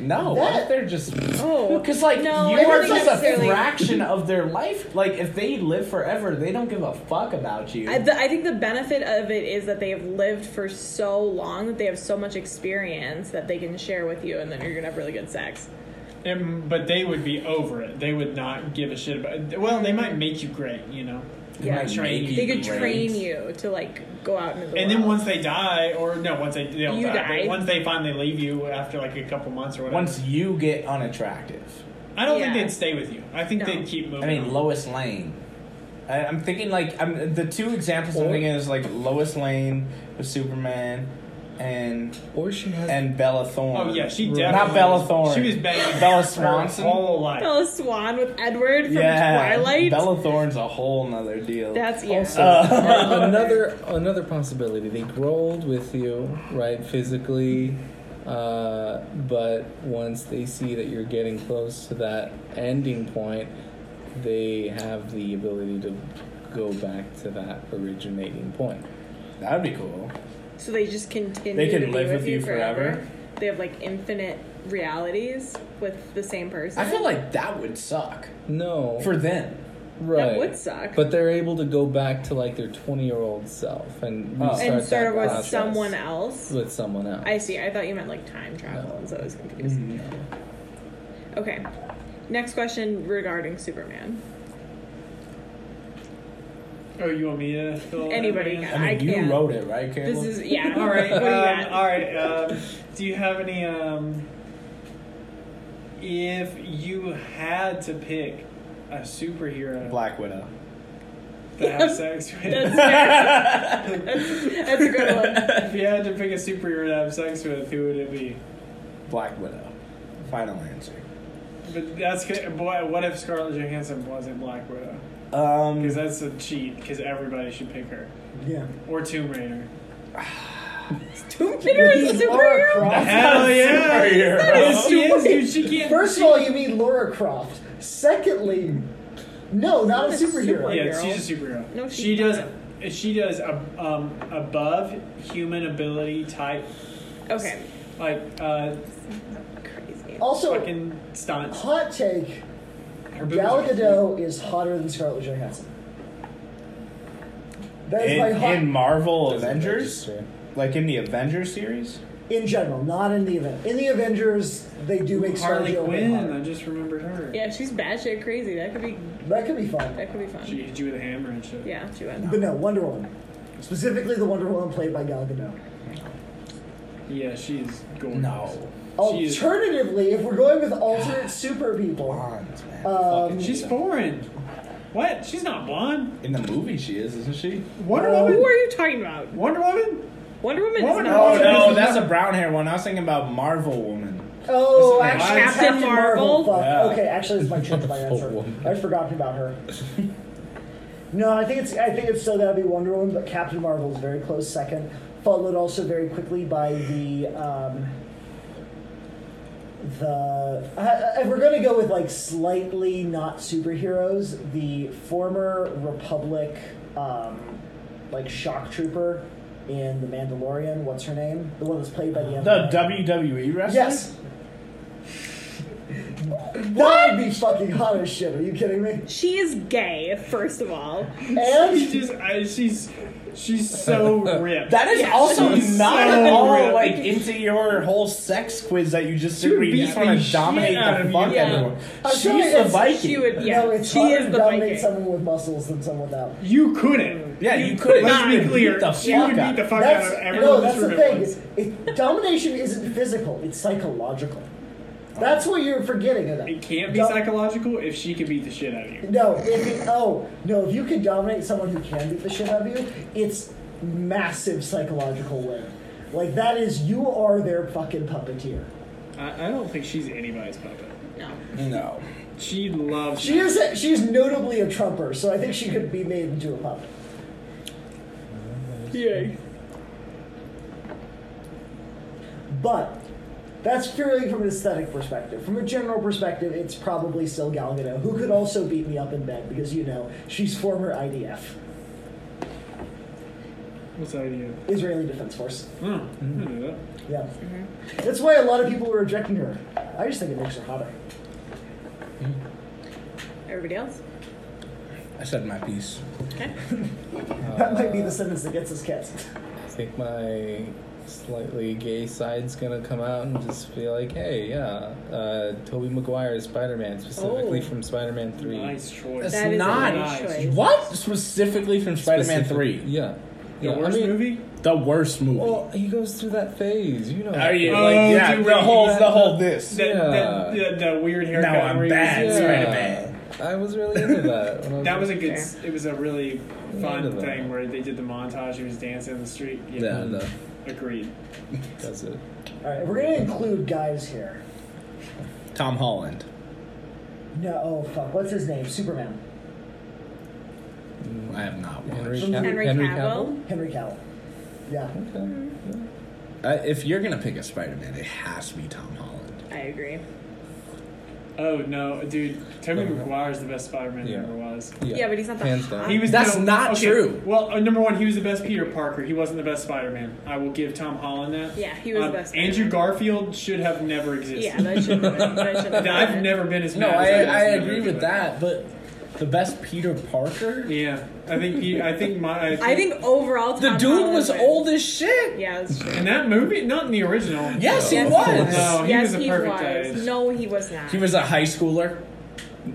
[SPEAKER 7] No,
[SPEAKER 9] That-
[SPEAKER 7] what if they're just
[SPEAKER 6] oh,
[SPEAKER 7] because like
[SPEAKER 9] No, I
[SPEAKER 7] you
[SPEAKER 9] don't
[SPEAKER 7] are
[SPEAKER 9] think
[SPEAKER 7] just a
[SPEAKER 9] necessarily.
[SPEAKER 7] fraction of their life. Like if they live forever, they don't give a fuck about you.
[SPEAKER 6] I, the, I think the benefit of it is that they have lived for so long that they have so much experience that they can share with you, and then you're gonna have really good sex.
[SPEAKER 4] And, but they would be over it. They would not give a shit about. It. Well, they might make you great, you know.
[SPEAKER 6] They could train you to like go out into the
[SPEAKER 4] And
[SPEAKER 6] world.
[SPEAKER 4] then once they die, or no, once they, they don't
[SPEAKER 6] You
[SPEAKER 4] die,
[SPEAKER 6] die.
[SPEAKER 4] but once they finally leave you after like a couple months or whatever,
[SPEAKER 7] Once you get unattractive,
[SPEAKER 4] I don't think
[SPEAKER 7] Yeah.
[SPEAKER 4] they'd stay with you. I think
[SPEAKER 7] No.
[SPEAKER 4] they'd keep moving.
[SPEAKER 7] I mean
[SPEAKER 4] on.
[SPEAKER 7] Lois Lane. I, I'm thinking like I'm the two examples I'm thinking is like Lois Lane with Superman. And or she has and Bella Thorne.
[SPEAKER 4] Oh, yeah, she
[SPEAKER 7] not
[SPEAKER 4] definitely
[SPEAKER 7] Bella
[SPEAKER 4] was-
[SPEAKER 7] Thorne.
[SPEAKER 4] she was banging her
[SPEAKER 7] Bella Swanson.
[SPEAKER 4] whole life.
[SPEAKER 6] Bella Swan with Edward *laughs* from Twilight.
[SPEAKER 7] Bella Thorne's a whole nother deal.
[SPEAKER 6] That's- yeah.
[SPEAKER 7] Also,
[SPEAKER 6] Uh,
[SPEAKER 5] another another possibility. They grow old with you, right, physically, uh, but once they see that you're getting close to that ending point, they have the ability to go back to that originating point.
[SPEAKER 7] *laughs* That'd be cool.
[SPEAKER 6] So they just continue.
[SPEAKER 5] They can
[SPEAKER 6] to be
[SPEAKER 5] live
[SPEAKER 6] with,
[SPEAKER 5] with
[SPEAKER 6] you
[SPEAKER 5] you
[SPEAKER 6] forever.
[SPEAKER 5] forever?
[SPEAKER 6] They have like infinite realities with the same person.
[SPEAKER 7] I feel like that would suck.
[SPEAKER 5] No.
[SPEAKER 7] For them.
[SPEAKER 5] Right.
[SPEAKER 6] would suck.
[SPEAKER 5] But they're able to go back to like their 20 year old self and
[SPEAKER 6] Oh.
[SPEAKER 5] restart
[SPEAKER 6] And start
[SPEAKER 5] that
[SPEAKER 6] with
[SPEAKER 5] process
[SPEAKER 6] someone else?
[SPEAKER 5] With someone else.
[SPEAKER 6] I see. I thought you meant like time travel, and so I was confused. Okay. Next question regarding Superman.
[SPEAKER 4] Oh, you want me to? Fill
[SPEAKER 6] Anybody
[SPEAKER 4] That
[SPEAKER 6] can. I mean, I you can.
[SPEAKER 7] wrote it, right, Caleb?
[SPEAKER 6] This is- yeah.
[SPEAKER 4] all right.
[SPEAKER 6] What do you got?
[SPEAKER 4] um, all right. Um, do you have any? Um, if you had to pick a superhero
[SPEAKER 7] Black Widow.
[SPEAKER 4] to *laughs* have sex with,
[SPEAKER 6] That's
[SPEAKER 4] fair.
[SPEAKER 6] That's a good one.
[SPEAKER 4] If you had to pick a superhero to have sex with, who would it be?
[SPEAKER 7] Black Widow. Final answer.
[SPEAKER 4] But that's good. boy. What if Scarlett Johansson wasn't Black Widow?
[SPEAKER 7] Um,
[SPEAKER 4] because that's a cheat. Because everybody should pick her.
[SPEAKER 9] Yeah.
[SPEAKER 4] Or Tomb Raider.
[SPEAKER 6] Tomb Raider is a
[SPEAKER 9] You are
[SPEAKER 6] superhero.
[SPEAKER 9] Croft.
[SPEAKER 4] Hell yeah! Yes, she is, dude. She can't.
[SPEAKER 9] First of all, you mean Laura Croft. Secondly, no, not a superhero.
[SPEAKER 4] Yeah, she's a superhero.
[SPEAKER 9] No, she's
[SPEAKER 4] she does. She does a, um, above human ability type.
[SPEAKER 6] Okay.
[SPEAKER 4] Like, uh.
[SPEAKER 9] Also-
[SPEAKER 4] Fucking stunts.
[SPEAKER 9] Hot take.
[SPEAKER 4] Her boobs
[SPEAKER 9] Gal
[SPEAKER 4] are
[SPEAKER 9] Gadot is hotter than Scarlett Johansson. That is my
[SPEAKER 17] In,
[SPEAKER 9] hot
[SPEAKER 17] in Marvel Avengers? Like in the Avengers series?
[SPEAKER 9] in general, not in the event. In the Avengers, they do make
[SPEAKER 4] Harley
[SPEAKER 9] Scarlett Johansson.
[SPEAKER 4] Quinn,
[SPEAKER 9] hotter.
[SPEAKER 4] I just remembered her.
[SPEAKER 6] Yeah, she's batshit crazy. That could be.
[SPEAKER 9] That could be fun.
[SPEAKER 6] That could be fun.
[SPEAKER 4] She hit you with a hammer and shit.
[SPEAKER 6] yeah, she would.
[SPEAKER 9] But no, Wonder Woman. Specifically, the Wonder Woman played by Gal Gadot.
[SPEAKER 4] Yeah, she's gorgeous. No.
[SPEAKER 9] Alternatively, if we're going with alternate super people, um,
[SPEAKER 4] She's foreign. What? She's not blonde.
[SPEAKER 7] In the movie, she is, isn't she?
[SPEAKER 4] Wonder Woman?
[SPEAKER 6] Who are you talking about?
[SPEAKER 4] Wonder Woman?
[SPEAKER 6] Wonder Woman
[SPEAKER 7] Oh,
[SPEAKER 6] is
[SPEAKER 7] no,
[SPEAKER 6] not.
[SPEAKER 7] no, that's a brown hair one. I was thinking about Marvel Woman.
[SPEAKER 9] Oh,
[SPEAKER 7] Listen,
[SPEAKER 9] actually,
[SPEAKER 7] Captain
[SPEAKER 9] Captain Marvel.
[SPEAKER 7] Marvel?
[SPEAKER 9] Fuck.
[SPEAKER 7] Yeah. Oh,
[SPEAKER 9] Okay, actually, it's my change my answer.
[SPEAKER 7] Woman.
[SPEAKER 9] I'd forgotten about her. No, I think it's I think it's still gotta be Wonder Woman, but Captain Marvel is very close second, followed also very quickly by the um, the uh, if we're gonna go with like slightly not superheroes, the former Republic um, like shock trooper in The Mandalorian. What's her name? The one that's played by the
[SPEAKER 17] The
[SPEAKER 7] E
[SPEAKER 17] WWE wrestler?
[SPEAKER 9] Yes. That would be fucking hot as shit. Are you kidding me?
[SPEAKER 6] She is gay, first of all.
[SPEAKER 9] And
[SPEAKER 4] she just, I, she's, she's
[SPEAKER 7] *laughs*
[SPEAKER 4] so ripped.
[SPEAKER 17] That is
[SPEAKER 4] Yeah,
[SPEAKER 17] also
[SPEAKER 4] she's
[SPEAKER 17] not
[SPEAKER 4] so
[SPEAKER 17] at all
[SPEAKER 4] ripped.
[SPEAKER 17] like into your whole sex quiz that you just
[SPEAKER 4] She
[SPEAKER 17] did
[SPEAKER 4] would
[SPEAKER 17] where you
[SPEAKER 4] beat
[SPEAKER 17] just want
[SPEAKER 4] the
[SPEAKER 17] to dominate
[SPEAKER 4] shit out of
[SPEAKER 17] the
[SPEAKER 4] you.
[SPEAKER 17] fuck
[SPEAKER 4] Yeah.
[SPEAKER 17] everyone.
[SPEAKER 9] I'm
[SPEAKER 17] She's
[SPEAKER 9] sure
[SPEAKER 17] the
[SPEAKER 9] it's-
[SPEAKER 17] Viking.
[SPEAKER 9] No, it's
[SPEAKER 6] she
[SPEAKER 9] harder
[SPEAKER 6] is
[SPEAKER 9] to
[SPEAKER 6] the
[SPEAKER 9] dominate
[SPEAKER 6] Viking.
[SPEAKER 9] someone with muscles than someone without.
[SPEAKER 4] You couldn't.
[SPEAKER 17] Yeah, you couldn't.
[SPEAKER 4] Let's
[SPEAKER 17] She
[SPEAKER 4] be
[SPEAKER 17] would
[SPEAKER 4] clear.
[SPEAKER 17] beat the
[SPEAKER 4] She
[SPEAKER 17] fuck
[SPEAKER 4] would
[SPEAKER 17] out
[SPEAKER 4] beat the
[SPEAKER 17] of
[SPEAKER 4] fuck
[SPEAKER 9] That's,
[SPEAKER 4] out of everyone
[SPEAKER 9] no,
[SPEAKER 4] in this
[SPEAKER 9] that's the
[SPEAKER 4] room at
[SPEAKER 9] thing.
[SPEAKER 4] once.
[SPEAKER 9] Is, it, domination isn't physical. It's psychological. That's what you're forgetting about.
[SPEAKER 4] It can't be psychological if she can beat the shit out of you.
[SPEAKER 9] No, if oh no, if you can dominate someone who can beat the shit out of you, it's massive psychological win. Like that is you are their fucking puppeteer.
[SPEAKER 4] I, I don't think she's anybody's puppet.
[SPEAKER 6] No.
[SPEAKER 17] No.
[SPEAKER 4] She loves.
[SPEAKER 9] She is a, she is notably a trumper, so I think she could be made into a puppet.
[SPEAKER 4] Yay.
[SPEAKER 9] But that's purely from an aesthetic perspective. From a general perspective, it's probably still Gal Gadot, who could also beat me up in bed because you know she's former IDF,
[SPEAKER 4] What's the idea?
[SPEAKER 9] Israeli Defense Force.
[SPEAKER 4] Oh, I knew that.
[SPEAKER 9] Yeah, that's why a lot of people were rejecting her. I just think it makes her hotter.
[SPEAKER 6] Everybody else?
[SPEAKER 7] I said my piece.
[SPEAKER 6] Okay.
[SPEAKER 9] that might be the sentence that gets us canceled.
[SPEAKER 18] I think my slightly gay side's gonna come out and just be like, hey, yeah, uh, Tobey Maguire is Spider Man, specifically
[SPEAKER 7] Oh.
[SPEAKER 18] from Spider Man 3.
[SPEAKER 7] Nice
[SPEAKER 4] choice.
[SPEAKER 7] That's
[SPEAKER 18] That is a
[SPEAKER 7] not.
[SPEAKER 18] nice choice.
[SPEAKER 7] What? Specifically from Spider Man 3.
[SPEAKER 18] Yeah.
[SPEAKER 7] The
[SPEAKER 18] Yeah, I
[SPEAKER 7] worst
[SPEAKER 18] mean-
[SPEAKER 4] movie?
[SPEAKER 7] The worst movie.
[SPEAKER 4] Oh,
[SPEAKER 18] Well, he goes through that phase, you know.
[SPEAKER 7] Are you?
[SPEAKER 18] Oh,
[SPEAKER 7] like, yeah,
[SPEAKER 18] dude,
[SPEAKER 7] the whole,
[SPEAKER 18] that-
[SPEAKER 7] the whole this.
[SPEAKER 4] The, the, the, the weird haircut.
[SPEAKER 7] Now I'm
[SPEAKER 4] where he was-
[SPEAKER 7] bad,
[SPEAKER 4] yeah.
[SPEAKER 7] Spider-Man.
[SPEAKER 18] I was really into that.
[SPEAKER 4] *laughs*
[SPEAKER 18] when I
[SPEAKER 4] That was a good.
[SPEAKER 18] kid.
[SPEAKER 4] s- It was a really
[SPEAKER 18] Into
[SPEAKER 4] fun
[SPEAKER 18] that.
[SPEAKER 4] thing where they did the montage. He was dancing in the street.
[SPEAKER 18] Yeah, no.
[SPEAKER 4] Agreed.
[SPEAKER 18] That's it.
[SPEAKER 9] All right, we're gonna include guys here.
[SPEAKER 7] Tom Holland.
[SPEAKER 9] No, oh fuck, what's his name? Superman.
[SPEAKER 7] I have not watched.
[SPEAKER 9] From- Henry Cavill. Yeah.
[SPEAKER 7] Uh, if you're gonna pick a Spider-Man, it has to be Tom Holland.
[SPEAKER 6] I agree.
[SPEAKER 4] Oh no, dude! Tobey Maguire is the best Spider-Man there ever was.
[SPEAKER 6] Yeah. Yeah, but he's not the Hands down. hot-
[SPEAKER 4] He was
[SPEAKER 7] That's
[SPEAKER 4] no,
[SPEAKER 7] not
[SPEAKER 4] okay,
[SPEAKER 7] true.
[SPEAKER 4] Well, uh, number one, he was the best Peter Parker. He wasn't the best Spider-Man. I will give Tom Holland that. Um,
[SPEAKER 6] Yeah, he was the best Spider-Man.
[SPEAKER 4] Andrew Garfield should have never existed.
[SPEAKER 6] Yeah, that should have been. That should have
[SPEAKER 4] *laughs*
[SPEAKER 6] been.
[SPEAKER 4] I've never been as
[SPEAKER 7] No,
[SPEAKER 4] mad
[SPEAKER 7] I,
[SPEAKER 4] as was
[SPEAKER 7] I
[SPEAKER 4] when
[SPEAKER 7] agree
[SPEAKER 4] wrote
[SPEAKER 7] with that, but the best Peter Parker.
[SPEAKER 4] Yeah, I think he, I think my
[SPEAKER 6] I think overall,
[SPEAKER 4] The
[SPEAKER 6] Tom
[SPEAKER 4] dude
[SPEAKER 6] Holland
[SPEAKER 4] was
[SPEAKER 6] wins.
[SPEAKER 4] old
[SPEAKER 7] as shit.
[SPEAKER 6] Yeah, that's true.
[SPEAKER 4] in that movie, not in the original.
[SPEAKER 7] Yes, he was.
[SPEAKER 4] No, he
[SPEAKER 6] yes,
[SPEAKER 4] was a
[SPEAKER 6] he
[SPEAKER 4] perfect
[SPEAKER 6] was.
[SPEAKER 4] age.
[SPEAKER 6] No, he was not.
[SPEAKER 7] He was a high schooler.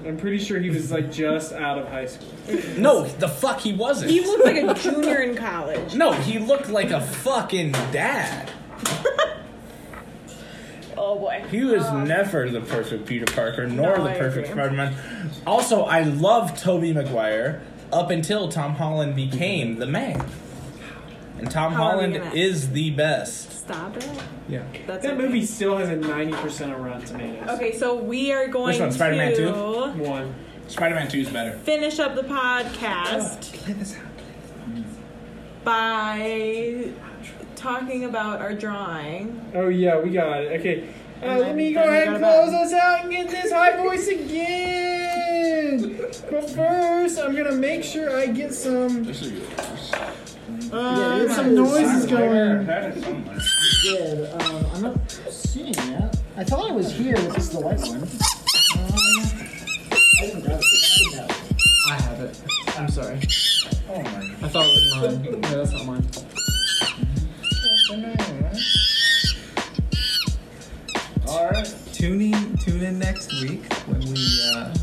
[SPEAKER 4] I'm pretty sure he was like just out of high school.
[SPEAKER 7] No, the fuck he wasn't.
[SPEAKER 6] He looked like a junior in college.
[SPEAKER 4] *laughs*
[SPEAKER 7] No, he looked like a fucking dad.
[SPEAKER 6] Oh boy.
[SPEAKER 7] He was never the perfect Peter Parker, nor
[SPEAKER 6] No,
[SPEAKER 7] the
[SPEAKER 6] I
[SPEAKER 7] perfect
[SPEAKER 6] agree.
[SPEAKER 7] Spider Man. Also, I love Tobey Maguire up until Tom Holland became the man. And Tom
[SPEAKER 4] How are we
[SPEAKER 7] Holland
[SPEAKER 4] gonna-
[SPEAKER 7] is the best.
[SPEAKER 6] Stop it.
[SPEAKER 7] Yeah.
[SPEAKER 6] That's
[SPEAKER 4] that movie still has a 90% on Rotten Tomatoes.
[SPEAKER 6] Okay, so we are going
[SPEAKER 7] Which one,
[SPEAKER 6] to
[SPEAKER 7] Spider-Man 2?
[SPEAKER 4] One.
[SPEAKER 7] Spider Man 2 is better.
[SPEAKER 6] finish up the podcast.
[SPEAKER 4] Oh,
[SPEAKER 6] By talking about our drawing.
[SPEAKER 4] Oh, yeah, we got it. Okay. Uh,
[SPEAKER 6] And
[SPEAKER 4] let
[SPEAKER 6] then-
[SPEAKER 4] me go
[SPEAKER 6] then we
[SPEAKER 4] ahead
[SPEAKER 6] got
[SPEAKER 4] and
[SPEAKER 6] about-
[SPEAKER 4] close us out and get this high voice
[SPEAKER 6] *laughs*
[SPEAKER 4] again. But first, I'm gonna make sure I get some. Uh, some noises going.
[SPEAKER 7] That is so much.
[SPEAKER 9] did. Um, I'm not seeing it. I thought I was here. This is the white one. Um, I didn't grab it. I didn't have it.
[SPEAKER 18] I have it. I'm sorry.
[SPEAKER 9] Oh my.
[SPEAKER 18] I thought it was mine. No, that's not mine.
[SPEAKER 17] All right. Tune in, tune in next week when we. Uh,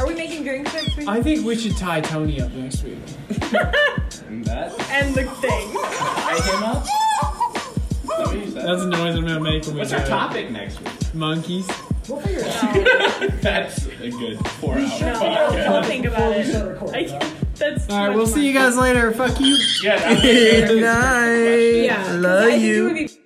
[SPEAKER 6] Are we making drinks next week?
[SPEAKER 4] I think we should tie Tony up next week.
[SPEAKER 17] and that.
[SPEAKER 6] End the
[SPEAKER 4] *laughs*
[SPEAKER 6] thing.
[SPEAKER 17] I came up.
[SPEAKER 4] That's the noise I'm gonna make when we
[SPEAKER 7] What's
[SPEAKER 4] do
[SPEAKER 7] our
[SPEAKER 4] it.
[SPEAKER 7] topic next week?
[SPEAKER 4] Monkeys.
[SPEAKER 9] We'll figure it
[SPEAKER 6] out.
[SPEAKER 7] That's a good four hour
[SPEAKER 6] No, I'll
[SPEAKER 7] podcast.
[SPEAKER 6] think about it. I can't- that's too
[SPEAKER 4] All right, *laughs*
[SPEAKER 6] much
[SPEAKER 4] we'll see you guys later. Fuck you.
[SPEAKER 7] Yeah.
[SPEAKER 4] Good night.
[SPEAKER 6] Yeah.
[SPEAKER 4] Love
[SPEAKER 6] I think it
[SPEAKER 4] you.
[SPEAKER 6] would be-